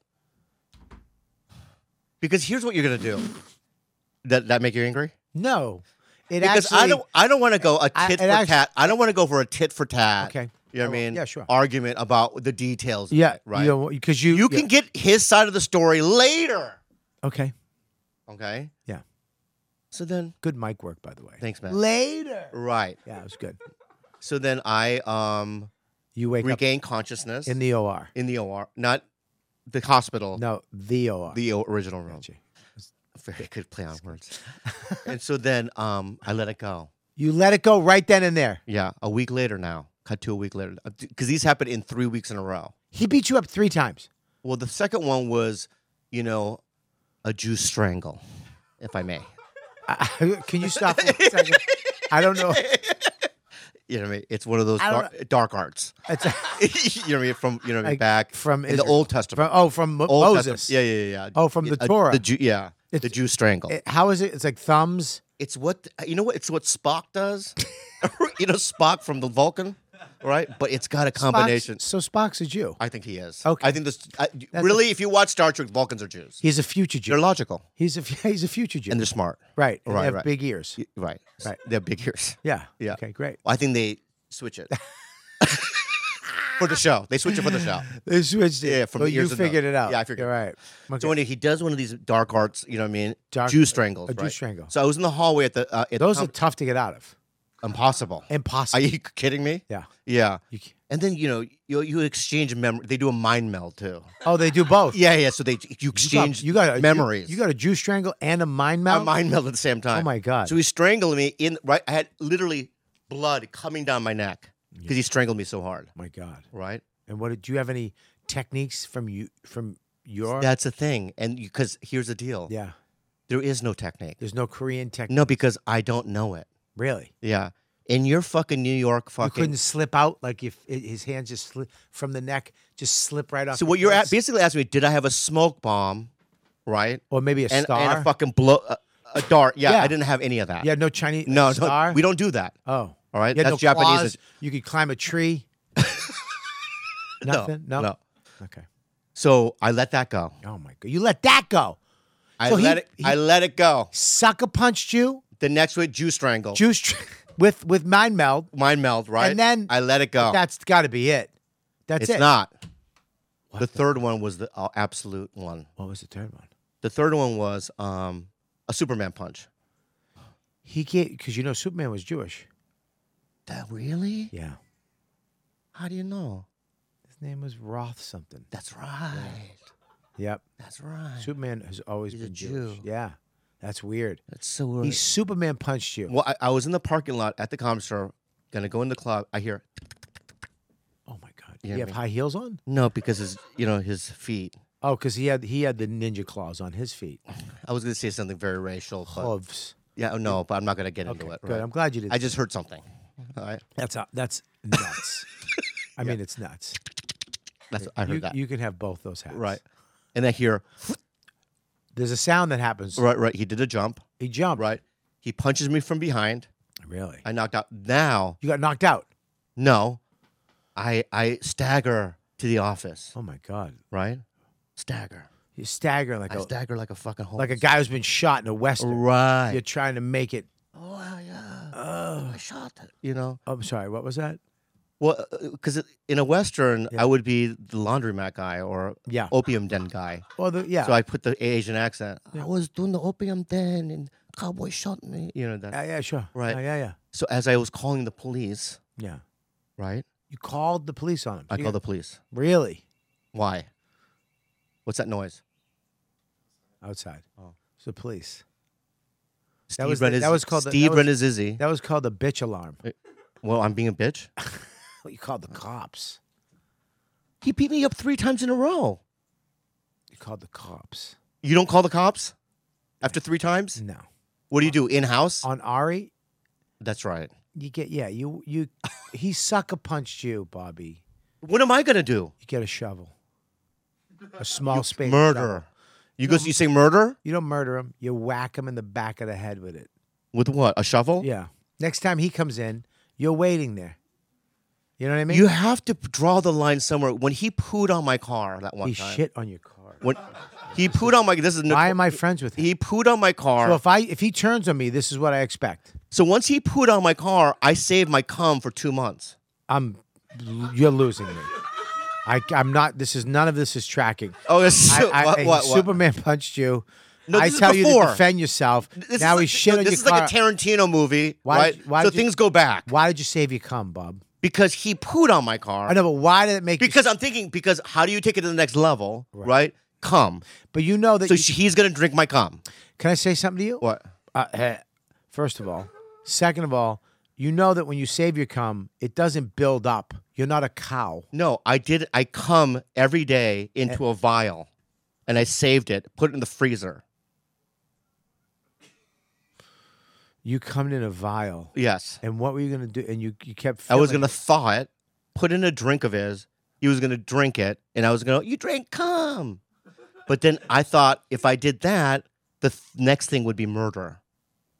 Speaker 3: Because here's what you're gonna do. That that make you angry?
Speaker 1: No. It
Speaker 3: Because
Speaker 1: actually.
Speaker 3: I don't I don't want to go a
Speaker 1: I-
Speaker 3: tit
Speaker 1: it
Speaker 3: for
Speaker 1: act-
Speaker 3: tat. I don't want to go for a tit for tat.
Speaker 1: Okay.
Speaker 3: You know what I
Speaker 1: Oh,
Speaker 3: mean?
Speaker 1: yeah, sure.
Speaker 3: Argument about the details. of
Speaker 1: Yeah.
Speaker 3: it, right. You,
Speaker 1: You because you. yeah.
Speaker 3: can get his side of the story later.
Speaker 1: Okay.
Speaker 3: Okay.
Speaker 1: Yeah.
Speaker 3: So then,
Speaker 1: Good mic work, by the way.
Speaker 3: thanks, man.
Speaker 1: Later.
Speaker 3: right.
Speaker 1: Yeah, it was good.
Speaker 3: So then I um
Speaker 1: You wake
Speaker 3: regain consciousness
Speaker 1: up in the OR.
Speaker 3: in the OR, not the hospital,
Speaker 1: No, the OR.
Speaker 3: the o- original room.
Speaker 1: Gotcha.
Speaker 3: Very good play on words. and so then um, I let it go.
Speaker 1: You let it go right then and there.
Speaker 3: Yeah, a week later now, cut to a week later, because these happened in three weeks in a row.
Speaker 1: He beat you up three times.
Speaker 3: Well, the second one was, you know, a Jew strangle, if I may.
Speaker 1: Can you stop for a second? I don't know.
Speaker 3: You know what I mean? It's one of those
Speaker 1: I don't
Speaker 3: dark, dark arts.
Speaker 1: It's
Speaker 3: you know what I mean? From you know what I mean?
Speaker 1: Like,
Speaker 3: back
Speaker 1: from
Speaker 3: in
Speaker 1: Israel.
Speaker 3: the Old Testament.
Speaker 1: From, oh, from Mo-
Speaker 3: Old
Speaker 1: Moses.
Speaker 3: Testament. Yeah, yeah, yeah.
Speaker 1: Oh, from the
Speaker 3: A-
Speaker 1: Torah.
Speaker 3: The Jew, yeah, the
Speaker 1: It's-
Speaker 3: Jew strangle.
Speaker 1: It- how is it? It's like thumbs.
Speaker 3: It's what you know. What it's what Spock does. you know Spock from the Vulcan, right? But it's got a combination.
Speaker 1: Spock's- so Spock's a Jew.
Speaker 3: I think he is.
Speaker 1: Okay.
Speaker 3: I think this. I, really, if you watch Star Trek, Vulcans are Jews.
Speaker 1: He's a future
Speaker 3: They're
Speaker 1: Jew.
Speaker 3: logical
Speaker 1: He's a he's a future Jew.
Speaker 3: and they're smart.
Speaker 1: right. and
Speaker 3: right,
Speaker 1: They have
Speaker 3: right.
Speaker 1: big ears.
Speaker 3: Y- Right.
Speaker 1: Right.
Speaker 3: They're big ears.
Speaker 1: Yeah.
Speaker 3: Yeah.
Speaker 1: Okay. Great.
Speaker 3: I think they switch it. for the show. They switch it for the show.
Speaker 1: They switched it.
Speaker 3: Yeah, from
Speaker 1: but
Speaker 3: the
Speaker 1: you
Speaker 3: ears to the
Speaker 1: figured
Speaker 3: nose.
Speaker 1: it out.
Speaker 3: Yeah, I figured
Speaker 1: You're
Speaker 3: it out.
Speaker 1: right. Okay.
Speaker 3: So anyway, he does one of these dark arts, you know what I mean?
Speaker 1: Dark-
Speaker 3: Jew strangles.
Speaker 1: a Jew
Speaker 3: right?
Speaker 1: strangle.
Speaker 3: So I was in the hallway at the. Uh, at
Speaker 1: Those
Speaker 3: the
Speaker 1: are tough to get out of.
Speaker 3: impossible. Are
Speaker 1: Impossible.
Speaker 3: you kidding me?
Speaker 1: yeah.
Speaker 3: Yeah.
Speaker 1: You ca-
Speaker 3: And then you know you you exchange memory. They do a mind meld too.
Speaker 1: oh, they do both.
Speaker 3: Yeah, yeah. So they you
Speaker 1: You got-
Speaker 3: exchange
Speaker 1: You got a,
Speaker 3: memories.
Speaker 1: You, you got a Jew strangle and a mind
Speaker 3: a
Speaker 1: mount.
Speaker 3: mind meld at the same time.
Speaker 1: my God.
Speaker 3: So he strangled me in right. I had literally blood coming down my neck because he strangled me so hard.
Speaker 1: my God.
Speaker 3: Right.
Speaker 1: And what did you have any techniques from you from your?
Speaker 3: That's the thing. And because here's the deal.
Speaker 1: yeah.
Speaker 3: There is no technique.
Speaker 1: There's no Korean technique.
Speaker 3: No, because I don't know it.
Speaker 1: Really.
Speaker 3: Yeah. In your fucking New York
Speaker 1: You
Speaker 3: fucking.
Speaker 1: couldn't slip out like if i- his hands just slip from the neck, just slip right off.
Speaker 3: so
Speaker 1: the
Speaker 3: what you're at,
Speaker 1: face?
Speaker 3: basically asking me? Did I have a smoke bomb? Right.
Speaker 1: or maybe a
Speaker 3: and,
Speaker 1: star.
Speaker 3: and a fucking blow a, a dart. Yeah,
Speaker 1: Yeah.
Speaker 3: I didn't have any of that.
Speaker 1: you had no Chinese
Speaker 3: no, no,
Speaker 1: star.
Speaker 3: we don't do that.
Speaker 1: Oh,
Speaker 3: All right,
Speaker 1: You had
Speaker 3: that's
Speaker 1: no
Speaker 3: Japanese.
Speaker 1: claws? You could climb a tree. Nothing. No,
Speaker 3: no.
Speaker 1: Okay.
Speaker 3: So I let that go.
Speaker 1: Oh my god, you let that go.
Speaker 3: I
Speaker 1: So he-
Speaker 3: let it. I
Speaker 1: he-
Speaker 3: let it go.
Speaker 1: Sucker punched you,
Speaker 3: The next week, Jew strangle,
Speaker 1: juice tr- with with mind meld.
Speaker 3: mind meld. Right,
Speaker 1: And then-
Speaker 3: I let it go.
Speaker 1: That's got to be it. That's it.
Speaker 3: it's not. the third one was the uh, absolute one.
Speaker 1: What was the third one?
Speaker 3: The third one was um, a Superman punch.
Speaker 1: He gave because you know Superman was Jewish.
Speaker 3: That really?
Speaker 1: Yeah,
Speaker 3: How do you know?
Speaker 1: his name was Roth something.
Speaker 3: That's right.
Speaker 1: Yep,
Speaker 3: That's right.
Speaker 1: Superman has always
Speaker 3: He's a
Speaker 1: been Jewish.
Speaker 3: Jew.
Speaker 1: Yeah, that's weird.
Speaker 3: That's so.
Speaker 1: He
Speaker 3: weird.
Speaker 1: Superman punched you.
Speaker 3: Well, I, I was in the parking lot at the comedy store, gonna go in the club. I hear
Speaker 1: Oh my god,
Speaker 3: Yeah,
Speaker 1: you have
Speaker 3: me-
Speaker 1: high heels on?
Speaker 3: no because his, you know, his feet.
Speaker 1: Oh, because he had he had the ninja claws on his feet.
Speaker 3: I was gonna say something very racial, but
Speaker 1: Gloves.
Speaker 3: yeah, oh, no, but I'm not gonna get into it.
Speaker 1: Good.
Speaker 3: right?
Speaker 1: I'm glad you Mm-hmm. did.
Speaker 3: I just heard something. All right,
Speaker 1: That's a, that's nuts. I mean, it's nuts.
Speaker 3: that's I heard
Speaker 1: you,
Speaker 3: that.
Speaker 1: you can have both those hats.
Speaker 3: right, and I hear
Speaker 1: There's a sound that happens.
Speaker 3: right, right. He did a jump.
Speaker 1: He jumped.
Speaker 3: Right, he punches me from behind.
Speaker 1: Really?
Speaker 3: I knocked out. Now,
Speaker 1: You got knocked out.
Speaker 3: no, I I stagger to the office.
Speaker 1: Oh my god.
Speaker 3: Right, stagger.
Speaker 1: You're staggering like
Speaker 3: I
Speaker 1: a
Speaker 3: stagger like a fucking horse.
Speaker 1: like a guy who's been shot in a western.
Speaker 3: Right.
Speaker 1: You're trying to make it.
Speaker 3: oh yeah. I shot it. You know.
Speaker 1: Oh, I'm sorry. What was that?
Speaker 3: Well, because in a western, I would be the laundromat guy or
Speaker 1: Yeah.
Speaker 3: opium den guy.
Speaker 1: Well, Oh, the, yeah.
Speaker 3: So I put the Asian accent. I was doing the opium den, and cowboy shot me. You know that.
Speaker 1: yeah, yeah, sure.
Speaker 3: Right.
Speaker 1: Yeah, yeah, yeah.
Speaker 3: so as I was calling the police,
Speaker 1: Yeah.
Speaker 3: right?
Speaker 1: You called the police on him.
Speaker 3: I
Speaker 1: You-
Speaker 3: called the police.
Speaker 1: really
Speaker 3: Why? What's that noise?
Speaker 1: outside. Oh, it's the police.
Speaker 3: Steve
Speaker 1: was the- that
Speaker 3: Renizz-
Speaker 1: was called the-
Speaker 3: Steve
Speaker 1: that was-
Speaker 3: Renizzi.
Speaker 1: That was called the bitch alarm.
Speaker 3: Well, I'm being a bitch.
Speaker 1: What you called the cops?
Speaker 3: He beat me up three times in a row.
Speaker 1: You called the cops.
Speaker 3: You don't call the cops after three times.
Speaker 1: No.
Speaker 3: What do you do in house?
Speaker 1: On Ari,
Speaker 3: That's right.
Speaker 1: you get yeah. You you he sucker punched you, Bobby.
Speaker 3: What am I gonna do?
Speaker 1: You get a shovel. A small space. shovel.
Speaker 3: Murder. You go. You say murder
Speaker 1: You don't murder him. You whack him in the back of the head with it.
Speaker 3: with what? A shovel?
Speaker 1: Yeah. Next time he comes in, you're waiting there. You know what I mean?
Speaker 3: You have to p- draw the line somewhere. When he pooed on my car that one
Speaker 1: he
Speaker 3: time.
Speaker 1: shit on your car.
Speaker 3: When he pooed on my this is
Speaker 1: Why
Speaker 3: noto-
Speaker 1: am I friends with him?
Speaker 3: He pooed on my car.
Speaker 1: so
Speaker 3: So,
Speaker 1: if I if he turns on me, this is what I expect.
Speaker 3: once he pooed on my car, I saved my cum for two months.
Speaker 1: I'm you're losing me. I I'm not. This is none of this is tracking.
Speaker 3: Oh, it's so,
Speaker 1: I, I,
Speaker 3: what,
Speaker 1: I-
Speaker 3: what, what?
Speaker 1: Superman punched you.
Speaker 3: No,
Speaker 1: I
Speaker 3: this is
Speaker 1: tell you
Speaker 3: before.
Speaker 1: to defend yourself.
Speaker 3: This
Speaker 1: now
Speaker 3: is
Speaker 1: he
Speaker 3: like,
Speaker 1: shit
Speaker 3: no,
Speaker 1: on
Speaker 3: this
Speaker 1: your
Speaker 3: is
Speaker 1: car.
Speaker 3: like a Tarantino movie,
Speaker 1: Why
Speaker 3: right?
Speaker 1: did you- why
Speaker 3: so
Speaker 1: did you-
Speaker 3: things go back
Speaker 1: Why did you save your cum, Bob?
Speaker 3: because he pooed on my car.
Speaker 1: I know, but why did it make? you-
Speaker 3: Because I'm thinking, because how do you take it to the next level, right? Cum.
Speaker 1: but you know that.
Speaker 3: So
Speaker 1: you-
Speaker 3: she, he's gonna drink my cum.
Speaker 1: can I say something to you?
Speaker 3: What?
Speaker 1: Uh, eh, first of all, second of all, you know that when you save your cum, it doesn't build up. You're not a cow.
Speaker 3: No, I did. I come every day into a vial, and I saved it, put it in the freezer.
Speaker 1: You come in a vial.
Speaker 3: Yes,
Speaker 1: And what were you gonna do? And you you kept.
Speaker 3: I was
Speaker 1: filling
Speaker 3: gonna
Speaker 1: it.
Speaker 3: thaw it, put in a drink of his. He was gonna drink it, and I was gonna. You drank cum, but then I thought if I did that, the th- next thing would be murder.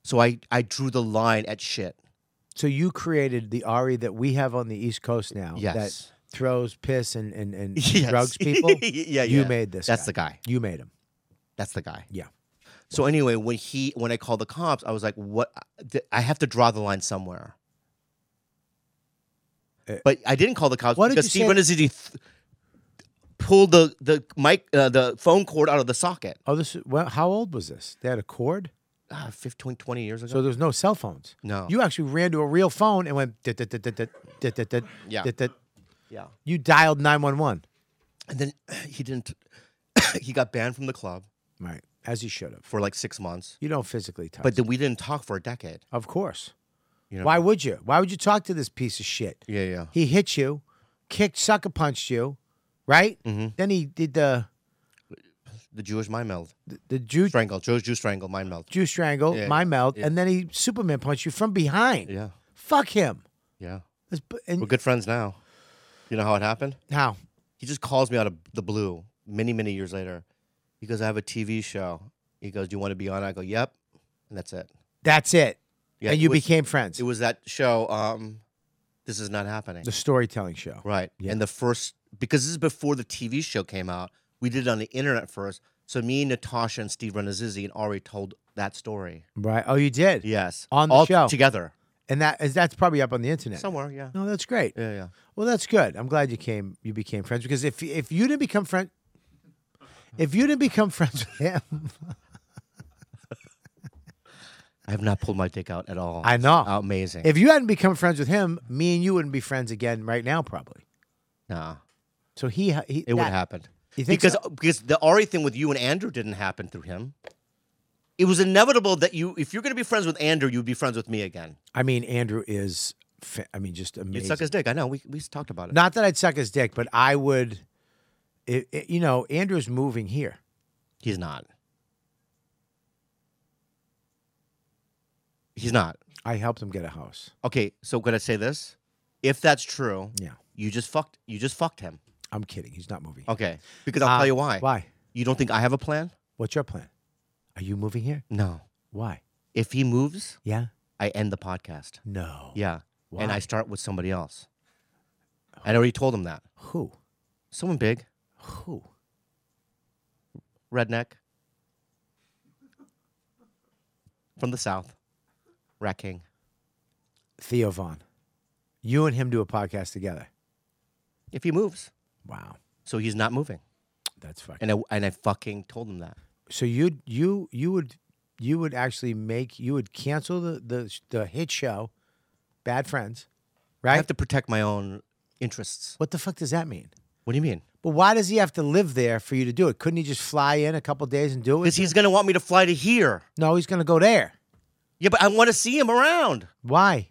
Speaker 3: So I I drew the line at shit.
Speaker 1: So you created the Ari that we have on the East Coast now.
Speaker 3: Yes.
Speaker 1: That throws piss and and, and
Speaker 3: Yes.
Speaker 1: drugs people.
Speaker 3: yeah,
Speaker 1: You
Speaker 3: yeah.
Speaker 1: made this.
Speaker 3: That's the guy.
Speaker 1: You made him.
Speaker 3: That's the guy.
Speaker 1: Yeah.
Speaker 3: So anyway, when he when I called the cops, I was like, "What? I have to draw the line somewhere." But I didn't call the cops
Speaker 1: Uh, Why did
Speaker 3: because
Speaker 1: you
Speaker 3: Steve
Speaker 1: say-
Speaker 3: Renazzisi th- pulled the the mic uh, the phone cord out of the socket.
Speaker 1: Oh, this. Well, how old was this? They had a cord,
Speaker 3: Ah, 15, 20 years ago.
Speaker 1: so there was no cell phones.
Speaker 3: No.
Speaker 1: You actually ran to a real phone and went. "Dit, dit, dit, dit, dit, dit, dit, dit,
Speaker 3: Yeah.
Speaker 1: dit, dit."
Speaker 3: yeah.
Speaker 1: You dialed nine one one.
Speaker 3: And then he didn't. he got banned from the club
Speaker 1: Right. As you should have.
Speaker 3: for like six months.
Speaker 1: You don't physically touch.
Speaker 3: But then we didn't talk for a decade.
Speaker 1: Of course.
Speaker 3: You know?
Speaker 1: Why would you? Why would you talk to this piece of shit?
Speaker 3: Yeah, yeah.
Speaker 1: He hit you, kicked, sucker punched you, right?
Speaker 3: Mm-hmm.
Speaker 1: Then he did the
Speaker 3: The Jewish mind meld.
Speaker 1: the Jew
Speaker 3: Strangle. Jewish Jew strangle. Mind meld.
Speaker 1: Jew strangle,
Speaker 3: Yeah,
Speaker 1: my
Speaker 3: yeah,
Speaker 1: melt, and then he Superman punched you from behind.
Speaker 3: Yeah.
Speaker 1: Fuck him.
Speaker 3: Yeah.
Speaker 1: This b- And
Speaker 3: We're good friends now. You know how it happened?
Speaker 1: how?
Speaker 3: He just calls me out of the blue many, many years later. He goes, I have a TV show. He goes, Do you want to be on? it?" I go, Yep. And that's it.
Speaker 1: That's it.
Speaker 3: Yeah,
Speaker 1: and
Speaker 3: it
Speaker 1: you
Speaker 3: was-
Speaker 1: became friends.
Speaker 3: It was that show, um, This Is Not Happening.
Speaker 1: the storytelling show.
Speaker 3: Right. And the first, because this is before the TV show came out, we did it on the internet first. So me, Natasha, and Steve Renazzisi and Ari told that story.
Speaker 1: Right. Oh, you did.
Speaker 3: Yes.
Speaker 1: On the
Speaker 3: all
Speaker 1: show.
Speaker 3: Together.
Speaker 1: And that is that's probably up on the internet.
Speaker 3: Somewhere, yeah.
Speaker 1: No, that's great.
Speaker 3: Yeah, yeah.
Speaker 1: Well, that's good. I'm glad you came. You became friends because if if you didn't become friends, if you didn't become friends with him,
Speaker 3: I have not pulled my dick out at all.
Speaker 1: I know.
Speaker 3: amazing.
Speaker 1: if you hadn't become friends with him, me and you wouldn't be friends again right now, probably.
Speaker 3: nah,
Speaker 1: So he, ha- he
Speaker 3: it would
Speaker 1: that-
Speaker 3: happen.
Speaker 1: You think
Speaker 3: because
Speaker 1: so?
Speaker 3: because the Ari thing with you and Andrew didn't happen through him. It was inevitable that you, if you're going to be friends with Andrew, you'd be friends with me again.
Speaker 1: I mean, Andrew is. Fa- I mean, just
Speaker 3: You'd
Speaker 1: amazing.
Speaker 3: suck his dick. I know. We, we talked about it.
Speaker 1: Not that I'd suck his dick, but I would. It, it- you know, Andrew's moving here.
Speaker 3: He's not. He's not.
Speaker 1: I helped him get a house.
Speaker 3: Okay, so could I say this? If that's true,
Speaker 1: Yeah,
Speaker 3: you just fucked. You just fucked him.
Speaker 1: I'm kidding. He's not moving. here.
Speaker 3: Okay, because I'll
Speaker 1: Uh,
Speaker 3: tell you why.
Speaker 1: Why?
Speaker 3: You don't think I have a plan?
Speaker 1: What's your plan? Are you moving here?
Speaker 3: No.
Speaker 1: Why?
Speaker 3: If he moves,
Speaker 1: Yeah.
Speaker 3: I end the podcast.
Speaker 1: No.
Speaker 3: Yeah, and
Speaker 1: Why? Oh.
Speaker 3: I start with somebody else. I already told him that.
Speaker 1: Who?
Speaker 3: Someone big,
Speaker 1: Who?
Speaker 3: redneck, from the south, rat king.
Speaker 1: Theo Vaughn. You and him do a podcast together.
Speaker 3: If he moves,
Speaker 1: Wow,
Speaker 3: so he's not moving,
Speaker 1: that's fucking.
Speaker 3: and I and I fucking told him that.
Speaker 1: So you you you would you would actually make you would cancel the the the hit show, Bad Friends,
Speaker 3: I
Speaker 1: right?
Speaker 3: have to protect my own interests.
Speaker 1: what the fuck does that mean?
Speaker 3: What do you mean?
Speaker 1: But why does he have to live there for you to do it? Couldn't he just fly in a couple days and do it?
Speaker 3: Because he's gonna want me to fly to here.
Speaker 1: no, he's gonna go there.
Speaker 3: Yeah, but I want to see him around
Speaker 1: Why?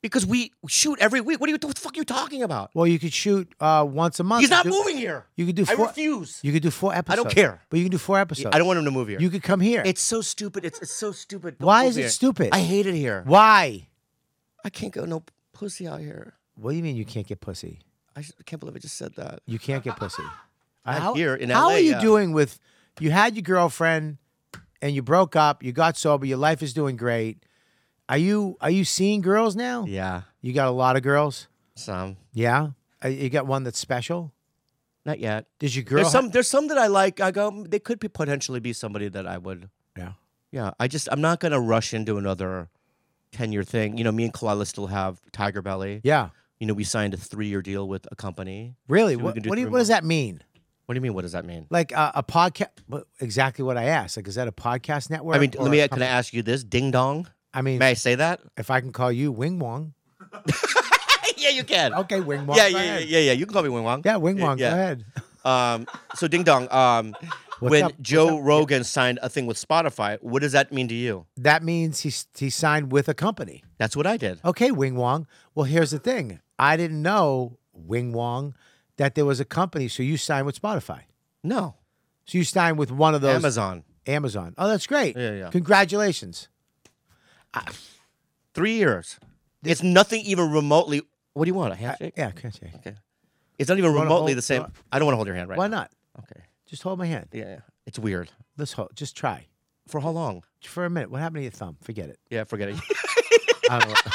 Speaker 3: because we shoot every week. What are you? What the fuck are you talking about?
Speaker 1: Well, you could shoot uh, once a month.
Speaker 3: He's not
Speaker 1: Do-
Speaker 3: moving here.
Speaker 1: You could do.
Speaker 3: I
Speaker 1: Four,
Speaker 3: refuse.
Speaker 1: You could do four episodes.
Speaker 3: care.
Speaker 1: But you can do four episodes.
Speaker 3: I don't want him to move here.
Speaker 1: You could come here.
Speaker 3: It's so stupid. It's, it's so stupid. Don't
Speaker 1: Why
Speaker 3: move
Speaker 1: is it
Speaker 3: here.
Speaker 1: stupid?
Speaker 3: I hate it here.
Speaker 1: why?
Speaker 3: I can't go no pussy out here.
Speaker 1: What do you mean you can't get pussy?
Speaker 3: I just- I can't believe I just said that.
Speaker 1: You can't get pussy.
Speaker 3: Not here in uh,
Speaker 1: How
Speaker 3: LA,
Speaker 1: are you
Speaker 3: yeah.
Speaker 1: doing with? You had your girlfriend, and you broke up. You got sober. Your life is doing great. Are you Are you seeing girls now?
Speaker 3: Yeah,
Speaker 1: You got a lot of girls.
Speaker 3: some
Speaker 1: Yeah. Uh, You got one that's special.
Speaker 3: not yet.
Speaker 1: Does your girl?
Speaker 3: There's
Speaker 1: ha-
Speaker 3: some. There's some that I like. I go. "Mm, They could be potentially be somebody that I would.
Speaker 1: yeah.
Speaker 3: Yeah. I just. I'm not gonna rush into another ten year thing. You know, me and Kalila still have Tiger Belly.
Speaker 1: Yeah.
Speaker 3: You know, we signed a three year deal with a company.
Speaker 1: Really?
Speaker 3: So we
Speaker 1: what
Speaker 3: can do
Speaker 1: what, do you,
Speaker 3: three
Speaker 1: what does
Speaker 3: more.
Speaker 1: that mean?
Speaker 3: What do you mean? What does that mean?
Speaker 1: Like uh, a podcast? Exactly what I asked. Like, is that a podcast network?
Speaker 3: I mean,
Speaker 1: or
Speaker 3: let
Speaker 1: a
Speaker 3: me. Can I
Speaker 1: company?
Speaker 3: ask you this? Ding dong.
Speaker 1: I mean,
Speaker 3: May I say that?
Speaker 1: if I can call you Wing Wong,
Speaker 3: yeah, you can.
Speaker 1: okay, Wing Wong.
Speaker 3: Yeah,
Speaker 1: go
Speaker 3: yeah, yeah,
Speaker 1: ahead.
Speaker 3: yeah, yeah. You can call me Wing Wong.
Speaker 1: Yeah, Wing
Speaker 3: Yeah,
Speaker 1: Wong.
Speaker 3: yeah.
Speaker 1: Go ahead.
Speaker 3: Um, so ding dong. Um,
Speaker 1: What's
Speaker 3: when
Speaker 1: up? What's
Speaker 3: Joe Rogan signed a thing with Spotify, what does that mean to you?
Speaker 1: That means he's he signed with a company.
Speaker 3: That's what I did.
Speaker 1: Okay, Wing Wong. Well, here's the thing. I didn't know Wing Wong that there was a company. So you signed with Spotify.
Speaker 3: No,
Speaker 1: So you signed with one of those
Speaker 3: Amazon.
Speaker 1: Amazon. Oh, that's great.
Speaker 3: Yeah, yeah.
Speaker 1: Congratulations.
Speaker 3: Three years. It's nothing even remotely. What do you want? A
Speaker 1: I-
Speaker 3: handshake?
Speaker 1: yeah, congratulations.
Speaker 3: It's not even
Speaker 1: Wanna
Speaker 3: remotely
Speaker 1: hold-
Speaker 3: the same.
Speaker 1: uh,
Speaker 3: I don't want to hold your hand right.
Speaker 1: Why
Speaker 3: now.
Speaker 1: not?
Speaker 3: Okay.
Speaker 1: Just hold my hand.
Speaker 3: Yeah, yeah. It's weird.
Speaker 1: Let's hold. Just try
Speaker 3: For how long?
Speaker 1: for a minute. What happened to your thumb? Forget it.
Speaker 3: Yeah, forget it.
Speaker 1: I don't know.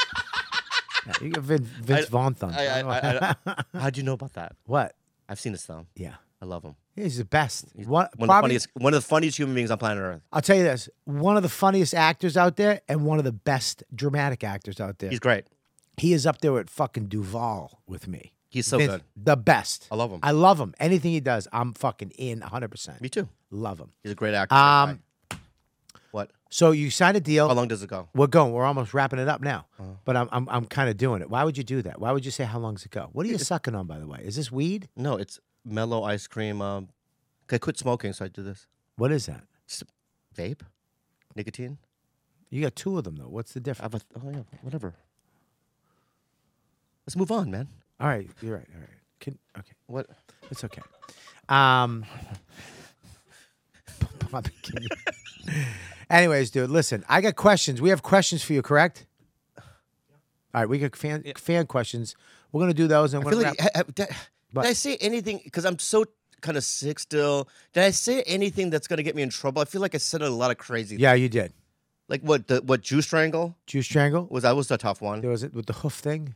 Speaker 1: Yeah, you got Vin, Vince Vaughn thumb.
Speaker 3: I-
Speaker 1: I don't
Speaker 3: I-
Speaker 1: know.
Speaker 3: How'd you know about that?
Speaker 1: what?
Speaker 3: I've seen his thumb.
Speaker 1: Yeah.
Speaker 3: I love him.
Speaker 1: He's the best.
Speaker 3: He's
Speaker 1: One,
Speaker 3: one, of the
Speaker 1: probably-
Speaker 3: funniest, one of the funniest human beings on planet Earth.
Speaker 1: I'll tell you this: one of the funniest actors out there, and one of the best dramatic actors out there.
Speaker 3: He's great.
Speaker 1: He is up there with fucking Duval with me.
Speaker 3: He's so
Speaker 1: Vince,
Speaker 3: good.
Speaker 1: The best.
Speaker 3: I love him.
Speaker 1: I love him. Anything he does, I'm fucking in 100%.
Speaker 3: Me too.
Speaker 1: Love him.
Speaker 3: He's a great actor.
Speaker 1: Um, oh.
Speaker 3: Hi. what?
Speaker 1: So you signed a deal.
Speaker 3: How long does it go?
Speaker 1: We're going. We're almost wrapping it up now.
Speaker 3: Uh-huh.
Speaker 1: But I'm, I'm, I'm kind of doing it. Why would you do that? Why would you say how long does it go? What are you sucking on, by the way? Is this weed?
Speaker 3: No, it's mellow ice cream. Um, 'cause I quit smoking, so I do this.
Speaker 1: What is that?
Speaker 3: It's vape, nicotine.
Speaker 1: You got two of them though. What's the
Speaker 3: I
Speaker 1: difference?
Speaker 3: have a oh yeah, whatever. Let's move on, man.
Speaker 1: All right, you're right. All right. Can, okay,
Speaker 3: What?
Speaker 1: it's okay. Um, Bobby, can you? Anyways, dude, listen. I got questions. We have questions for you, correct? All right, we got fan fan questions. We're gonna do those, and
Speaker 3: I
Speaker 1: we're
Speaker 3: feel
Speaker 1: gonna
Speaker 3: like
Speaker 1: wrap-
Speaker 3: I- I- did,
Speaker 1: But-
Speaker 3: did I say anything? Because I'm so kind of sick still. Did I say anything that's gonna get me in trouble? I feel like I said a lot of crazy.
Speaker 1: yeah, you did.
Speaker 3: Like what? The what? Juice strangle
Speaker 1: Juice strangle.
Speaker 3: was that was a tough one.
Speaker 1: There was it with the hoof thing.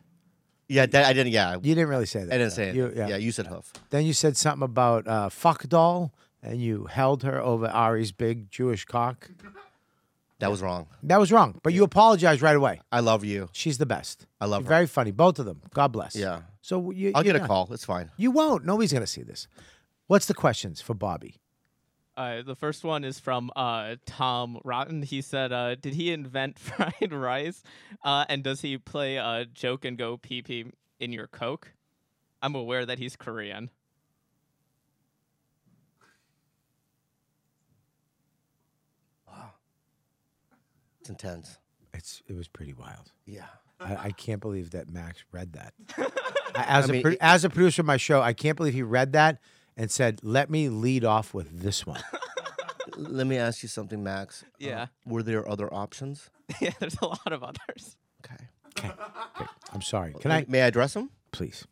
Speaker 3: Yeah, that I didn't. Yeah,
Speaker 1: You didn't really say that.
Speaker 3: I didn't
Speaker 1: though.
Speaker 3: say it.
Speaker 1: You-
Speaker 3: yeah. you said hoof.
Speaker 1: Then you said something about uh, fuck doll, and you held her over Ari's big Jewish cock.
Speaker 3: That was wrong.
Speaker 1: That was wrong, but you apologized right away.
Speaker 3: I love you.
Speaker 1: She's the best.
Speaker 3: I love
Speaker 1: You're
Speaker 3: her.
Speaker 1: Very funny, both of them. God bless.
Speaker 3: Yeah.
Speaker 1: So you,
Speaker 3: I'll
Speaker 1: you're
Speaker 3: get a
Speaker 1: done.
Speaker 3: call. It's fine.
Speaker 1: You won't. Nobody's gonna see this. What's the questions for Bobby?
Speaker 5: Uh, the first one is from uh, Tom Rotten. He said, uh, "Did he invent fried rice? Uh, and does he play a joke and go pee pee in your coke?" I'm aware that he's Korean.
Speaker 3: It's intense.
Speaker 1: It's it was pretty wild.
Speaker 3: Yeah.
Speaker 1: I, I can't believe that Max read that. I- as
Speaker 3: I
Speaker 1: a
Speaker 3: mean,
Speaker 1: pro-
Speaker 3: it-
Speaker 1: as a producer of my show, I can't believe he read that and said, "Let me lead off with this one."
Speaker 3: Let me ask you something, Max. Uh,
Speaker 5: Yeah.
Speaker 3: were there other options?
Speaker 5: yeah, there's a lot of others.
Speaker 3: Okay.
Speaker 1: Okay, I'm sorry. Can I
Speaker 3: May I address them?
Speaker 1: please?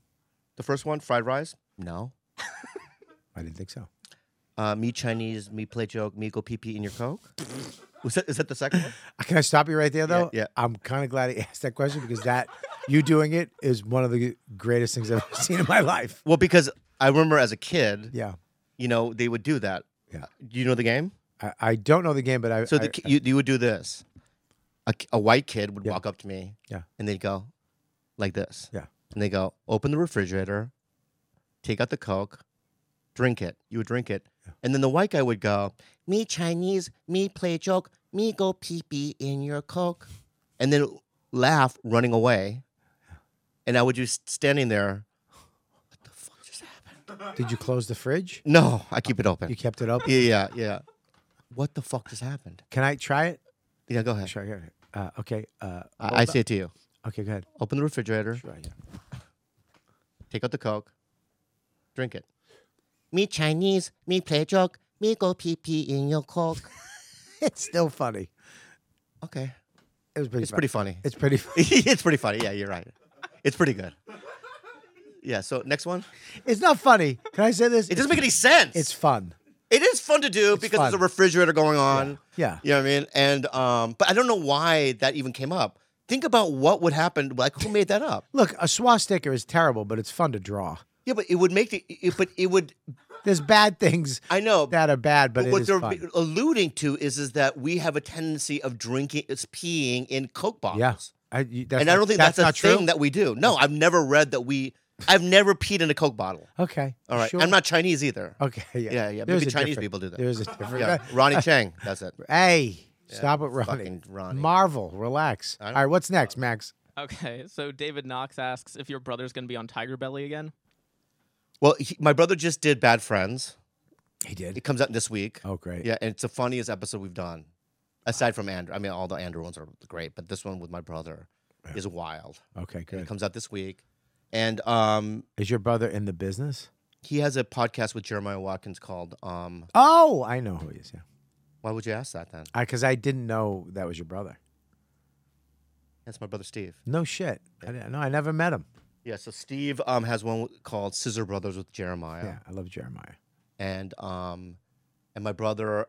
Speaker 3: The first one, fried rice. No.
Speaker 1: I didn't think so.
Speaker 3: Uh, me Chinese. Me play joke. Me go pee pee in your coke. Was that is that the second one?
Speaker 1: Can I stop you right there though?
Speaker 3: yeah.
Speaker 1: I'm kind of glad he asked that question because that you doing it is one of the greatest things I've ever seen in my life.
Speaker 3: Well, because I remember as a kid,
Speaker 1: Yeah.
Speaker 3: you know, they would do that.
Speaker 1: Yeah.
Speaker 3: Do you know the game?
Speaker 1: I, I don't know the game, but I
Speaker 3: So the,
Speaker 1: I-
Speaker 3: ki- you, you would do this. A, ki- a white kid would
Speaker 1: Yeah.
Speaker 3: walk up to me.
Speaker 1: Yeah.
Speaker 3: And they'd go like this.
Speaker 1: Yeah.
Speaker 3: And they go, open the refrigerator, take out the Coke, drink it. You would drink it. And then the white guy would go, me Chinese, me play joke, me go pee pee in your Coke. And then laugh running away. And I would just standing there. What the fuck just happened?
Speaker 1: Did you close the fridge?
Speaker 3: No, I keep it open.
Speaker 1: You kept it open.
Speaker 3: yeah, yeah, yeah. What the fuck just happened?
Speaker 1: Can I try it?
Speaker 3: Yeah, go ahead.
Speaker 1: Sure. Here. Uh, okay. Uh,
Speaker 3: I, I say it to you.
Speaker 1: okay. Go ahead.
Speaker 3: Open the refrigerator,
Speaker 1: Sure, yeah.
Speaker 3: take out the Coke, drink it. Me Chinese, me play joke, me go pee pee in your Coke.
Speaker 1: It's still funny.
Speaker 3: Okay.
Speaker 1: It was pretty.
Speaker 3: It's pretty funny.
Speaker 1: It's pretty. fu-
Speaker 3: it's pretty funny. Yeah, you're right. It's pretty good. Yeah, so next one.
Speaker 1: It's not funny. Can I say this?
Speaker 3: It doesn't make any sense.
Speaker 1: It's fun.
Speaker 3: it is fun to do because there's a
Speaker 1: fun.
Speaker 3: refrigerator going on.
Speaker 1: Yeah.
Speaker 3: You know what I mean? And um but I don't know why that even came up. Think about what would happen like who made that up?
Speaker 1: Look, a swastika is terrible, but it's fun to draw.
Speaker 3: Yeah, but it would make the it, but it would
Speaker 1: There's bad things
Speaker 3: I know
Speaker 1: that are bad, but,
Speaker 3: But
Speaker 1: it
Speaker 3: what
Speaker 1: is
Speaker 3: they're
Speaker 1: fun.
Speaker 3: alluding to is is that we have a tendency of drinking, is peeing in Coke bottles.
Speaker 1: Yeah. I, you, that's
Speaker 3: and I
Speaker 1: not-
Speaker 3: don't think that's,
Speaker 1: not
Speaker 3: a thing
Speaker 1: true.
Speaker 3: that we do. No, I've never read that we. I've never peed in a Coke bottle.
Speaker 1: okay.
Speaker 3: All right,
Speaker 1: sure.
Speaker 3: I'm not Chinese either.
Speaker 1: Okay. Yeah.
Speaker 3: Yeah, yeah,
Speaker 1: There's
Speaker 3: maybe
Speaker 1: a
Speaker 3: Chinese
Speaker 1: difference.
Speaker 3: people do that.
Speaker 1: There's a different.
Speaker 3: Yeah, Ronnie Chang. That's it.
Speaker 1: Hey, stop it, Ronnie.
Speaker 3: fucking Ronnie.
Speaker 1: Marvel, relax. All right, what's next, Max?
Speaker 5: Okay, so David Knox asks if your brother's gonna be on Tiger Belly again.
Speaker 3: Well, he, my brother just did Bad Friends.
Speaker 1: He did.
Speaker 3: It comes out this week.
Speaker 1: Oh, great.
Speaker 3: Yeah, and it's the funniest episode we've done, aside from Andrew. I mean, all the Andrew ones are great, but this one with my brother is wild.
Speaker 1: Okay,
Speaker 3: And it
Speaker 1: good.
Speaker 3: comes out this week, and um,
Speaker 1: Is your brother in the business?
Speaker 3: he has a podcast with Jeremiah Watkins called um,
Speaker 1: Oh, I know who he is. Yeah,
Speaker 3: Why would you ask that then?
Speaker 1: because I, didn't know that was your brother.
Speaker 3: That's my brother Steve.
Speaker 1: No shit. I didn't, no, I never met him.
Speaker 3: Yeah, so Steve um, has one called Scissor Brothers with Jeremiah,
Speaker 1: Yeah, I love Jeremiah.
Speaker 3: and um, and my brother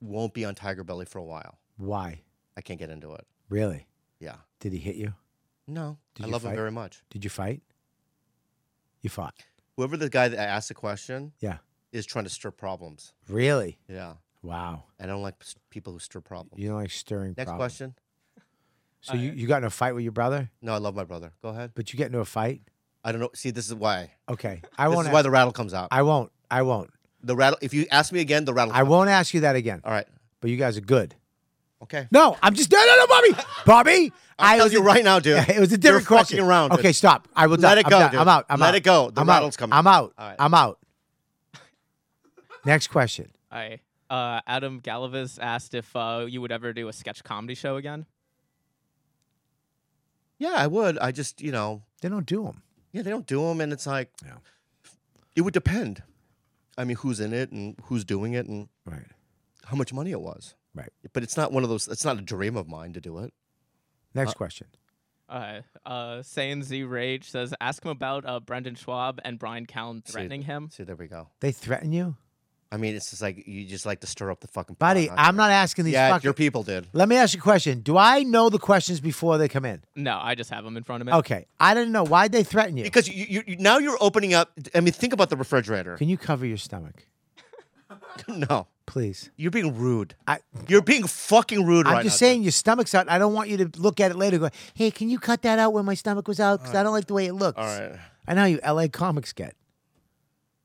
Speaker 3: won't be on Tiger Belly for a while.
Speaker 1: Why?
Speaker 3: I can't get into it.
Speaker 1: Really?
Speaker 3: Yeah,
Speaker 1: Did he hit you?
Speaker 3: no,
Speaker 1: Did
Speaker 3: I
Speaker 1: you
Speaker 3: love
Speaker 1: fight?
Speaker 3: him very much.
Speaker 1: Did you fight? You fought.
Speaker 3: Whoever the guy that asked the question
Speaker 1: Yeah.
Speaker 3: is trying to stir problems.
Speaker 1: Really?
Speaker 3: Yeah,
Speaker 1: Wow.
Speaker 3: I don't like s- people who stir problems.
Speaker 1: You don't like stirring.
Speaker 3: Next Uh,
Speaker 1: problems.
Speaker 3: question.
Speaker 1: So you, you got in a fight with your brother,
Speaker 3: No, I love my brother. Go ahead.
Speaker 1: but you get into a fight.
Speaker 3: I don't know. See, this is why.
Speaker 1: Okay, I
Speaker 3: this
Speaker 1: won't.
Speaker 3: is why
Speaker 1: a-
Speaker 3: the rattle comes out.
Speaker 1: I won't. I won't.
Speaker 3: the rattle. If you ask me again, the rattle.
Speaker 1: I won't ask you that again.
Speaker 3: All right.
Speaker 1: But you guys are good.
Speaker 3: Okay.
Speaker 1: No, I'm just no, no, no, Bobby, Bobby.
Speaker 3: I'm telling
Speaker 1: was
Speaker 3: you
Speaker 1: a-
Speaker 3: right now, dude.
Speaker 1: It was a
Speaker 3: You're
Speaker 1: different question.
Speaker 3: fucking around, dude.
Speaker 1: Okay, stop. I will.
Speaker 3: Let
Speaker 1: done.
Speaker 3: it
Speaker 1: I'm
Speaker 3: go,
Speaker 1: done.
Speaker 3: dude.
Speaker 1: I'm out. I'm
Speaker 3: Let
Speaker 1: out.
Speaker 3: it go. The
Speaker 1: I'm
Speaker 3: rattle's
Speaker 1: out.
Speaker 3: coming.
Speaker 1: I'm out.
Speaker 3: All right.
Speaker 1: I'm out. Next question.
Speaker 5: I uh, Adam Galavis asked if uh, you would ever do a sketch comedy show again.
Speaker 3: Yeah, I would. I just, you know,
Speaker 1: They don't do them.
Speaker 3: yeah, they don't do them, and it's like,
Speaker 1: Yeah.
Speaker 3: it would depend. I mean, who's in it and who's doing it and
Speaker 1: Right.
Speaker 3: how much money it was.
Speaker 1: Right.
Speaker 3: But it's not one of those. It's not a dream of mine to do it.
Speaker 1: Next question.
Speaker 5: Uh, uh, Saiyan Z Rage says, ask him about uh, Brendan Schwab and Brian Callen
Speaker 3: See,
Speaker 5: threatening him.
Speaker 3: See, there we go.
Speaker 1: They threaten you,
Speaker 3: I mean, it's just like you just like to stir up the fucking. pot,
Speaker 1: buddy.
Speaker 3: huh?
Speaker 1: I'm not asking these.
Speaker 3: Uh, Yeah,
Speaker 1: fucking-
Speaker 3: your people did.
Speaker 1: Let me ask you a question. Do I know the questions before they come in?
Speaker 5: No, I just have him in front of me.
Speaker 1: Okay. I didn't know why'd they threaten you.
Speaker 3: Because you, you, you now you're opening up. I mean, think about the refrigerator.
Speaker 1: Can you cover your stomach,
Speaker 3: no,
Speaker 1: please?
Speaker 3: you're being rude.
Speaker 1: I-
Speaker 3: you're being fucking rude right
Speaker 1: I'm just
Speaker 3: now,
Speaker 1: saying your stomach's out. I don't want you to look at it later. and Go, hey, can you cut that out when my stomach was out? Because I don't like the way it looks.
Speaker 3: All right.
Speaker 1: I know how you LA comics get.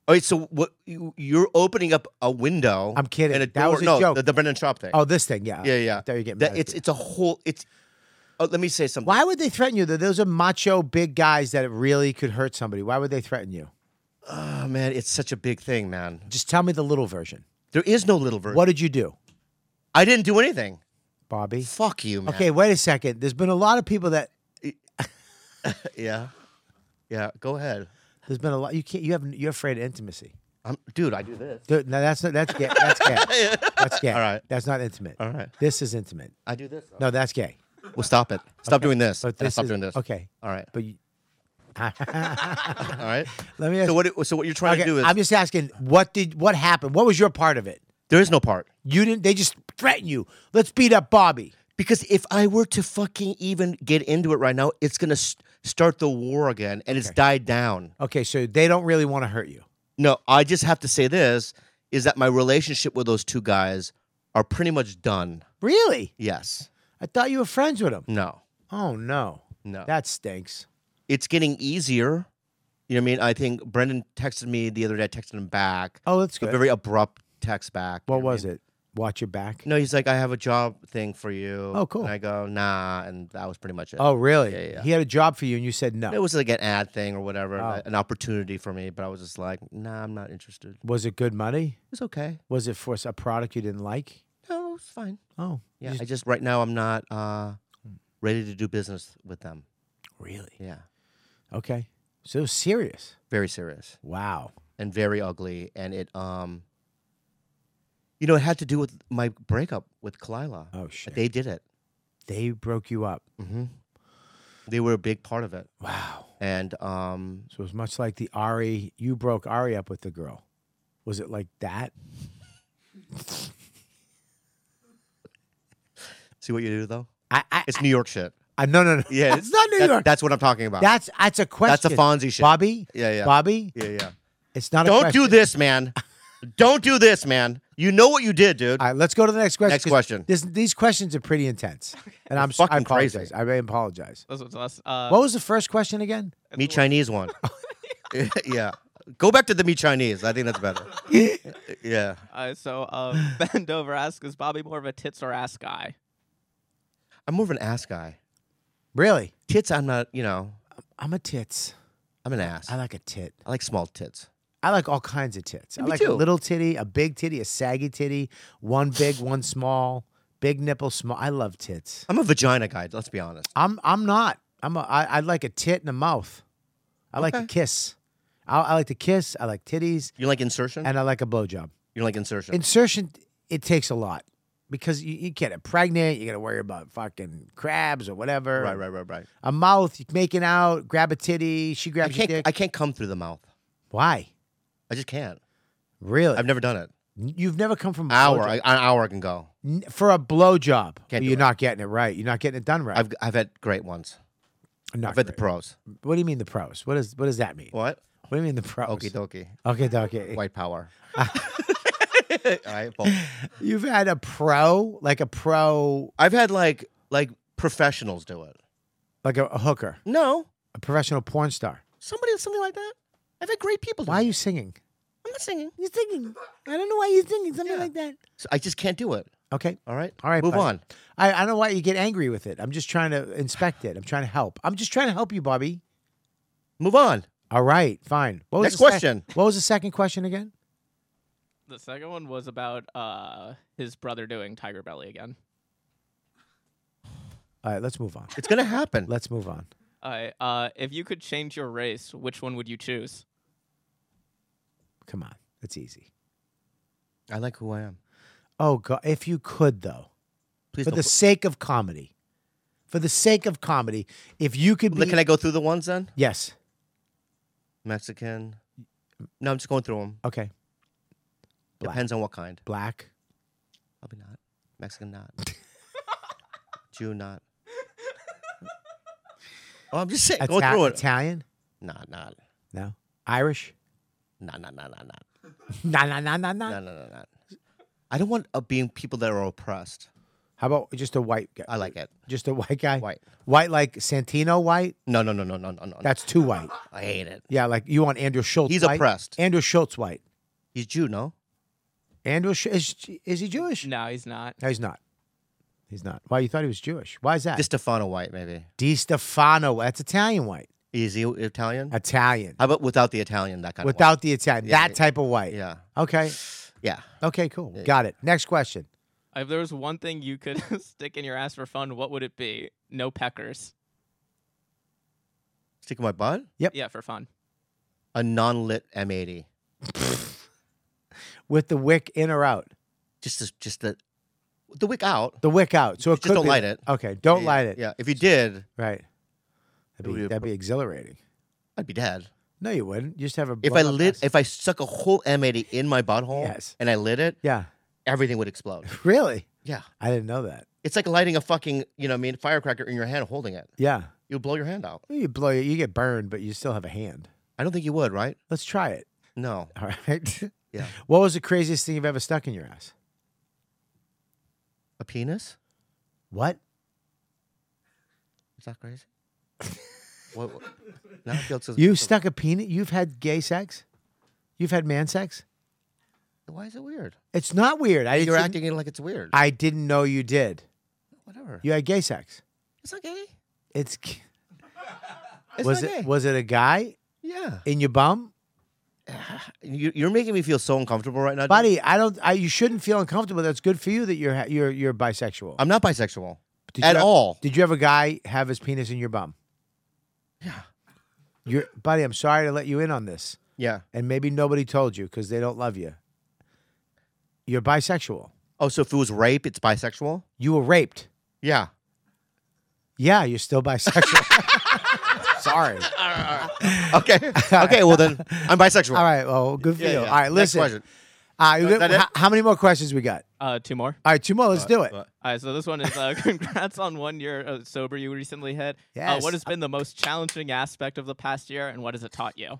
Speaker 3: All right, so what you, you're opening up a window?
Speaker 1: I'm kidding.
Speaker 3: And a
Speaker 1: That
Speaker 3: door.
Speaker 1: was a
Speaker 3: no,
Speaker 1: joke.
Speaker 3: The, the Brendan Schaub thing.
Speaker 1: Oh, this thing, yeah.
Speaker 3: yeah, yeah.
Speaker 1: I thought you were getting
Speaker 3: That-
Speaker 1: mad at
Speaker 3: it's
Speaker 1: me.
Speaker 3: it's a whole. It's. Oh, let me say something.
Speaker 1: Why would they threaten you? Th- Those are macho big guys that really could hurt somebody. Why would they threaten you?
Speaker 3: Oh man, it's such a big thing, man.
Speaker 1: Just tell me the little version.
Speaker 3: There is no little version.
Speaker 1: What did you do,
Speaker 3: I didn't do anything.
Speaker 1: Bobby?
Speaker 3: Fuck you, man.
Speaker 1: Okay, wait a second. There's been a lot of people that
Speaker 3: Yeah. Yeah. Go ahead.
Speaker 1: there's been a lot. You can't. You have. You're afraid of intimacy.
Speaker 3: I'm, dude, I do this.
Speaker 1: Dude, no, that's not. That's gay. That's gay. That's gay.
Speaker 3: All right.
Speaker 1: That's not intimate.
Speaker 3: All right.
Speaker 1: This is intimate.
Speaker 3: I do this.
Speaker 1: No, that's gay.
Speaker 3: Well, stop it. Stop doing this.
Speaker 1: But
Speaker 3: And
Speaker 1: this
Speaker 3: stop
Speaker 1: is
Speaker 3: doing this.
Speaker 1: okay.
Speaker 3: All right.
Speaker 1: But you,
Speaker 3: All right.
Speaker 1: let me ask.
Speaker 3: So what? So what you're trying
Speaker 1: okay,
Speaker 3: to do is
Speaker 1: I'm just asking. What did? What happened? What was your part of it?
Speaker 3: there is no part.
Speaker 1: You didn't. They just threaten you. Let's beat up Bobby.
Speaker 3: Because if I were to fucking even get into it right now, it's gonna s start the war again, and it's died down.
Speaker 1: Okay, so they don't really want to hurt you.
Speaker 3: No, I just have to say this: is that my relationship with those two guys are pretty much done.
Speaker 1: Really?
Speaker 3: Yes.
Speaker 1: I thought you were friends with him.
Speaker 3: No.
Speaker 1: Oh no.
Speaker 3: No.
Speaker 1: That stinks.
Speaker 3: It's getting easier. You know what I mean? I think Brendan texted me the other day. I texted him back.
Speaker 1: Oh, that's
Speaker 3: a
Speaker 1: good.
Speaker 3: very abrupt text back. you
Speaker 1: what
Speaker 3: know I
Speaker 1: was
Speaker 3: mean?
Speaker 1: it? Watch your back.
Speaker 3: No, he's like, I have a job thing for you.
Speaker 1: Oh, cool.
Speaker 3: And I go, nah, and that was pretty much it.
Speaker 1: Oh really?
Speaker 3: Yeah, yeah.
Speaker 1: He had a job for you, and you said no.
Speaker 3: It was like an ad thing or whatever,
Speaker 1: Oh.
Speaker 3: an opportunity for me, but I was just like, nah, I'm not interested.
Speaker 1: Was it good money?
Speaker 3: It's okay.
Speaker 1: Was it for a product you didn't like?
Speaker 3: No, it's fine.
Speaker 1: Oh, you
Speaker 3: Yeah,
Speaker 1: just- Hmm.
Speaker 3: I just right now I'm not uh, ready to do business with them.
Speaker 1: really?
Speaker 3: Yeah,
Speaker 1: Okay. So serious.
Speaker 3: very serious
Speaker 1: Wow.
Speaker 3: and very ugly, and it um, you know, it had to do with my breakup with Kalila.
Speaker 1: Oh shit. They,
Speaker 3: They did it.
Speaker 1: broke you up.
Speaker 3: hmm They were a big part of it,
Speaker 1: Wow.
Speaker 3: and um,
Speaker 1: So it was much like the Ari. You broke Ari up with the girl. Was it like that?
Speaker 3: see what you do though.
Speaker 1: I. I,
Speaker 3: It's New York shit.
Speaker 1: I no no no.
Speaker 3: Yeah,
Speaker 1: it's not New
Speaker 3: that-
Speaker 1: York.
Speaker 3: That's what I'm talking about.
Speaker 1: That's that's a question.
Speaker 3: that's a Fonzie shit.
Speaker 1: Bobby.
Speaker 3: Yeah, yeah.
Speaker 1: Bobby.
Speaker 3: Yeah, yeah.
Speaker 1: It's not. a
Speaker 3: Don't
Speaker 1: question.
Speaker 3: do this, man. Don't do this, man. You know what you did, dude.
Speaker 1: All right, let's go to the next question.
Speaker 3: Next
Speaker 1: 'cause
Speaker 3: question.
Speaker 1: This, these questions are pretty intense, and I'm s- I
Speaker 3: fucking
Speaker 1: apologize.
Speaker 3: crazy.
Speaker 1: I may apologize.
Speaker 5: This was us. Uh,
Speaker 1: What was the first question again?
Speaker 3: me Chinese one. yeah. Go back to the me Chinese. I think that's better. yeah.
Speaker 5: uh, so uh, Ben Dover asks, is Bobby more of a tits or ass guy?
Speaker 3: I'm more of an ass guy.
Speaker 1: Really?
Speaker 3: Tits, I'm not, you know,
Speaker 1: I'm a tits.
Speaker 3: I'm an ass.
Speaker 1: I
Speaker 3: I like,
Speaker 1: like a tit.
Speaker 3: small tits.
Speaker 1: I like all kinds of tits. I
Speaker 3: me
Speaker 1: like a
Speaker 3: too.
Speaker 1: little titty, a big titty, a saggy titty, one big, one small, big nipple, small. I love tits.
Speaker 3: I'm a vagina guy, let's be honest.
Speaker 1: I'm I'm not. I'm a, I, I like a tit and a mouth. I like to
Speaker 3: Okay.
Speaker 1: kiss. I, I like to kiss. I like titties,
Speaker 3: You like insertion?
Speaker 1: and I like a blowjob.
Speaker 3: you like insertion?
Speaker 1: Insertion it takes a lot because you, you get it pregnant. You got to worry about fucking crabs or whatever.
Speaker 3: right, right, right, right.
Speaker 1: A mouth making out, grab a titty. She
Speaker 3: I
Speaker 1: grabs your
Speaker 3: can't
Speaker 1: dick.
Speaker 3: I can't come through the mouth.
Speaker 1: Why?
Speaker 3: I just can't.
Speaker 1: Really?
Speaker 3: I've never done it.
Speaker 1: You've never come from a
Speaker 3: Hour,
Speaker 1: blowjob.
Speaker 3: I, an hour I can go.
Speaker 1: N- for a blowjob.
Speaker 3: Can't do
Speaker 1: You're
Speaker 3: it.
Speaker 1: not getting it right. You're not getting it done right.
Speaker 3: I've I've had great ones.
Speaker 1: not
Speaker 3: I've had the
Speaker 1: great.
Speaker 3: pros.
Speaker 1: What do you mean the pros? What is what does that mean? What,
Speaker 3: What?
Speaker 1: do you mean the pros?
Speaker 3: Okie dokie.
Speaker 1: Okay, dokie.
Speaker 3: White power. All right, both.
Speaker 1: You've had a pro, like a pro.
Speaker 3: I've had like like professionals do it.
Speaker 1: Like a, a hooker,
Speaker 3: No,
Speaker 1: a professional porn star.
Speaker 3: somebody something like that. I've had great people. Do
Speaker 1: Why are
Speaker 3: it.
Speaker 1: you singing?
Speaker 3: I'm not singing.
Speaker 1: You're singing. I don't know why you're singing something
Speaker 3: Yeah.
Speaker 1: like that.
Speaker 3: So I just can't do it.
Speaker 1: Okay.
Speaker 3: All right.
Speaker 1: All right.
Speaker 3: Move
Speaker 1: bud.
Speaker 3: on.
Speaker 1: I, I don't know why you get angry with it. I'm just trying to inspect it. I'm trying to help. I'm just trying to help you, Bobby.
Speaker 3: Move on.
Speaker 1: All right. Fine. What was
Speaker 3: Next
Speaker 1: the sec-
Speaker 3: question.
Speaker 1: what was the second question again?
Speaker 5: The second one was about uh his brother doing Tiger Belly again.
Speaker 1: All right. Let's move on.
Speaker 3: It's gonna happen.
Speaker 1: Let's move on.
Speaker 5: All right. Uh, if you could change your race, which one would you choose?
Speaker 1: Come on. It's easy.
Speaker 3: I like who I am.
Speaker 1: Oh God. If you could though,
Speaker 3: Please
Speaker 1: for
Speaker 3: don't.
Speaker 1: the sake of comedy, for the sake of comedy, if you could
Speaker 3: put-
Speaker 1: be.
Speaker 3: Can I go through the ones then?
Speaker 1: yes.
Speaker 3: Mexican. No, I'm just going through them.
Speaker 1: Okay. Black.
Speaker 3: Depends on what kind.
Speaker 1: Black.
Speaker 3: Probably not. Mexican, not. Jew, not. Oh, I'm just saying. Go
Speaker 1: Ita-
Speaker 3: through it.
Speaker 1: Italian.
Speaker 3: Nah, nah,
Speaker 1: No. Irish.
Speaker 3: nah, nah, nah, nah, nah.
Speaker 1: Nah, nah, nah, nah, nah.
Speaker 3: No, no, no, no. I don't want uh, being people that are oppressed.
Speaker 1: How about just a white guy?
Speaker 3: I like it.
Speaker 1: Just a white guy?
Speaker 3: White.
Speaker 1: White like Santino white?
Speaker 3: No, no, no, no, no, no, no.
Speaker 1: That's too white.
Speaker 3: I hate it.
Speaker 1: Yeah, like you want Andrew Schultz
Speaker 3: He's
Speaker 1: white?
Speaker 3: oppressed.
Speaker 1: Andrew Schultz white.
Speaker 3: He's Jew, no?
Speaker 1: Andrew, Sch- is, is he Jewish?
Speaker 5: No, he's not.
Speaker 1: No, he's not. He's not. Why, you thought he was Jewish. Why is that?
Speaker 3: Just Stefano White, maybe.
Speaker 1: Di Stefano. That's Italian white.
Speaker 3: Is he Italian?
Speaker 1: Italian.
Speaker 3: How about without the Italian? That kind
Speaker 1: Without the Italian.
Speaker 3: Yeah,
Speaker 1: that
Speaker 3: yeah,
Speaker 1: type of
Speaker 3: of
Speaker 1: white.
Speaker 3: white. Yeah,
Speaker 1: Okay.
Speaker 3: yeah.
Speaker 1: Okay, cool. Got it. Next question.
Speaker 5: If there was one thing you could stick in your ass for fun, what would it be? No peckers.
Speaker 3: Sticking my butt.
Speaker 5: Yeah, for fun.
Speaker 3: A non-lit M80.
Speaker 1: With the wick in or out?
Speaker 3: Just, the- just the, the wick out.
Speaker 1: The wick out. So it
Speaker 3: Just
Speaker 1: could
Speaker 3: don't
Speaker 1: be-
Speaker 3: light it.
Speaker 1: Okay. Don't
Speaker 3: Yeah,
Speaker 1: light it.
Speaker 3: Yeah. If you did,
Speaker 1: Right. That'd
Speaker 3: would
Speaker 1: be,
Speaker 3: be a
Speaker 1: that'd
Speaker 3: pro-
Speaker 1: be exhilarating.
Speaker 3: I'd be dead.
Speaker 1: No, you wouldn't. You just have a.
Speaker 3: If I
Speaker 1: blown-up
Speaker 3: lit,
Speaker 1: ass.
Speaker 3: if I stuck a whole M80 in my butthole
Speaker 1: Yes.
Speaker 3: and I lit it,
Speaker 1: yeah.
Speaker 3: everything would explode.
Speaker 1: Really?
Speaker 3: Yeah.
Speaker 1: I didn't know that.
Speaker 3: It's like lighting a fucking, you know, what I mean, firecracker in your hand, holding it.
Speaker 1: Yeah.
Speaker 3: You'll blow your hand out.
Speaker 1: You blow. You get burned, but you still have a hand.
Speaker 3: I don't think you would, right?
Speaker 1: Let's try it.
Speaker 3: No.
Speaker 1: All right.
Speaker 3: Yeah.
Speaker 1: What was the craziest thing you've ever stuck in your ass?
Speaker 3: A penis?
Speaker 1: What?
Speaker 3: Is that crazy? what, what? Now I feel so.
Speaker 1: You
Speaker 3: so-
Speaker 1: stuck a penis? You've had gay sex? You've had man sex?
Speaker 3: Why is it weird?
Speaker 1: It's not weird. I
Speaker 3: You're
Speaker 1: didn't-
Speaker 3: acting it like it's weird.
Speaker 1: I didn't know you did.
Speaker 3: Whatever.
Speaker 1: You had gay sex.
Speaker 3: it's not gay.
Speaker 1: It's. g-
Speaker 3: It's
Speaker 1: was
Speaker 3: not
Speaker 1: it?
Speaker 3: gay.
Speaker 1: Was it a guy
Speaker 3: yeah.
Speaker 1: in your bum,
Speaker 3: You, you're making me feel so uncomfortable right now, dude.
Speaker 1: buddy? I don't. I, you shouldn't feel uncomfortable. That's good for you that you're ha- you're you're bisexual.
Speaker 3: I'm not bisexual
Speaker 1: Did
Speaker 3: at
Speaker 1: you have-
Speaker 3: all.
Speaker 1: Did you have a guy have his penis in your bum?
Speaker 3: Yeah.
Speaker 1: Your buddy, I'm sorry to let you in on this,
Speaker 3: yeah.
Speaker 1: and maybe nobody told you because they don't love you. You're bisexual.
Speaker 3: Oh, so if it was rape, it's bisexual?
Speaker 1: You were raped.
Speaker 3: Yeah.
Speaker 1: Yeah, you're still bisexual. sorry.
Speaker 3: Okay. okay. Well then, I'm bisexual.
Speaker 1: All right. Well, good for
Speaker 3: Yeah,
Speaker 1: you. All
Speaker 3: yeah.
Speaker 1: right.
Speaker 3: Next
Speaker 1: Listen.
Speaker 3: question.
Speaker 1: Uh, you
Speaker 3: Is
Speaker 1: got-
Speaker 3: that it?
Speaker 1: h- how many more questions we got?
Speaker 5: Uh, two more.
Speaker 1: All right, two more. Let's do it.
Speaker 3: But-
Speaker 5: All right, so this one is uh, congrats on one year uh, sober you recently had. Uh,
Speaker 1: Yes.
Speaker 5: what has been the most challenging aspect of the past year, and what has it taught you?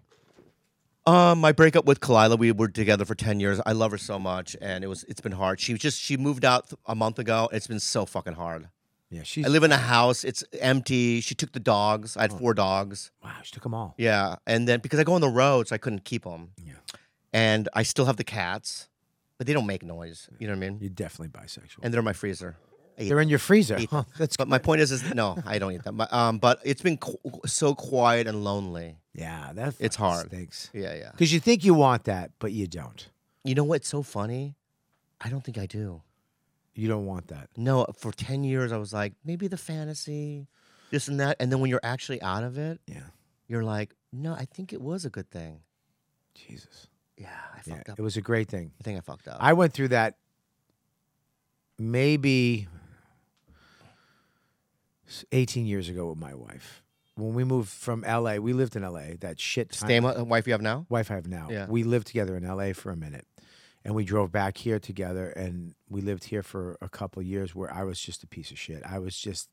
Speaker 3: Um, my breakup with Kalila, we were together for ten years. I love her so much, and it was it's been hard. She was just she moved out a month ago. and It's been so fucking hard.
Speaker 1: yeah, she's.
Speaker 3: I live in a house. It's empty. She took the dogs. I had four dogs.
Speaker 1: wow, she took them all.
Speaker 3: Yeah, and then because I go on the road, so I couldn't keep them.
Speaker 1: Yeah.
Speaker 3: and I still have the cats, but they don't make noise. You know what I mean?
Speaker 1: You're definitely bisexual.
Speaker 3: And they're in my freezer. I eat
Speaker 1: They're in your freezer.
Speaker 3: eat
Speaker 1: Huh,
Speaker 3: them.
Speaker 1: that's
Speaker 3: but my point is, is no, I don't eat them. But, um, but it's been qu- so quiet and lonely.
Speaker 1: yeah. That
Speaker 3: It's
Speaker 1: fucking
Speaker 3: hard.
Speaker 1: Stinks.
Speaker 3: Yeah, yeah.
Speaker 1: Because you think you want that, but you don't.
Speaker 3: You know what's so funny? I don't think I do.
Speaker 1: You don't want that.
Speaker 3: No, for 10 years, I was like, maybe the fantasy, this and that. And then when you're actually out of it,
Speaker 1: Yeah.
Speaker 3: you're like, no, I think it was a good thing.
Speaker 1: Jesus.
Speaker 3: Yeah, I
Speaker 1: Yeah,
Speaker 3: fucked up.
Speaker 1: it was a great thing.
Speaker 3: I think I fucked up.
Speaker 1: I went through that maybe s- 18 years ago with my wife. When we moved from LA, we lived in LA, that shit time-
Speaker 3: Stay my wife you have now?
Speaker 1: wife I have now.
Speaker 3: Yeah.
Speaker 1: We lived together in LA for a minute. And we drove back here together and we lived here for a couple years where I was just a piece of shit. I was just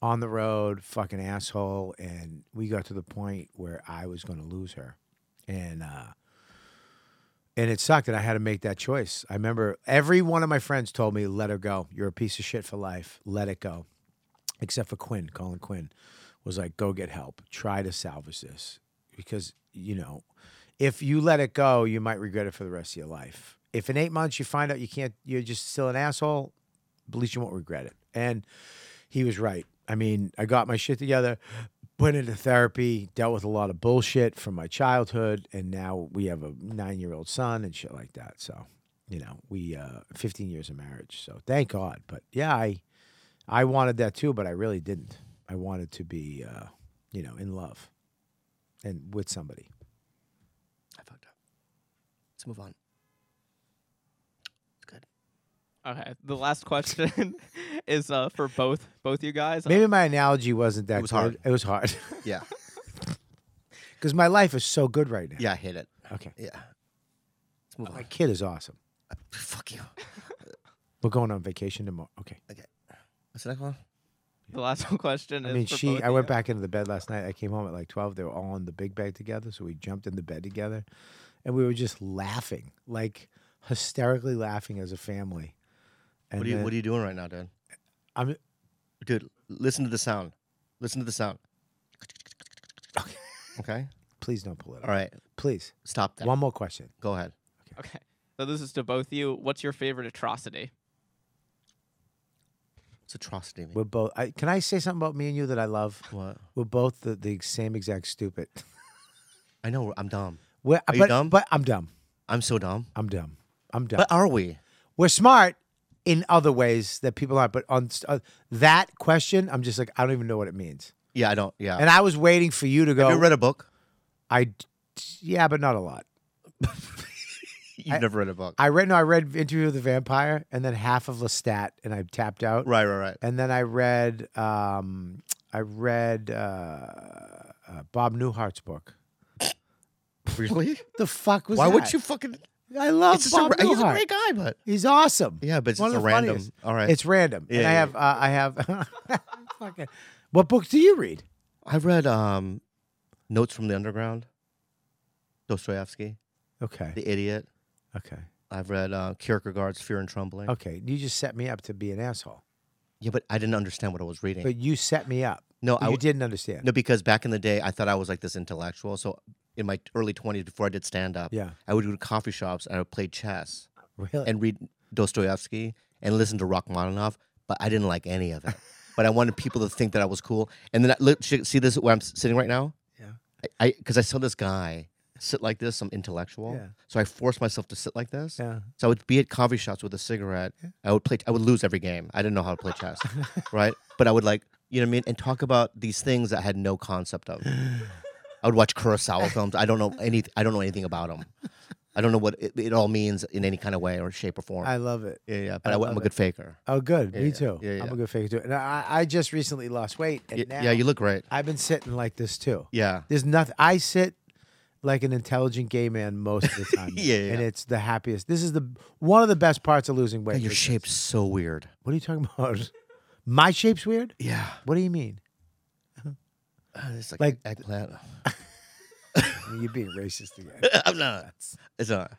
Speaker 1: on the road, fucking asshole, and we got to the point where I was gonna lose her. And uh and it sucked and I had to make that choice. I remember every one of my friends told me, let her go. You're a piece of shit for life. Let it go. except for Quinn. Colin Quinn was like, "Go get help. Try to salvage this because you know, if you let it go, you might regret it for the rest of your life. If in eight months you find out you can't, you're just still an asshole. At least you won't regret it." And he was right. I mean, I got my shit together, went into therapy, dealt with a lot of bullshit from my childhood, and now we have a nine-year-old son and shit like that. So, you know, we uh, 15 years of marriage. So thank God. But yeah, I. I wanted that too, but I really didn't. I wanted to be, uh, you know, in love and with somebody.
Speaker 3: I fucked up. Let's move on. It's good.
Speaker 5: Okay. The last question is uh, for both both you guys. Uh,
Speaker 1: Maybe my analogy wasn't that
Speaker 3: was
Speaker 1: good.
Speaker 3: hard.
Speaker 1: It was hard
Speaker 3: Yeah.
Speaker 1: because my life is so good right now.
Speaker 3: Yeah, I hate it.
Speaker 1: Okay.
Speaker 3: Yeah. Let's move
Speaker 1: My
Speaker 3: on.
Speaker 1: kid is awesome.
Speaker 3: Fuck you.
Speaker 1: We're going on vacation tomorrow. Okay.
Speaker 3: What's the next one?
Speaker 5: the last question
Speaker 1: I
Speaker 5: is
Speaker 1: mean,
Speaker 5: for
Speaker 1: she.
Speaker 5: both
Speaker 1: I
Speaker 5: of
Speaker 1: went
Speaker 5: you.
Speaker 1: back into the bed last night. I came home at like twelve. They were all in the big bed together, so we jumped in the bed together, and we were just laughing, like hysterically laughing as a family. And
Speaker 3: What are you
Speaker 1: then-
Speaker 3: What are you doing right now, dude?
Speaker 1: I'm-
Speaker 3: Dude, listen to the sound. Listen to the sound. Okay.
Speaker 1: Please don't pull it.
Speaker 3: All
Speaker 1: Up.
Speaker 3: right.
Speaker 1: Please.
Speaker 3: Stop that.
Speaker 1: One more question.
Speaker 3: Go ahead.
Speaker 5: Okay. So this is to both you. What's your favorite atrocity?
Speaker 3: It's atrocity. Man.
Speaker 1: We're both. I, can I say something about me and you that I love?
Speaker 3: What?
Speaker 1: We're both the, the same exact stupid.
Speaker 3: I know. I'm dumb.
Speaker 1: We're,
Speaker 3: Are
Speaker 1: but,
Speaker 3: you dumb?
Speaker 1: But I'm dumb.
Speaker 3: I'm so dumb.
Speaker 1: I'm dumb. I'm dumb.
Speaker 3: But are we?
Speaker 1: We're smart in other ways that people aren't. But on st- uh, that question, I'm just like I don't even know what it means.
Speaker 3: Yeah, I don't. Yeah.
Speaker 1: And I was waiting for you to go.
Speaker 3: Have you read a book?
Speaker 1: I d- yeah, but not a lot.
Speaker 3: You've never read a book.
Speaker 1: I read no. I read Interview with the Vampire, and then half of Lestat, and I tapped out.
Speaker 3: right, right, right.
Speaker 1: And then I read um, I read uh, uh, Bob Newhart's book.
Speaker 3: Really?
Speaker 1: The fuck was
Speaker 3: Why
Speaker 1: that?
Speaker 3: would you fucking?
Speaker 1: I love
Speaker 3: It's just a,
Speaker 1: Bob
Speaker 3: ra- he's a
Speaker 1: Newhart.
Speaker 3: great guy, but
Speaker 1: He's awesome.
Speaker 3: Yeah, but it's
Speaker 1: One
Speaker 3: just
Speaker 1: of
Speaker 3: a
Speaker 1: the
Speaker 3: random-
Speaker 1: funniest.
Speaker 3: all right.
Speaker 1: It's random.
Speaker 3: Yeah,
Speaker 1: and I
Speaker 3: yeah,
Speaker 1: have uh, I have fucking What books do you read?
Speaker 3: I read um, Notes from the Underground, Dostoevsky,
Speaker 1: Okay.
Speaker 3: The Idiot.
Speaker 1: Okay.
Speaker 3: I've read uh, Kierkegaard's Fear and Trembling.
Speaker 1: Okay. You just set me up to be an asshole.
Speaker 3: Yeah, but I didn't understand what I was reading.
Speaker 1: But you set me up.
Speaker 3: no, I
Speaker 1: you
Speaker 3: w-
Speaker 1: didn't understand.
Speaker 3: no because back in the day, I thought I was like this intellectual. So in my early twenties, before I did stand up,
Speaker 1: Yeah.
Speaker 3: I would go to coffee shops and I would play chess
Speaker 1: Really?
Speaker 3: and read Dostoevsky and listen to Rachmaninoff. But I didn't like any of it. but I wanted people to think that I was cool. And then I, look, sh- see this where I'm s- sitting right now.
Speaker 1: Yeah.
Speaker 3: I because I, saw this guy sit like this, some intellectual.
Speaker 1: Yeah.
Speaker 3: So I forced myself to sit like this.
Speaker 1: yeah.
Speaker 3: So I would be at coffee shops with a cigarette. I would play. I would lose every game. I didn't know how to play chess, right? But I would like, you know what I mean, and talk about these things that I had no concept of. I would watch Kurosawa films. I don't know any. I don't know anything about them. I don't know what it, it all means in any kind of way or shape or form.
Speaker 1: I love it.
Speaker 3: yeah, yeah. But
Speaker 1: I
Speaker 3: I, am
Speaker 1: love
Speaker 3: a good faker.
Speaker 1: Oh good. me
Speaker 3: Yeah,
Speaker 1: too.
Speaker 3: yeah,
Speaker 1: I'm
Speaker 3: yeah.
Speaker 1: a good faker too. And I I just recently lost weight and
Speaker 3: Y-
Speaker 1: now
Speaker 3: yeah, you look great.
Speaker 1: I've been sitting like this too.
Speaker 3: Yeah,
Speaker 1: There's nothing. I sit like an intelligent gay man most of the time.
Speaker 3: Yeah, yeah.
Speaker 1: And it's the happiest. This is the one of the best parts of losing weight.
Speaker 3: and your
Speaker 1: is-
Speaker 3: shape's so weird.
Speaker 1: What are you talking about? My shape's weird?
Speaker 3: Yeah,
Speaker 1: What do you mean?
Speaker 3: it's Oh, like,
Speaker 1: Like-
Speaker 3: eggplant.
Speaker 1: I mean, you're being racist again.
Speaker 3: I'm not. It's not.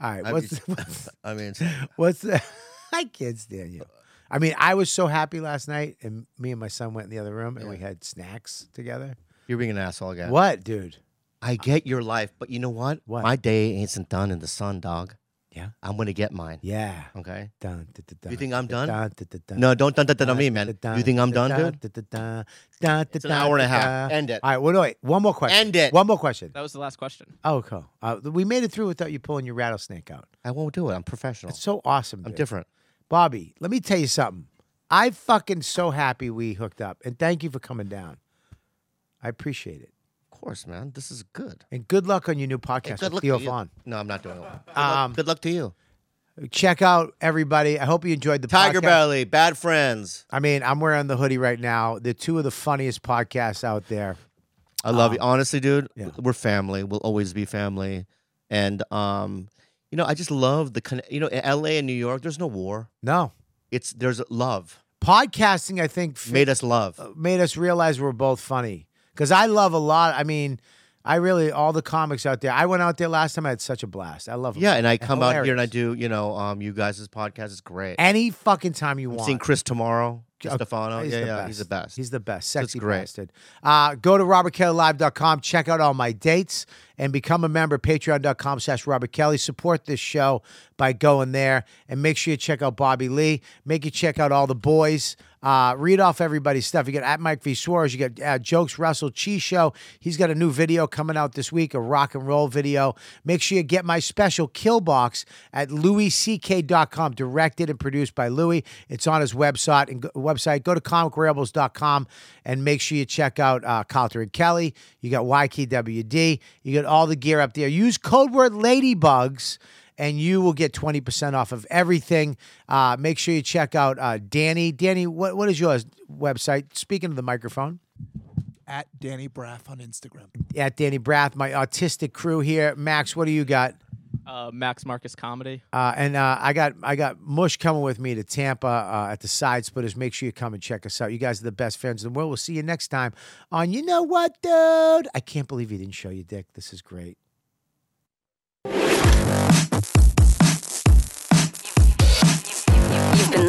Speaker 1: All right.
Speaker 3: I
Speaker 1: What's
Speaker 3: mean,
Speaker 1: what's,
Speaker 3: I mean, it's-
Speaker 1: what's the I can't stand you. I mean, I was so happy last night, and me and my son went in the other room and we had snacks together.
Speaker 3: you're being an asshole again.
Speaker 1: What, dude?
Speaker 3: I get your life, but you know what?
Speaker 1: What?
Speaker 3: My day isn't done in the sun, dog.
Speaker 1: Yeah.
Speaker 3: I'm gonna get mine.
Speaker 1: Yeah.
Speaker 3: Okay.
Speaker 1: Dun, dun, dun, dun,
Speaker 3: You think I'm
Speaker 1: dun,
Speaker 3: done?
Speaker 1: dun, dun, dun.
Speaker 3: No, don't dun dun dun on me, man. You think I'm done, dude?
Speaker 1: It's
Speaker 3: an hour and a half. End it.
Speaker 1: All right, well, wait. One more question.
Speaker 3: End it.
Speaker 1: One more question.
Speaker 5: That was the last question.
Speaker 1: Oh, cool. Uh, we made it through without you pulling your rattlesnake out.
Speaker 3: I won't do it. I'm professional.
Speaker 1: It's so awesome.
Speaker 3: I'm
Speaker 1: dude.
Speaker 3: different.
Speaker 1: Bobby, let me tell you something. I'm fucking so happy we hooked up, and thank you for coming down. I appreciate it,
Speaker 3: Of course, man. This is good.
Speaker 1: and good luck on your new
Speaker 3: Hey,
Speaker 1: podcast. with
Speaker 3: good luck
Speaker 1: Theo
Speaker 3: to you.
Speaker 1: Vaughn.
Speaker 3: No, I'm not doing it. Good, luck-
Speaker 1: Um,
Speaker 3: good luck to you.
Speaker 1: Check out everybody. I hope you enjoyed the
Speaker 3: Tiger
Speaker 1: podcast.
Speaker 3: Belly, Bad Friends.
Speaker 1: I mean, I'm wearing the hoodie right now. They're two of the funniest podcasts out there.
Speaker 3: I love you. Honestly, dude,
Speaker 1: Ah. yeah.
Speaker 3: we're family. We'll always be family. And um, you know, I just love the con- you know, in LA and New York, there's no war.
Speaker 1: No,
Speaker 3: It's there's love.
Speaker 1: podcasting, I think, oh,
Speaker 3: Made us love.
Speaker 1: made us realize we're both funny because I love a lot. I mean, I really all the comics out there. I went out there last time. I had such a blast. I love them.
Speaker 3: Yeah, and I come out here and I
Speaker 1: hilarious.
Speaker 3: do, you know, um, you guys' podcast is great.
Speaker 1: any fucking time you
Speaker 3: I'm
Speaker 1: want.
Speaker 3: seeing Chris tomorrow,
Speaker 1: Oh,
Speaker 3: Stefano.
Speaker 1: he's
Speaker 3: Yeah,
Speaker 1: the
Speaker 3: yeah, he's the best.
Speaker 1: He's the best.
Speaker 3: So it's
Speaker 1: Sexy
Speaker 3: great.
Speaker 1: bastard. Uh, go to robertkellylive.com. Check out all my dates and become a member. Patreon.com slash Robert Kelly. Support this show by going there. And make sure you check out Bobby Lee. Make you check out all the boys. Uh, read off everybody's stuff. You got at Mike V. Suarez. You got uh, Jokes Russell Cheese Show. He's got a new video coming out this week, a rock and roll video. Make sure you get my special Kill Box at louisck.com, directed and produced by Louis. It's on his website. And go, website. Go to comicrables.com and make sure you check out uh, Colter and Kelly. You got YKWD. You got all the gear up there. Use code word Ladybugs and you will get 20% off of everything. Uh, make sure you check out uh, Danny. Danny, what, what is your website? Speaking of the microphone,
Speaker 7: At Danny Braff on Instagram.
Speaker 1: at Danny Brath, my autistic crew here. Max, what do you got?
Speaker 5: Uh, Max Marcus comedy.
Speaker 1: Uh, and uh, I got I got Mush coming with me to Tampa uh, at the Side Splitters. Make sure you come and check us out. You guys are the best fans in the world. We'll see you next time on You Know What, Dude? I can't believe he didn't show you, Dick. This is great.
Speaker 8: You've been